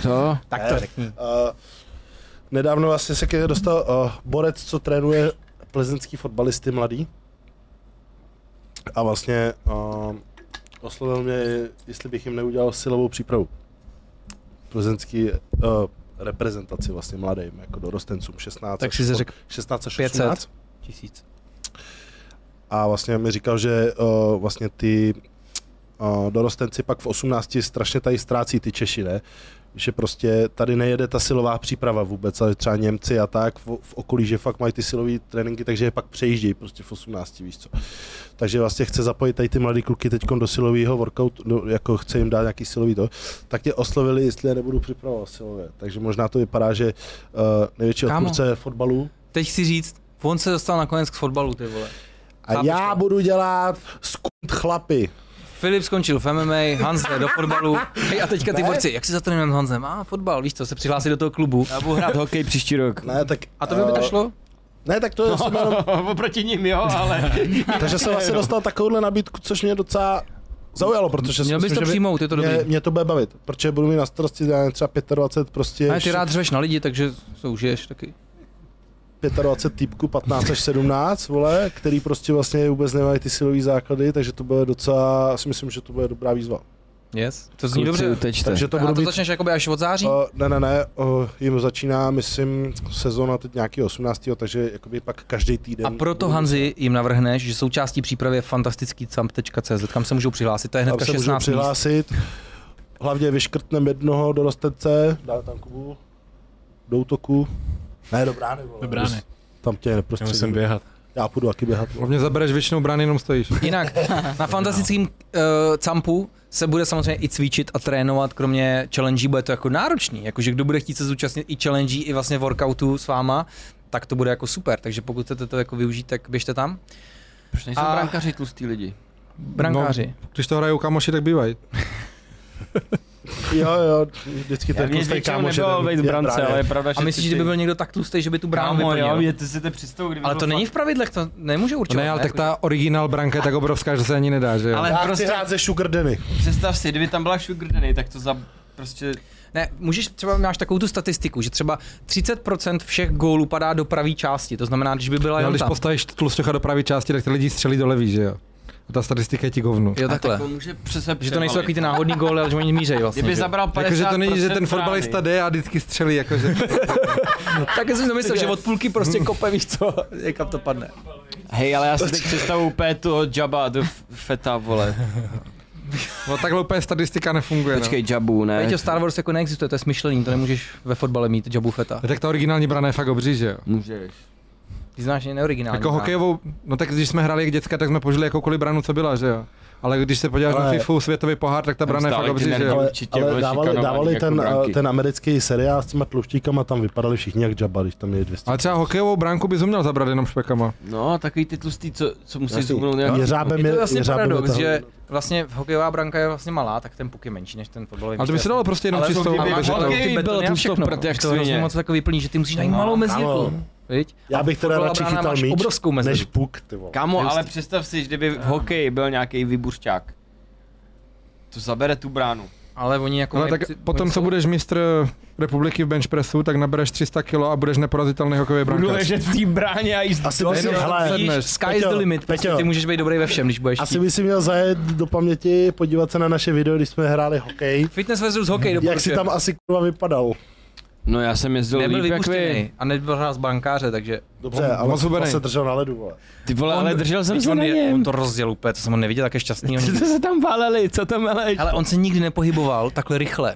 To? Tak to řekni. Uh, nedávno vlastně se ke dostal uh, borec, co trénuje plzeňský fotbalisty mladý. A vlastně uh, oslovil mě, jestli bych jim neudělal silovou přípravu. Plzeňský uh, reprezentaci vlastně mladým, jako dorostencům 16 Tak až si po- řekl 16 až 500. 18. Tisíc. A vlastně mi říkal, že uh, vlastně ty uh, dorostenci pak v 18 strašně tady ztrácí ty Češi, ne? Že prostě tady nejede ta silová příprava vůbec, ale třeba Němci a tak v, v okolí, že fakt mají ty silové tréninky, takže je pak přejíždějí prostě v 18, víš co. Takže vlastně chce zapojit tady ty mladý kluky teď do silového workout, do, jako chce jim dát nějaký silový to, tak tě oslovili, jestli je nebudu připravovat silově. Takže možná to vypadá, že uh, největší Kámo. odpůrce fotbalu, Teď chci říct, on se dostal nakonec k fotbalu, ty vole. a Chápeš já to? budu dělat skut chlapy. Filip skončil v MMA, Hans jde do fotbalu. Hej, a teďka ty borci, jak si zatrénujeme s Hansem? A fotbal, víš co, se přihlásí do toho klubu. Já budu hrát hokej příští rok. Ne, tak, A to by mi to eh, šlo? Ne, tak to jsem jenom, No, Oproti ním jo, ale... takže jsem vlastně dostal takovouhle nabídku, což mě docela zaujalo, protože si Měl bys myslím, to že by- přijmout, je to mě, dobrý. mě, to bude bavit, protože budu mít na starosti já nevím, třeba 25 prostě Ale ty rád řveš na lidi, takže to užiješ taky. 25 týpků 15 až 17, vole, který prostě vlastně vůbec nemají ty silové základy, takže to bude docela, já si myslím, že to bude dobrá výzva. Yes. To zní Kluci, dobře. utečte. Takže to A budu to mít začneš jakoby až od září? Uh, ne, ne, ne, uh, jim začíná, myslím, sezóna teď nějaký 18. takže jakoby pak každý týden. A proto, budu- Hanzi, jim navrhneš, že součástí přípravy je fantastický.cz, kam se můžou přihlásit, to je tam hnedka se můžou 16 míst. přihlásit. Hlavně vyškrtnem jednoho dorostence, dáme tam Kubu, do útoku. Ne, do brány, vole. Do brány. Tam tě Já musím neprostředím. Prostě běhat. Já půjdu taky běhat. vole. Hlavně zabereš většinou brány, jenom stojíš. Jinak, na fantastickém uh, campu se bude samozřejmě i cvičit a trénovat, kromě challenge bude to jako náročný, jakože kdo bude chtít se zúčastnit i challenge, i vlastně workoutu s váma, tak to bude jako super, takže pokud chcete to jako využít, tak běžte tam. Proč nejsou A- brankaři tlustý lidi? Brankáři. No. Když to hrajou kamoši, tak bývají. Jo, jo, vždycky ten mě tlustý většinou kámoš. nebylo jeden- být jeden brance, bráně. ale je pravda, že... A myslíš, ty- že by byl někdo tak tlustý, že by tu bránu Kámo, jo, vyplnil? je, ty si to přistou, kdyby Ale byl to není fakt- v pravidlech, to nemůže určovat. Ne, ale tak Jako- ta originál branka je tak obrovská, že se ani nedá, že jo? Ale Já chci prostě, hrát ze Sugar Danny. představ si, kdyby tam byla Sugar Danny, tak to za... Prostě... Ne, můžeš třeba máš takovou tu statistiku, že třeba 30% všech gólů padá do pravé části. To znamená, když by byla Jo, jenom když tam. postavíš tlusťocha do pravé části, tak ty lidi střelí do levý, že jo? A ta statistika je ti govnu. Jo, takhle. Tak on může přes se Že to nejsou přebalit. takový ty náhodný góly, ale že oni mířejí vlastně. Kdyby že jo. zabral 50% Jakože to není, Jako, že ten fotbalista brány. jde a vždycky střelí, jakože. Tak jsem si to myslel, že od půlky prostě kope, víš co, někam to padne. Hej, ale já si teď představu úplně tu od Jabba do F- Feta, vole. No takhle úplně statistika nefunguje. No. Počkej, Jabu, ne? Víte, Star Wars jako neexistuje, to je smyšlení, to nemůžeš ve fotbale mít Jabu Feta. Tak ta originální brana je fakt obří, že jo? Můžeš. Ty znáš neoriginální. Jako hokejovou, no tak když jsme hráli jak děcka, tak jsme požili jakoukoliv branu, co byla, že jo? ale když se podíváš na Ale- FIFU světový pohár, tak ta Tam brana je stále fakt ty dobře, že nervy. jo. Ale, určitě ale byli dávali, šikanovaní dávali jako ten, branky. eh, ten americký seriál s těma tluštíkama, tam vypadali všichni jak džaba, když tam měli 200. Ale třeba hokejovou bránku bys uměl zabrat jenom špekama. No, takový ty tlustý, co, co musíš Jasný. zubnout nějak. Jeřábem Je to je, vlastně jeřábem je paradox, to, že vlastně hokejová branka je vlastně malá, tak ten puk je menší než ten fotbalový. Ale to by se dalo prostě jenom Ale čistou. kdyby oběžitou. hokej Ty byl byl tlustý tlustý prd, jak prd, jak to svině. hrozně moc takový plný, že ty musíš najít No, malou mezírku. ano. Viď? Já bych teda fotbalová radši brána chytal máš míč, obrovskou mezeru. než puk, ty vole. Kámo, ale představ si, že kdyby v hokeji byl nějaký vyburšťák. To zabere tu bránu. Ale oni jako... No mají tak při- potom, oni co jsou- budeš mistr republiky v benchpressu, tak nabereš 300 kg a budeš neporazitelný hokejový Budu brankář. ležet v té bráně a jíst Asi do- by si- do- hele, vidíš, sedneš. Sky is Peťo, the limit, prostě Peťo. ty můžeš být dobrý ve všem, když budeš Asi chtít. by si měl zajet do paměti, podívat se na naše video, když jsme hráli hokej. Fitness versus hokej, Jak si doporučuji. tam asi kurva vypadal. No já jsem jezdil Nebyl líp jak vy. vypuštěný a nebyl hrál z bankáře, takže Dobře, ale moc hubenej. se držel na ledu, vole. Ty vole, ale držel jsem Teď se on, na je, on něm. to rozjel úplně, to jsem ho neviděl, tak je šťastný. On, Co se tam váleli, co tam hele? hele, on se nikdy nepohyboval takhle rychle.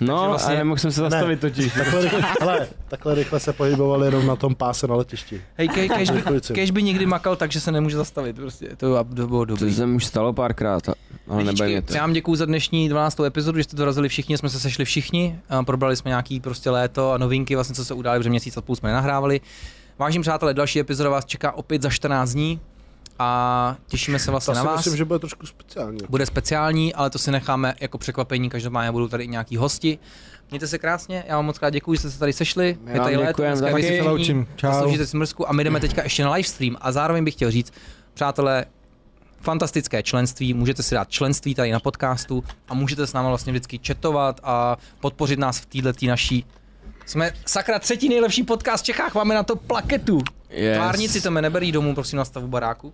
No, vlastně- vlastně... a nemohl jsem se zastavit totiž. Takhle rychle, hele, takhle rychle se pohybovali jenom na tom páse na letišti. Hej, ke, kež, by, Děkuji. kež by nikdy makal tak, že se nemůže zastavit, prostě, to, to bylo To dobrý. se mi už stalo párkrát, a- ale nebaví mě to. Já vám děkuji za dnešní 12. epizodu, že jste dorazili všichni, jsme se sešli všichni, a probrali jsme nějaký prostě léto a novinky, vlastně co se udály, protože měsíc a půl jsme nenahrávali. Vážím přátelé, další epizoda vás čeká opět za 14 dní a těšíme se To vlastně na si vás. myslím, že bude trošku speciální. Bude speciální, ale to si necháme jako překvapení, každopádně budou tady i nějaký hosti. Mějte se krásně, já vám moc krát děkuji, že jste se tady sešli. My je vám tady léto, děkujeme dneska je taky. Taky se vysvětlení. loučím. Čau. Zasloužíte smrzku a my jdeme teďka ještě na livestream a zároveň bych chtěl říct, přátelé, fantastické členství, můžete si dát členství tady na podcastu a můžete s námi vlastně vždycky chatovat a podpořit nás v této naší jsme sakra třetí nejlepší podcast v Čechách, máme na to plaketu. Yes. Tvárnici to mě neberí domů, prosím, na stavu baráku.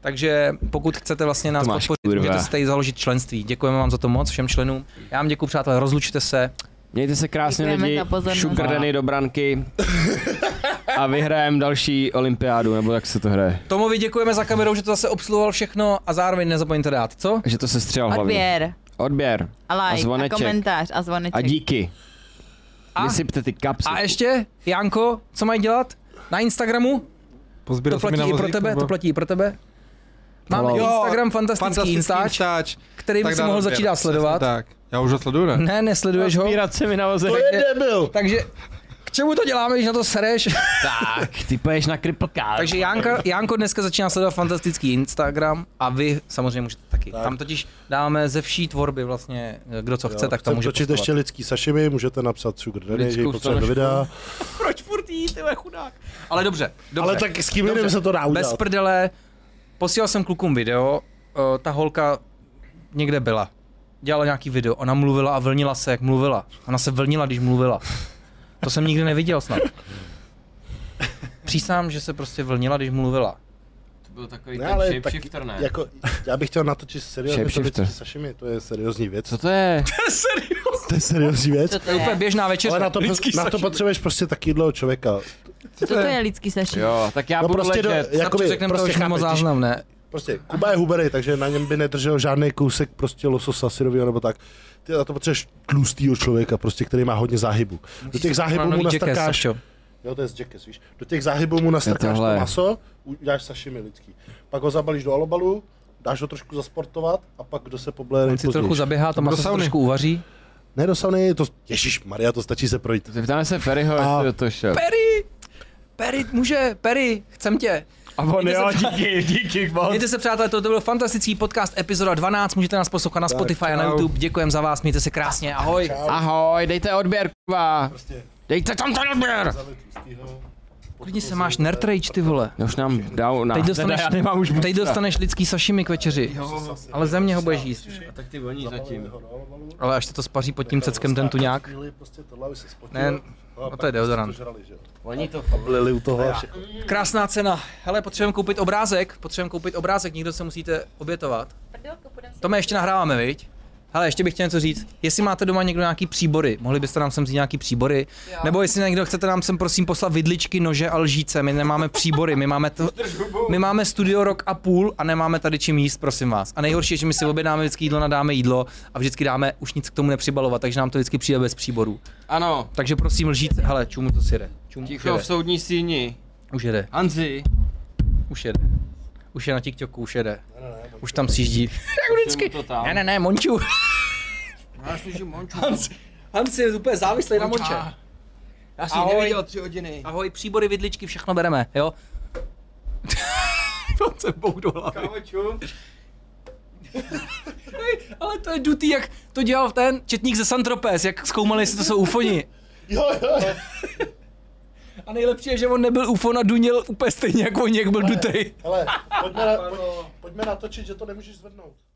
Takže pokud chcete vlastně nás To máš, podpořit, kurva. můžete si tady založit členství. Děkujeme vám za to moc, všem členům. Já vám děkuji, přátelé, rozlučte se. Mějte se krásně Děkujeme lidi, za pozornost. sugar daddy do branky a vyhrajeme další olympiádu, nebo jak se to hraje. Tomovi děkujeme za kamerou, že to zase obsluhoval všechno a zároveň nezapomeňte dát, co? Že to se střel hlavně. Odběr Odběr. a like a, zvoneček. komentář a zvoneček. A díky. A- Vysypte ty kapsy. A ještě, Janko, co mají dělat? Na Instagramu? Pozbíral To jsem mi platí na i pro vozík, tebe, nebo- to platí i pro tebe. Máme Jo, Instagram fantastický Instač, Instač. který by Tak si dá mohl odběr. začít dát sledovat. Mhm. Tak, já už ho sleduju, ne? Ne, nesleduješ ho. se mi na To vozek. je debil! Takže k čemu to děláme, když na to sereš? Tak, ty poješ na krplka. Takže Janka, Janko dneska začíná sledovat fantastický Instagram a vy samozřejmě můžete taky. Tak. Tam totiž dáme ze vší tvorby vlastně, kdo co chce, tak tam Chcem může točit postovat. ještě lidský sashimi, můžete napsat sugar daddy, že Lidskou ji potřebuje do videa. Proč furt jí, ty vole, chudák? Ale dobře, dobře. Ale tak s kým jiným se to dá Bez udělat? prdele, posílal jsem klukům video, eh, ta holka někde byla. Dělala nějaký video, ona mluvila a vlnila se, jak mluvila. Ona se vlnila, když mluvila. To jsem nikdy neviděl snad. Přísám, že se prostě vlnila, když mluvila. To byl takový Ne, ten ale tak, shapeshifter, ne? jako, já bych chtěl natočit seriózně to Shapeshifter. lidský sashimi, to je seriózní věc. Co to je? To je seriózní věc. Co to To je úplně je? běžná večeře. Ale na to, lidský na to sashimi. potřebuješ prostě takovýho člověka. Co to je lidský sešit? Jo, tak já No budu prostě do- ležet. jakoby, Snad řekneme to prostě už mimo chápeš, když- záznam, ne? Prostě Kuba je huberej, takže na něm by nedržel žádný kousek prostě lososa syrovýho nebo tak. Ty na to potřebuješ tlustýho člověka, prostě, který má hodně záhybu. Do těch záhybů mu nastrkáš, jo, to je z Jackass, víš, do těch záhybů mu nastrkáš to tohle. maso, uděláš sashimi lidský. Pak ho zabalíš do alobalu, dáš ho trošku zasportovat a pak kdo se poblé On si trochu nejpozději. zaběhá, to maso se sauny. trošku uvaří. Ne, do sauny, to, ježíš, Maria, to stačí se projít. Zeptáme se Ferryho, A- jestli do toho šel. Perry! Perry, může, Perry, chcem tě. A on Mějte se- díky, díky moc. Mějte se přátelé, toto byl fantastický podcast epizoda 12, můžete nás poslouchat na Spotify a na čau. YouTube. Děkujem za vás, mějte se krásně, ahoj. Ahoj, dejte odběr, kurva. Prostě- Dejte tam ten odběr. Klidně se máš nerd rage, ty vole. No. Já už nám dal na... Teď dostaneš, teď dostaneš lidský sashimi k večeři, ale ze mě ho budeš jíst. Tak ty voní zatím. Ale až se to spaří pod tím ceckem ten tuňák. Prostě tohle, aby se spotil. Ne, No, to je deodorant. Voní to Lili u toho a všechno. Krásná cena. Hele, potřebujeme koupit obrázek, potřebujeme koupit obrázek, někdo se musíte obětovat. Tome, ještě nahráváme, viď? Hele, ještě bych chtěl něco říct. Jestli máte doma někdo nějaký příbory, mohli byste nám sem vzít nějaký příbory? Jo. Nebo jestli někdo chcete nám sem prosím poslat vidličky, nože a lžíce, my nemáme příbory, my máme, to, my máme studio rok a půl a nemáme tady čím jíst, prosím vás. A nejhorší je, že my si objednáme vždycky jídlo, nadáme jídlo a vždycky dáme už nic k tomu nepřibalovat, takže nám to vždycky přijde bez příborů. Ano, Takže prosím lžíce, hele, čumu to si jde. Čumu, už ticho jede. v soudní síni. Už jede. Hanzi, Už jede. Už je na TikToku, už jede. Už tam sjíždí. Vždycky. To tam. Ne, ne, ne, Monču. Já slyším Monču. Hans, Hans je úplně závislý na Monče. Já ji jsem neviděl neviděl tři hodiny. Ahoj, příbory, vidličky, všechno bereme, jo? to se bou do hlavy. Ahoj. Ale to je dutý, jak to dělal ten četník ze Santropes, jak zkoumali, jestli to jsou ufoni. Jo, jo, jo. A nejlepší je, že on nebyl ufon a dunil úplně stejně jako oni, jak byl dutej. Hele, pojďme, na, pojď, pojďme natočit, že to nemůžeš zvednout.